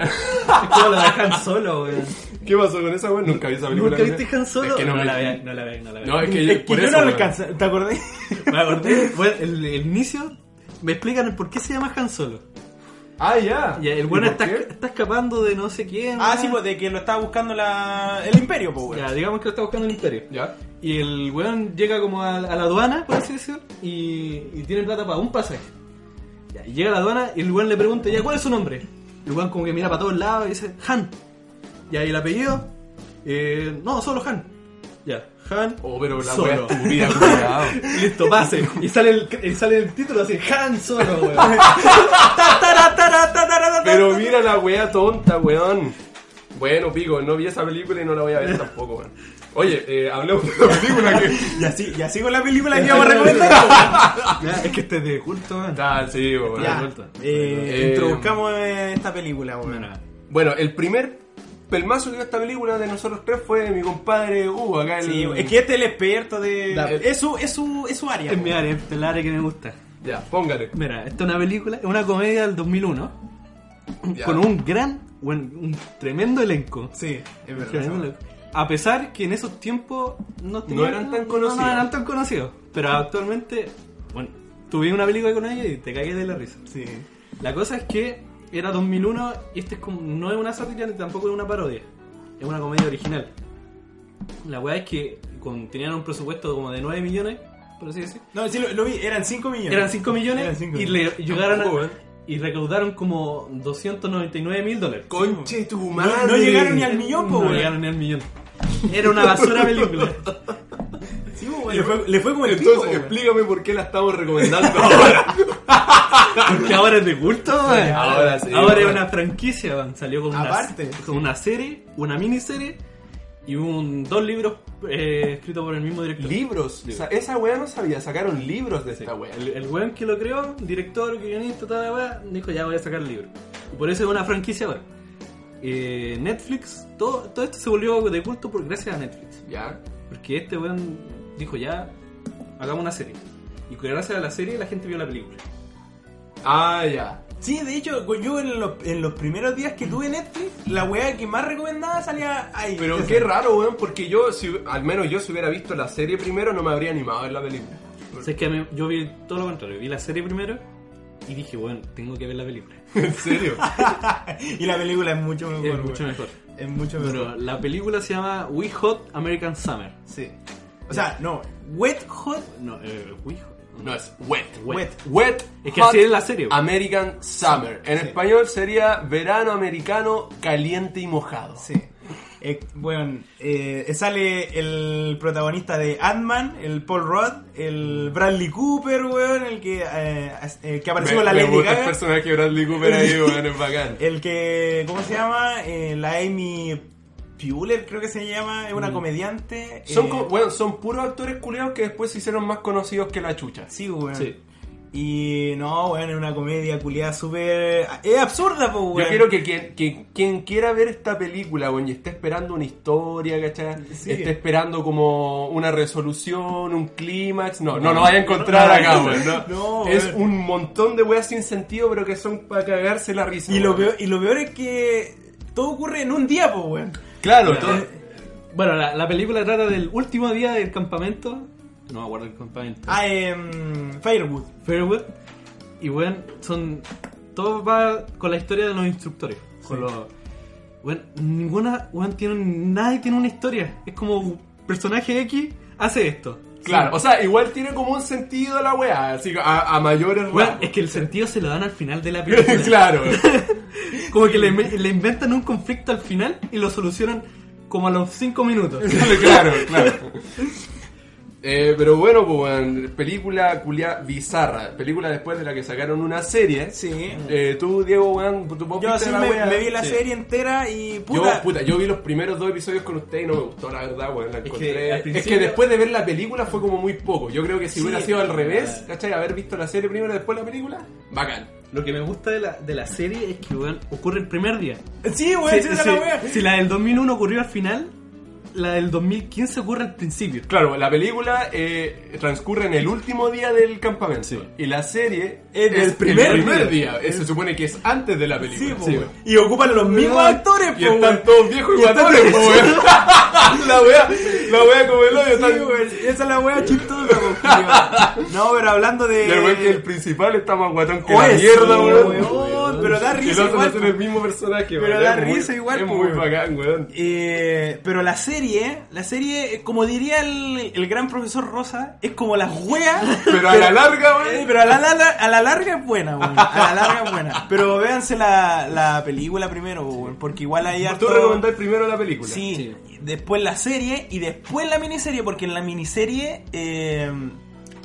Speaker 4: ¿Cómo lo dejan solo, weón?
Speaker 1: ¿Qué pasó con esa weá? Nunca vi esa película.
Speaker 3: ¿Nunca viste Han Solo?
Speaker 1: Es que no, me-
Speaker 3: la veas, no la veas, no la veas.
Speaker 1: No, es que,
Speaker 2: Es que
Speaker 1: por
Speaker 2: yo
Speaker 1: eso,
Speaker 2: no lo
Speaker 1: weón.
Speaker 2: alcanza. ¿Te acordás?
Speaker 3: Me acordé, bueno, el, el inicio me explican el por qué se llama Han Solo.
Speaker 1: Ah, ya.
Speaker 3: Ya,
Speaker 1: ¿Y
Speaker 3: el bueno
Speaker 1: por
Speaker 3: está,
Speaker 1: qué?
Speaker 3: está escapando de no sé quién.
Speaker 2: Ah,
Speaker 3: ¿no?
Speaker 2: sí, pues de que lo estaba buscando la... el Imperio, pues, weón.
Speaker 3: Ya, digamos que lo está buscando el imperio.
Speaker 1: Ya.
Speaker 3: Y el weón llega como a, a la aduana, por así decirlo, y, y tiene plata para un pasaje. Ya, y llega a la aduana y el weón le pregunta, ya, ¿cuál es su nombre? El weón como que mira para todos lados y dice, Han. Ya, ¿y el apellido? Eh, no, solo Han. Ya, Han.
Speaker 1: Oh, pero la weá
Speaker 3: solo.
Speaker 1: estúpida, culiao.
Speaker 3: Listo, pase. Y sale el, y sale el título así, Han solo, weón.
Speaker 2: Ah,
Speaker 1: Pero mira la wea tonta, weón. Bueno, pico, no vi esa película y no la voy a ver tampoco, weón. Oye, eh, hablemos de la película que.
Speaker 2: Y así, y así con la película que íbamos a recomendar. pues,
Speaker 3: Ya, es que este es de culto, weón.
Speaker 1: Ah, sí, weón.
Speaker 2: Ya, eh,
Speaker 1: Eh,
Speaker 2: introduzcamos eh, esta película, weón.
Speaker 1: Bueno, el primer pelmazo que dio esta película de nosotros tres fue mi compadre Hugo, acá el.
Speaker 2: Sí, es que este es el experto de...
Speaker 3: Da.
Speaker 2: Es su, es su, es su área.
Speaker 3: Es
Speaker 2: po.
Speaker 3: mi área, es el área que me gusta.
Speaker 1: Ya, póngale.
Speaker 3: Mira, esta es una película, es una comedia del 2001
Speaker 1: Ya.
Speaker 3: con un gran, un, un tremendo elenco.
Speaker 2: Sí, es
Speaker 3: Tremendo
Speaker 2: verdad.
Speaker 3: elenco. A pesar que en esos tiempos no, tenían-
Speaker 1: eran tan
Speaker 3: no-
Speaker 1: conocidos.
Speaker 3: no eran tan conocidos. Pero actualmente, bueno, tuve una película con ella y te cagué de la risa.
Speaker 2: Sí.
Speaker 3: La cosa es que era 2001 y este es como- no es una sátira ni tampoco es una parodia. Es una comedia original. La weá es que con- tenían un presupuesto como de 9 millones, por así decir.
Speaker 2: No, sí, lo, lo vi, eran 5 millones.
Speaker 3: Eran 5 millones
Speaker 2: Eran cinco
Speaker 3: y
Speaker 2: millones.
Speaker 3: le llegaron a-
Speaker 1: Tampoco, ¿eh?
Speaker 3: y recaudaron como 299 mil dólares.
Speaker 1: Conche tu madre.
Speaker 2: No, no llegaron ni al millón, po,
Speaker 3: No
Speaker 2: weón.
Speaker 3: llegaron ni al millón. Era una basura película.
Speaker 2: Sí, po, weón. le, fue, le fue como el pico,
Speaker 1: Entonces,
Speaker 2: weón.
Speaker 1: explícame por qué la estamos recomendando ahora.
Speaker 3: Porque Ah, ahora es de culto, weón.
Speaker 1: ahora sí,
Speaker 3: Ahora es
Speaker 1: weón.
Speaker 3: una franquicia, weón. Salió con una,
Speaker 2: Aparte.
Speaker 3: con una serie, una miniserie y un, dos libros eh, escritos por el mismo director.
Speaker 1: libros. O sea, esa wea no sabía, sacaron libros de esta wea.
Speaker 3: El, el weón que lo creó, director, guionista, toda la weá, dijo ya voy a sacar el libro. Y por eso es una franquicia ahora. Eh, Netflix, todo, todo esto se volvió de culto por gracias a Netflix.
Speaker 1: Ya.
Speaker 3: Porque este weón dijo ya, hagamos una serie. Y gracias a la serie la gente vio la película.
Speaker 1: Ah, ya.
Speaker 2: Sí, de hecho, güey, yo en los, en los primeros días que tuve Netflix, la weá que más recomendada salía ahí.
Speaker 1: Pero
Speaker 2: Esa.
Speaker 1: qué raro, weón, porque yo, si, al menos yo, si hubiera visto la serie primero, no me habría animado a ver la película.
Speaker 3: O sea, es que a mí- yo vi todo lo contrario, vi la serie primero y dije, bueno, tengo que ver la película.
Speaker 1: ¿En serio?
Speaker 2: Y la película es mucho mejor.
Speaker 3: es
Speaker 2: güey.
Speaker 3: mucho mejor.
Speaker 2: Es mucho mejor.
Speaker 3: Pero la película se llama We Hot American Summer.
Speaker 2: Sí. O sea, no. Wet Hot.
Speaker 3: No, eh, We Hot.
Speaker 1: No, es wet.
Speaker 3: Wet.
Speaker 2: Wet.
Speaker 1: Wet.
Speaker 3: Es que
Speaker 1: Hot
Speaker 3: así es la serie. weón.
Speaker 1: American Summer. En
Speaker 2: Sí.
Speaker 1: español sería verano americano caliente y mojado.
Speaker 2: Sí. Eh, bueno, eh, sale el protagonista de Ant-Man, el Paul Rudd, el Bradley Cooper, weón, el que, eh, as- el que
Speaker 1: me,
Speaker 2: apareció con la
Speaker 1: me
Speaker 2: Lady
Speaker 1: gusta el
Speaker 2: Gaga, Eh,
Speaker 1: personaje de Bradley Cooper ahí, weón, es bacán.
Speaker 2: el que, ¿cómo se llama? Eh, la Amy Puller, creo que se llama, es una comediante.
Speaker 1: Son,
Speaker 2: eh,
Speaker 1: como- weón, son puros actores culiados que después se hicieron más conocidos que la chucha.
Speaker 2: Sí, weón.
Speaker 3: Sí.
Speaker 2: Y no, bueno, es una comedia culiada súper. Es absurda, pues,
Speaker 1: Yo
Speaker 2: weón.
Speaker 1: quiero que quien, que quien quiera ver esta película, weón, y esté esperando una historia, ¿cachai?
Speaker 2: Sí.
Speaker 1: Esté esperando como una resolución, un clímax. No, no lo vaya a encontrar
Speaker 2: No,
Speaker 1: acá,
Speaker 2: no,
Speaker 1: weón.
Speaker 2: no,
Speaker 1: ¿no?
Speaker 2: no,
Speaker 1: es
Speaker 2: weón.
Speaker 1: un montón de weas sin sentido, pero que son para cagarse la risa.
Speaker 2: Y lo,
Speaker 1: weón.
Speaker 2: peor, y lo peor es que todo ocurre en un día, pues, weón.
Speaker 1: Claro, todo-
Speaker 3: Bueno, la, la película trata del último día del campamento. No me acuerdo el campamento.
Speaker 2: Ah, em, Firewood.
Speaker 3: Fairwood. Y bueno, son. Todo va con la historia de los instructores. Con los. Bueno, ninguna. Bueno, tiene, nadie tiene una historia. Es como personaje X hace esto.
Speaker 1: claro. O sea, igual tiene como un sentido la wea, así a, a mayores
Speaker 3: Bueno,
Speaker 1: rasgos.
Speaker 3: es que el sentido se lo dan al final de la película.
Speaker 1: Claro.
Speaker 3: Como que le, le inventan un conflicto al final y lo solucionan como a los 5 minutos.
Speaker 1: claro, claro. Eh, pero bueno, pues, weón, película culia bizarra. Película después de la que sacaron una serie.
Speaker 2: Sí.
Speaker 1: Eh, tú, Diego, weón, tú vos
Speaker 2: Yo
Speaker 1: viste
Speaker 2: así
Speaker 1: la
Speaker 2: me,
Speaker 1: wea.
Speaker 2: me vi la
Speaker 1: Sí.
Speaker 2: serie entera y
Speaker 1: Yo,
Speaker 2: puta.
Speaker 1: puta, yo vi los primeros dos episodios con usted y no me gustó, la verdad, weón. La
Speaker 4: que
Speaker 1: encontré-
Speaker 4: al
Speaker 1: Es, que,
Speaker 4: principio-
Speaker 1: después de ver la película fue como muy poco. Yo creo que si
Speaker 2: Sí.
Speaker 1: hubiera sido al revés, ¿cachai? Haber visto la serie primero y después la película, bacán.
Speaker 3: Lo que me gusta de la, de la serie es que weón, ocurre el primer día.
Speaker 2: Sí, weón,
Speaker 3: Si-
Speaker 2: esa es
Speaker 3: si-
Speaker 2: la wea.
Speaker 3: si la del 2001 ocurrió al final, la del 2015 ocurre al principio.
Speaker 1: Claro, la película eh, transcurre en el último día del campamento. Y la serie
Speaker 2: Es del primer
Speaker 1: día. Eh, Se supone que es antes de la película.
Speaker 2: Sí, po,
Speaker 1: Sí,
Speaker 2: weón. Y ocupan los mismos actores,
Speaker 1: Y
Speaker 2: pues,
Speaker 1: están todos viejos y guatones, po, weón. La wea, la wea como el hoyo. están-
Speaker 2: Esa es la wea chistosa, po, culiao. No, pero hablando de.
Speaker 1: Y el weón que el principal está más guatón que
Speaker 2: Oh,
Speaker 1: la
Speaker 2: eso,
Speaker 1: mierda, weón.
Speaker 2: weón, pero
Speaker 1: Y
Speaker 2: da
Speaker 1: el
Speaker 2: risa
Speaker 1: otro
Speaker 2: igual,
Speaker 1: es
Speaker 2: po.
Speaker 1: el mismo personaje,
Speaker 2: Pero
Speaker 1: weón.
Speaker 2: da
Speaker 1: Es muy-
Speaker 2: risa igual,
Speaker 1: Es
Speaker 2: po,
Speaker 1: muy
Speaker 2: weón.
Speaker 1: bacán, weón.
Speaker 2: Eh, pero la serie, la serie, eh, como diría el, el gran profesor Rosa, es como las weas.
Speaker 1: Pero a la larga,
Speaker 2: Eh,
Speaker 1: weón.
Speaker 2: pero a la, la- la- a la larga es buena, weón. A la larga es buena. Pero véanse la, la película primero, weón, porque igual hay
Speaker 1: Tú
Speaker 2: harto...
Speaker 1: recomendás primero la película.
Speaker 2: Sí, después la serie y después la miniserie, porque en la miniserie eh,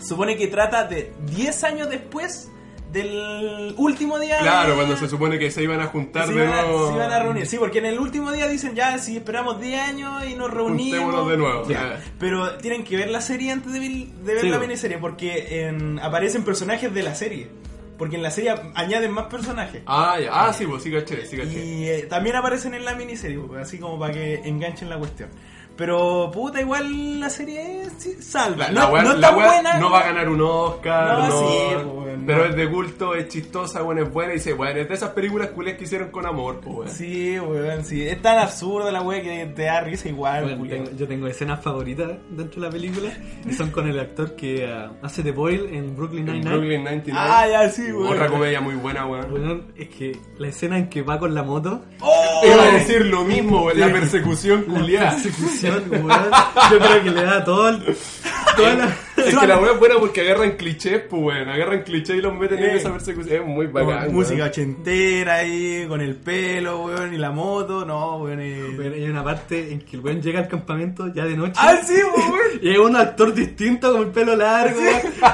Speaker 2: supone que trata de 10 años después del último día...
Speaker 1: Claro, cuando se supone que se iban a juntar
Speaker 2: se
Speaker 1: de
Speaker 2: iban, a,
Speaker 1: nuevo.
Speaker 2: se iban a reunir, sí, porque en el último día dicen ya, si esperamos 10 años y nos reunimos.
Speaker 1: Juntémonos de nuevo.
Speaker 2: Ya. Pero tienen que ver la serie antes de, vi- de ver
Speaker 3: Sí,
Speaker 2: la
Speaker 3: bo.
Speaker 2: miniserie, porque en- aparecen personajes de la serie. Porque en la serie añaden más personajes.
Speaker 1: Ah, ya. Ah, sí, pues sí caché, sí caché.
Speaker 2: Y eh, también aparecen en la miniserie, pues, así como para que enganchen la cuestión. Pero puta, igual la serie sí,
Speaker 1: La,
Speaker 2: salva. no,
Speaker 1: la wea-
Speaker 2: no es
Speaker 1: la
Speaker 2: tan
Speaker 1: wea
Speaker 2: buena.
Speaker 1: no va a ganar un Oscar,
Speaker 2: No,
Speaker 1: no,
Speaker 2: sí, pues, weón,
Speaker 1: pero
Speaker 2: no.
Speaker 1: es de culto, es chistosa, bueno, es buena y dice, bueno, es de esas películas culés que hicieron con amor, pues, weón.
Speaker 2: Sí, weón, sí. Es tan absurda la wea que te da risa igual,
Speaker 3: Bueno,
Speaker 2: culiao.
Speaker 3: tengo- yo tengo escenas favoritas dentro de la película y son con el actor que ah, hace de Boyle en Brooklyn
Speaker 1: En
Speaker 3: Nine-Nine.
Speaker 1: Brooklyn 99.
Speaker 2: Ah, ya, sí, weón.
Speaker 1: Otra comedia muy buena, weón.
Speaker 3: Weón, es que la escena en que va con la moto,
Speaker 2: ¡Oh!
Speaker 1: Iba a decir lo mismo, weón, la persecución culiada.
Speaker 3: persecución, weón, yo creo que le da todo el, toda la-
Speaker 1: Es que la weá es buena porque agarran clichés, pues, weón. Agarran clichés y los meten en
Speaker 2: Eh.
Speaker 1: esa persecución. Es muy
Speaker 2: Con
Speaker 1: bacán. weón.
Speaker 2: música ochentera ahí, con el pelo, weón, y la moto, no, weón. eh.
Speaker 3: Bueno, hay una parte en que el weón llega al campamento ya de noche.
Speaker 2: Ah, sí, weón.
Speaker 3: Y es un actor distinto con el pelo largo.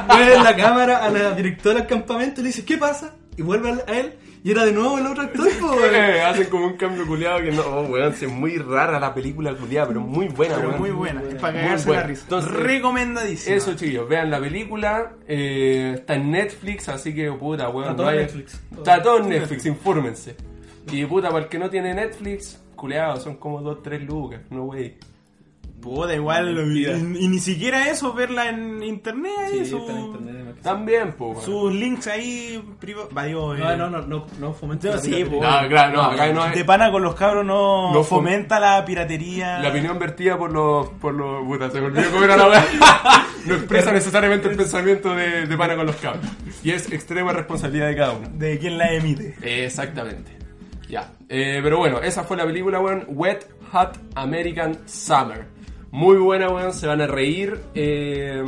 Speaker 3: Mueve la cámara a la directora del campamento y le dice, ¿qué pasa? Y vuelve a él y era de nuevo el otro actor. po, weón.
Speaker 1: Eh, hacen como un cambio culiado que no, oh, weón, sí, es muy rara la película culiada, pero muy buena,
Speaker 2: Pero
Speaker 1: weón.
Speaker 2: muy buena, es para
Speaker 1: Muy
Speaker 2: cagarse
Speaker 1: buena.
Speaker 2: la risa.
Speaker 1: Entonces,
Speaker 2: Recomendadísima.
Speaker 1: Eso, chicos, vean la película. eh, está en Netflix, así que puta, weón.
Speaker 4: Está todo
Speaker 1: no
Speaker 4: en
Speaker 1: hay-
Speaker 4: Netflix.
Speaker 1: Está todo en Netflix, infórmense. Y puta, para el que no tiene Netflix, culeado, son como 2-3 lucas, no wey.
Speaker 2: Puta, igual. Y, y ni siquiera eso, verla en internet. ahí, su-
Speaker 4: está en internet, además que sí.
Speaker 1: También, pues. weón.
Speaker 2: Sus links ahí privados. Va, digo,
Speaker 4: No,
Speaker 2: eh,
Speaker 4: no, no, no, no fomente
Speaker 2: Yo
Speaker 4: la
Speaker 2: sí,
Speaker 4: piratería.
Speaker 2: po.
Speaker 1: No, claro, no, acá no
Speaker 2: De
Speaker 1: es.
Speaker 2: pana con los cabros no,
Speaker 1: No fom-
Speaker 2: fomenta la piratería.
Speaker 1: La opinión vertida por los. por los. puta, se me olvidó cómo era la weá. No expresa necesariamente el pensamiento de, de pana con los cabros. Y es extrema responsabilidad de cada uno.
Speaker 2: de quien la emite.
Speaker 1: Exactamente. Ya. Eh, pero bueno, esa fue la película, weón. Wet Hot American Summer. Muy buena, weón. Se van a reír. eh,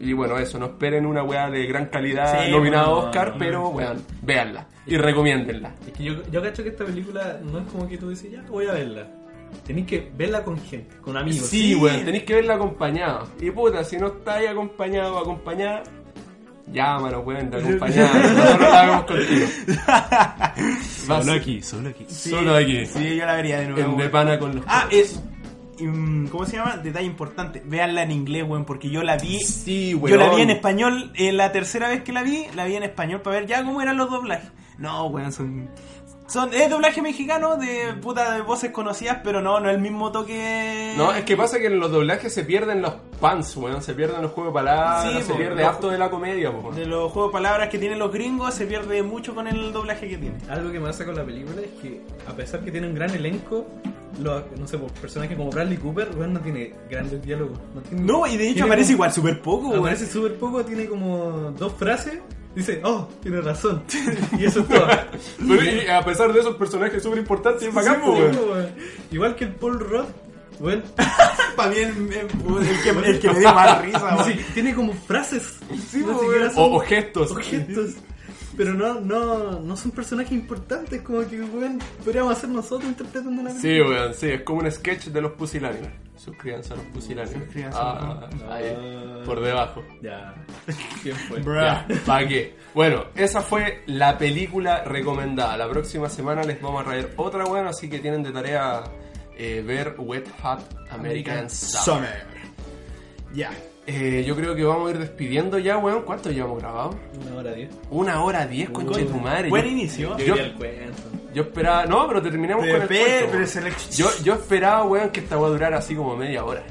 Speaker 1: y bueno, eso. No esperen una weá de gran calidad
Speaker 2: Sí,
Speaker 1: nominada a
Speaker 4: bueno,
Speaker 1: Oscar,
Speaker 4: no,
Speaker 1: pero weón, véanla. Y recomiéndenla.
Speaker 3: Es que yo, yo cacho que esta película no es como que tú decís, ya voy a verla. Tenés que verla con gente, con
Speaker 1: Sí,
Speaker 3: amigos.
Speaker 1: weón. Tenéis que verla acompañado. Y puta, si no estáis acompañado o acompañada, llámanos, weón, de acompañada. Nosotros la vemos contigo. Va a ser-
Speaker 3: solo aquí.
Speaker 1: Solo aquí.
Speaker 2: Sí, yo la vería de nuevo.
Speaker 1: En de
Speaker 2: weón.
Speaker 1: pana con los.
Speaker 2: Ah, es. mm, ¿Cómo se llama? Detalle importante. Veanla en inglés, weón, porque yo la vi.
Speaker 1: Sí,
Speaker 2: yo
Speaker 1: weón.
Speaker 2: la vi en español. eh, la tercera vez que la vi, la vi en español para ver ya cómo eran los doblajes. No, weón, son. Son, es doblaje mexicano de puta de voces conocidas, pero no, no es el mismo toque.
Speaker 1: No, es que pasa que en los doblajes se pierden los pants, weón. Se pierden los juegos de palabras,
Speaker 2: Sí,
Speaker 1: se
Speaker 2: po,
Speaker 1: pierde
Speaker 2: los-
Speaker 1: harto de la comedia, po,
Speaker 2: De
Speaker 1: weón.
Speaker 2: los juegos de palabras que tienen los gringos, se pierde mucho con el doblaje que tiene.
Speaker 4: Algo que me pasa con la película es que, a pesar que tiene un gran elenco, los, no sé, pues, personajes como Bradley Cooper, weón, no tiene grandes diálogos. No, tiene-
Speaker 2: No, y de hecho
Speaker 4: tiene
Speaker 2: aparece
Speaker 4: como-
Speaker 2: igual súper poco, weón.
Speaker 4: Aparece súper poco, tiene como dos frases. Dice, oh, tiene razón. y eso es todo.
Speaker 1: Pero y- y a pesar de esos personajes súper importantes, es bacán, po,
Speaker 4: Sí,
Speaker 1: weón.
Speaker 4: weón. Igual que el Paul Rudd, weón.
Speaker 2: Para mí el, el- el que, el que me dio más risa, weón.
Speaker 4: sí, tiene como frases.
Speaker 2: Ah, Sí,
Speaker 4: No
Speaker 2: po,
Speaker 4: siquiera
Speaker 2: weón.
Speaker 1: O,
Speaker 4: son-
Speaker 1: o gestos.
Speaker 4: objetos. Pero no, no, no son personajes importantes, como que weón, podríamos hacer nosotros interpretando una
Speaker 1: Sí, weón, sí, es como un sketch de los pusilánimes. Suscríbanse a los pusilánimes.
Speaker 2: Suscríbanse,
Speaker 1: Ah,
Speaker 4: ¿no?
Speaker 1: ahí,
Speaker 4: Ah.
Speaker 1: por debajo.
Speaker 4: Ya. ¿Quién fue?
Speaker 1: Ya, ¿pa' qué? Bueno, esa fue la película recomendada. La próxima semana les vamos a traer otra, weón, así que tienen de tarea eh, ver Wet Hot American Summer.
Speaker 2: Summer. Ya.
Speaker 1: Eh, yo creo que vamos a ir despidiendo ya, weón. ¿Cuánto llevamos grabado?
Speaker 4: Una hora diez.
Speaker 1: Una hora diez, conche tu madre.
Speaker 2: Buen
Speaker 1: Yo-
Speaker 2: inicio.
Speaker 1: Yo-
Speaker 4: Yo el cuento.
Speaker 1: Yo esperaba, no, pero terminamos
Speaker 2: Pero,
Speaker 1: con el puerto,
Speaker 2: pero,
Speaker 1: weón.
Speaker 2: pero se le...
Speaker 1: yo, yo esperaba, weón, que esta va a durar así como media hora.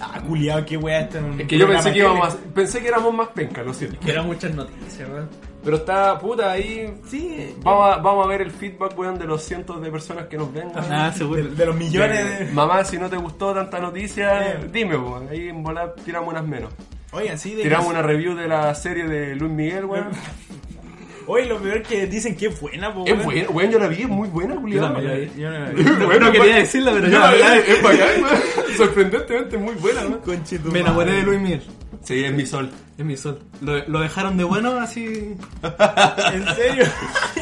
Speaker 2: Ah, culiao, qué weá esto. en un
Speaker 1: Es que yo
Speaker 2: programa
Speaker 1: pensé que
Speaker 2: de
Speaker 1: íbamos más, pensé que éramos más penca, lo siento.
Speaker 4: Que eran muchas noticias, weón.
Speaker 1: Pero está puta ahí.
Speaker 2: tele. Sí.
Speaker 1: Vamos a, vamos a ver el feedback, weón, de los cientos de personas que nos ven. weón.
Speaker 3: Ah, seguro.
Speaker 2: De, de los millones
Speaker 1: Eh,
Speaker 2: de...
Speaker 1: Mamá, si no te gustó tanta noticia,
Speaker 2: Eh.
Speaker 1: dime, weón. Ahí en volar tiramos unas menos.
Speaker 2: Oigan, sí, de
Speaker 1: Tiramos una review de la serie de Luis Miguel, weón.
Speaker 2: Oye, lo peor que dicen que es buena, po,
Speaker 1: Es
Speaker 2: weón.
Speaker 1: buena, weón, yo la vi, es muy buena, culiado.
Speaker 4: también la vi.
Speaker 2: Yo no
Speaker 3: No, no quería decirla, pero
Speaker 1: Yo
Speaker 3: ya.
Speaker 1: la vi, es bacán, weón. Sorprendentemente muy buena, weón.
Speaker 2: Conchito.
Speaker 3: Me enamoré de Luis Miguel.
Speaker 1: Sí, es mi sol.
Speaker 3: Es mi sol. Lo, lo dejaron de bueno así.
Speaker 2: En serio.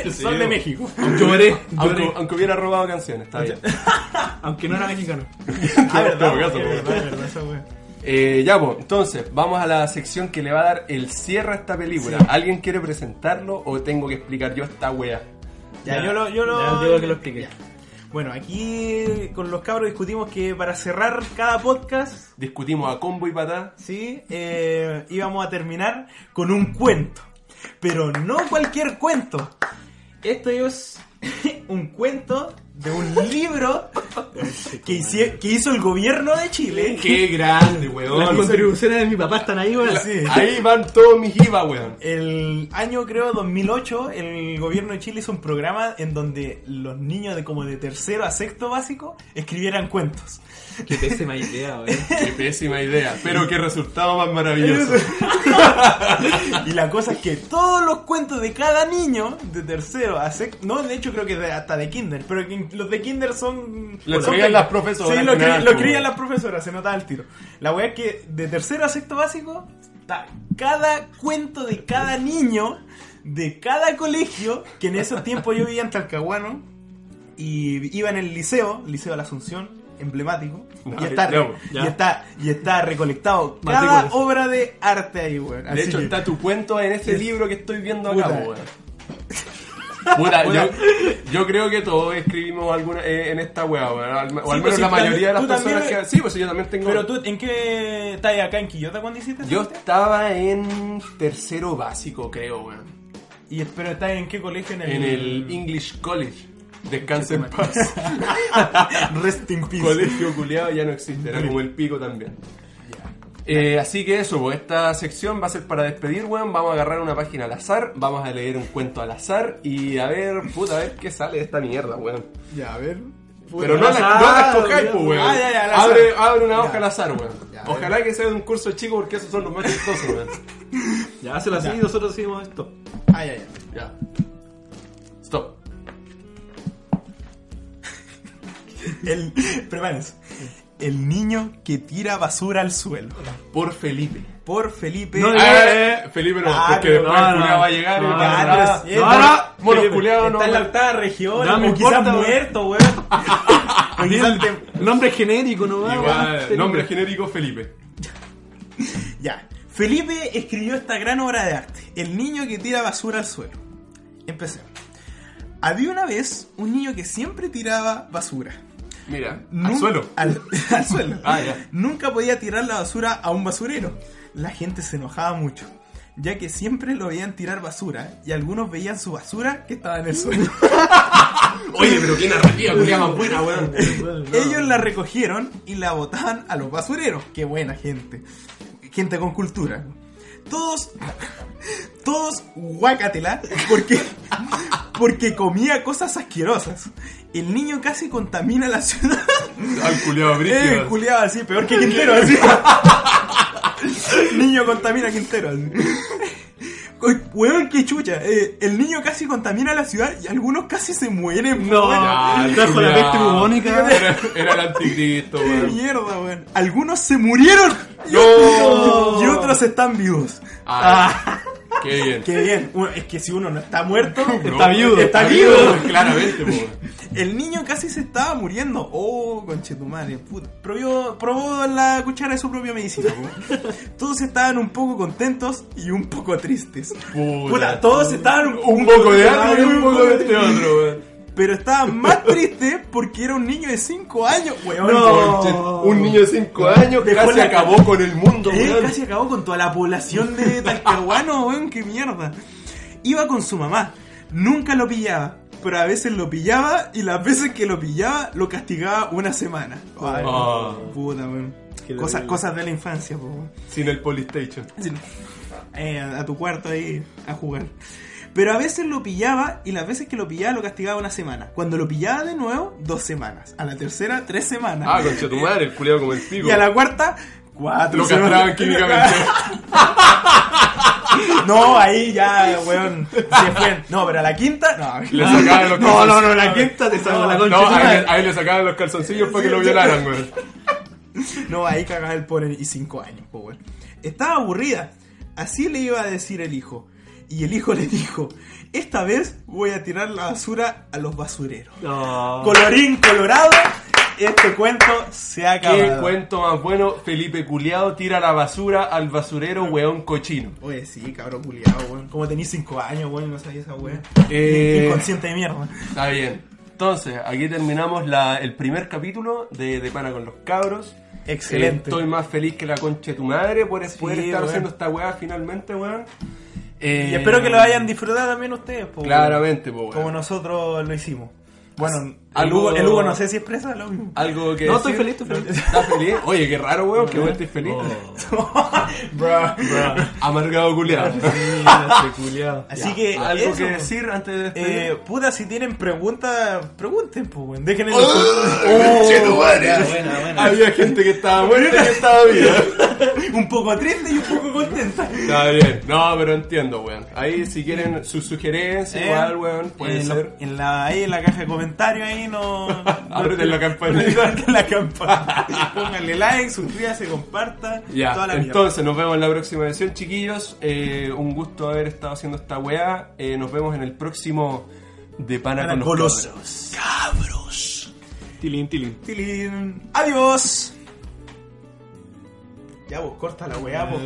Speaker 2: El sol de México.
Speaker 3: Lloré.
Speaker 1: Aunque,
Speaker 3: Lloré.
Speaker 1: aunque hubiera robado canciones, está bien.
Speaker 3: Aunque no era mexicano.
Speaker 2: Ah, verdad,
Speaker 1: Todo caso,
Speaker 2: weón,
Speaker 1: po.
Speaker 2: verdad, verdad, esa weá.
Speaker 1: Eh, ya, pues, entonces, vamos a la sección que le va a dar el cierre a esta película. ¿Alguien quiere presentarlo o tengo que explicar yo esta wea?
Speaker 2: Ya,
Speaker 4: Ya,
Speaker 2: yo lo... Yo lo...
Speaker 4: ya, digo que lo explique.
Speaker 2: Ya. Bueno, aquí con los cabros discutimos que para cerrar cada podcast
Speaker 1: Discutimos a combo y patada.
Speaker 2: ¿sí? Eh, íbamos a terminar con un cuento. Pero no cualquier cuento. Esto es un cuento de un libro que, hici- que hizo el gobierno de Chile.
Speaker 1: ¡Qué grande,
Speaker 3: Las
Speaker 1: weón!
Speaker 3: contribuciones de mi papá están ahí, weón.
Speaker 2: Sí.
Speaker 1: Ahí van todos mis IVA, weón.
Speaker 2: El año creo 2008 el gobierno de Chile hizo un programa en donde los niños de como de tercero a sexto básico escribieran cuentos.
Speaker 3: Qué pésima idea, weón.
Speaker 1: Qué pésima idea, pero qué resultado más maravilloso.
Speaker 2: Y la cosa es que todos los cuentos de cada niño, de tercero a sexto, no, de hecho creo que de- hasta de kinder, pero que los de kinder son...
Speaker 1: Lo
Speaker 2: son
Speaker 1: escribían
Speaker 2: de-
Speaker 1: las profesoras,
Speaker 2: Sí, lo,
Speaker 1: en general,
Speaker 2: escri- lo
Speaker 1: como-
Speaker 2: escribían las profesoras, se notaba el tiro. La wea es que de tercero a sexto básico, ta- cada cuento de cada niño, de cada colegio, que en esos tiempos yo vivía en Talcahuano, y iba en el liceo, Liceo de la Asunción, emblemático,
Speaker 1: No,
Speaker 2: y, está,
Speaker 1: no,
Speaker 3: ya.
Speaker 2: y, está, y está recolectado cada
Speaker 3: Matrículas.
Speaker 2: obra de arte ahí, weón.
Speaker 1: De
Speaker 2: Así
Speaker 1: hecho,
Speaker 2: que-
Speaker 1: está tu cuento en este libro que estoy viendo acá,
Speaker 2: Puta.
Speaker 1: weón. Puta, yo, yo creo que todos escribimos alguna eh, en esta weá, weón. Al- O al
Speaker 2: pues
Speaker 1: menos
Speaker 2: sí,
Speaker 1: la
Speaker 2: tú
Speaker 1: mayoría de las
Speaker 2: también- tú
Speaker 1: personas
Speaker 2: también-
Speaker 1: que. Sí, pues yo también tengo.
Speaker 2: Pero tú, ¿en qué estás acá en Quillota cuando hiciste
Speaker 1: Yo
Speaker 2: esa
Speaker 1: estaba en tercero básico, creo, weón.
Speaker 2: cuestión? Y espero estás en qué colegio en el.
Speaker 1: En el English College. Descansa en paz.
Speaker 2: Rest in peace.
Speaker 1: Colegio culiado ya no existe, era como el pico también. Eh, así que eso, pues, esta sección va a ser para despedir, weón. Vamos a agarrar una página al azar, vamos a leer un cuento al azar y a ver, puta, a ver qué sale de esta mierda, weón.
Speaker 2: Ya, a ver. Puta,
Speaker 1: Pero no
Speaker 2: al
Speaker 1: la,
Speaker 2: azar,
Speaker 1: no la escojáis,
Speaker 2: weón.
Speaker 1: pues, weón.
Speaker 2: Ah, ya, ya, al azar.
Speaker 1: abre, abre una hoja
Speaker 2: Ya.
Speaker 1: al azar, weón.
Speaker 2: Ya, a ver.
Speaker 1: Ojalá que sea de un curso chico porque esos son los más chistosos, weón.
Speaker 3: Ya, hazlo así y nosotros seguimos esto.
Speaker 2: Ah, ya, ya.
Speaker 1: Ya. Stop.
Speaker 2: El, prepárense. El niño que tira basura al suelo.
Speaker 1: Por Felipe.
Speaker 2: Por Felipe.
Speaker 3: No,
Speaker 2: Ah,
Speaker 1: Eh, Felipe no,
Speaker 2: Ah,
Speaker 1: porque
Speaker 2: no,
Speaker 1: después el
Speaker 3: no,
Speaker 1: culiao va a
Speaker 3: no,
Speaker 1: llegar y
Speaker 3: no,
Speaker 1: va
Speaker 2: ya,
Speaker 1: a
Speaker 2: no,
Speaker 1: atrás.
Speaker 2: es-
Speaker 1: No, no,
Speaker 2: Felipe,
Speaker 1: monos culiados no.
Speaker 2: Está en la
Speaker 1: no.
Speaker 2: octava región.
Speaker 3: No me
Speaker 2: o quizás
Speaker 3: importa, weón.
Speaker 2: muerto, weón.
Speaker 3: Ah,
Speaker 2: O quizás te-
Speaker 3: Nombre genérico, no Ah, va, weón.
Speaker 1: Igual,
Speaker 3: Felipe.
Speaker 1: nombre genérico Felipe.
Speaker 2: Ya. Felipe escribió esta gran obra de arte, El niño que tira basura al suelo. Empecemos. Había una vez un niño que siempre tiraba basura.
Speaker 1: Mira.
Speaker 2: Nun-
Speaker 1: suelo.
Speaker 2: Al, al suelo.
Speaker 1: Ah, ya.
Speaker 2: Nunca podía tirar la basura a un basurero. La gente se enojaba mucho, ya que siempre lo veían tirar basura y algunos veían su basura que estaba en el suelo.
Speaker 1: Oye, pero qué narrativa, culia más buena, weón.
Speaker 2: Ellos la recogieron y la botaban a los basureros. Qué buena gente. Gente con cultura. Todos, todos guácatela porque, porque comía cosas asquerosas. El niño casi contamina la ciudad.
Speaker 1: Al culiado
Speaker 2: Eh,
Speaker 1: brígido.
Speaker 2: culiado así, peor que Quintero así. niño contamina a Quintero así. Uy, Weón, qué chucha. eh, el niño casi contamina la ciudad y algunos casi se mueren.
Speaker 3: No,
Speaker 2: weón.
Speaker 1: Ya, el
Speaker 3: trajo la
Speaker 1: culiao.
Speaker 3: peste bubónica.
Speaker 1: Era, era el anticristo,
Speaker 2: ¡Qué
Speaker 1: weón.
Speaker 2: mierda, weón! Algunos se murieron y,
Speaker 1: ¡No!
Speaker 2: y otros están vivos.
Speaker 1: Ah, qué bien.
Speaker 2: Qué bien. Uno- Es que si uno no está muerto,
Speaker 1: No,
Speaker 3: Está viudo.
Speaker 2: Está
Speaker 1: viudo,
Speaker 2: viudo.
Speaker 1: Claramente, weón.
Speaker 2: el niño casi se estaba muriendo. Oh, conchetumare, puta. Probió- probó la cuchara de su propia medicina, weón. Todos estaban un poco contentos y un poco tristes.
Speaker 1: Puta.
Speaker 2: Puta, todos estaban
Speaker 1: Un poco de algo y un poco de este otro, weón.
Speaker 2: Pero estaban más tristes porque era un niño de 5 años, weón.
Speaker 1: Conche- Un niño de 5 años
Speaker 2: Dejó
Speaker 1: casi
Speaker 2: la-
Speaker 1: acabó con el mundo,
Speaker 2: Eh,
Speaker 1: weón.
Speaker 2: casi acabó con toda la población de Talcahuano, weón, qué mierda. Iba con su mamá, nunca lo pillaba, pero a veces lo pillaba y las veces que lo pillaba lo castigaba una semana. Ay,
Speaker 1: Ah.
Speaker 2: Puta, weón.
Speaker 4: Qué
Speaker 2: Cosas,
Speaker 4: terrible.
Speaker 2: cosas de la infancia, po, weón.
Speaker 1: Sin el Polystation.
Speaker 2: Así, eh, a a tu cuarto ahí a jugar. Pero a veces lo pillaba y las veces que lo pillaba lo castigaba una semana. Cuando lo pillaba de nuevo, dos semanas. A la tercera, tres semanas.
Speaker 1: Ah, concha tu madre, el culiado como el pico.
Speaker 2: y a la cuarta, cuatro.
Speaker 1: Lo
Speaker 2: semanas.
Speaker 1: castraban químicamente.
Speaker 2: No, ahí ya, weón. Se fue. No, pero a la quinta, no.
Speaker 1: Le sacaban los
Speaker 2: No, no, no, la
Speaker 1: calzoncillos.
Speaker 2: quinta te saco la concha.
Speaker 1: No,
Speaker 2: de tu
Speaker 1: ahí,
Speaker 2: madre.
Speaker 1: le- ahí le sacaban los calzoncillos para que lo violaran, weón.
Speaker 2: No, ahí cagaba el pobre y cinco años, po, weón. Estaba aburrida. Así le iba a decir el hijo. Y el hijo le dijo: Esta vez voy a tirar la basura a los basureros.
Speaker 3: No.
Speaker 2: Colorín colorado, este cuento se ha
Speaker 1: Qué
Speaker 2: acabado.
Speaker 1: cuento más bueno, Felipe Culiado tira la basura al basurero weón cochino.
Speaker 2: Oye, sí, cabrón culiado, weón. Como tenís cinco años, weón, no sabía esa weón.
Speaker 1: Eh.
Speaker 2: Inconsciente de mierda.
Speaker 1: Está bien. Entonces, aquí terminamos la- el primer capítulo de, de Pana con los Cabros.
Speaker 2: Excelente.
Speaker 1: Eh, estoy más feliz que la concha de tu madre por poder estar
Speaker 2: weón.
Speaker 1: haciendo esta weá finalmente, weón. Eh,
Speaker 2: Y espero que lo hayan disfrutado también ustedes, po, weón.
Speaker 1: Claramente, po, weón.
Speaker 2: Como nosotros lo hicimos. Bueno, el
Speaker 1: Algo-
Speaker 2: Hugo, el Hugo no sé si expresa lo mismo.
Speaker 1: Algo que.
Speaker 3: No, estoy
Speaker 1: decir?
Speaker 3: feliz, estoy feliz.
Speaker 1: ¿Estás feliz? Oye, qué raro, weón, que weón estés feliz.
Speaker 3: Oh.
Speaker 2: Bruh.
Speaker 1: Amargado culiado.
Speaker 2: Así
Speaker 1: Ya.
Speaker 2: que,
Speaker 1: Algo
Speaker 2: eso,
Speaker 1: que
Speaker 2: po.
Speaker 1: decir antes de despedir.
Speaker 2: Eh, puta, si tienen preguntas, pregunten, pues, weón. Dejen en los comentarios.
Speaker 4: Buena, buena.
Speaker 1: Oh. Había gente que estaba muerta y que estaba viva.
Speaker 2: Un poco triste y un poco contenta.
Speaker 1: Está bien. No, pero entiendo, weón. Ahí si quieren sus sugerencias,
Speaker 2: Eh,
Speaker 1: igual, weón, puede
Speaker 2: en, lo-
Speaker 1: ser.
Speaker 2: en la, ahí en la caja de comentarios, ahí no.
Speaker 1: Aprieten la campanita.
Speaker 2: Aprieten la campanita. Pónganle like, suscríbase, comparta.
Speaker 1: Ya,
Speaker 2: toda la mierda.
Speaker 1: entonces nos vemos en la próxima edición, chiquillos. Eh, un gusto haber estado haciendo esta weá. Eh, nos vemos en el próximo de Pana con los Cabros.
Speaker 2: Golosos. Cabros.
Speaker 3: Tilín, tilín.
Speaker 2: Tilín.
Speaker 1: Eh,
Speaker 2: Adiós. Ya vos corta la weá, vos.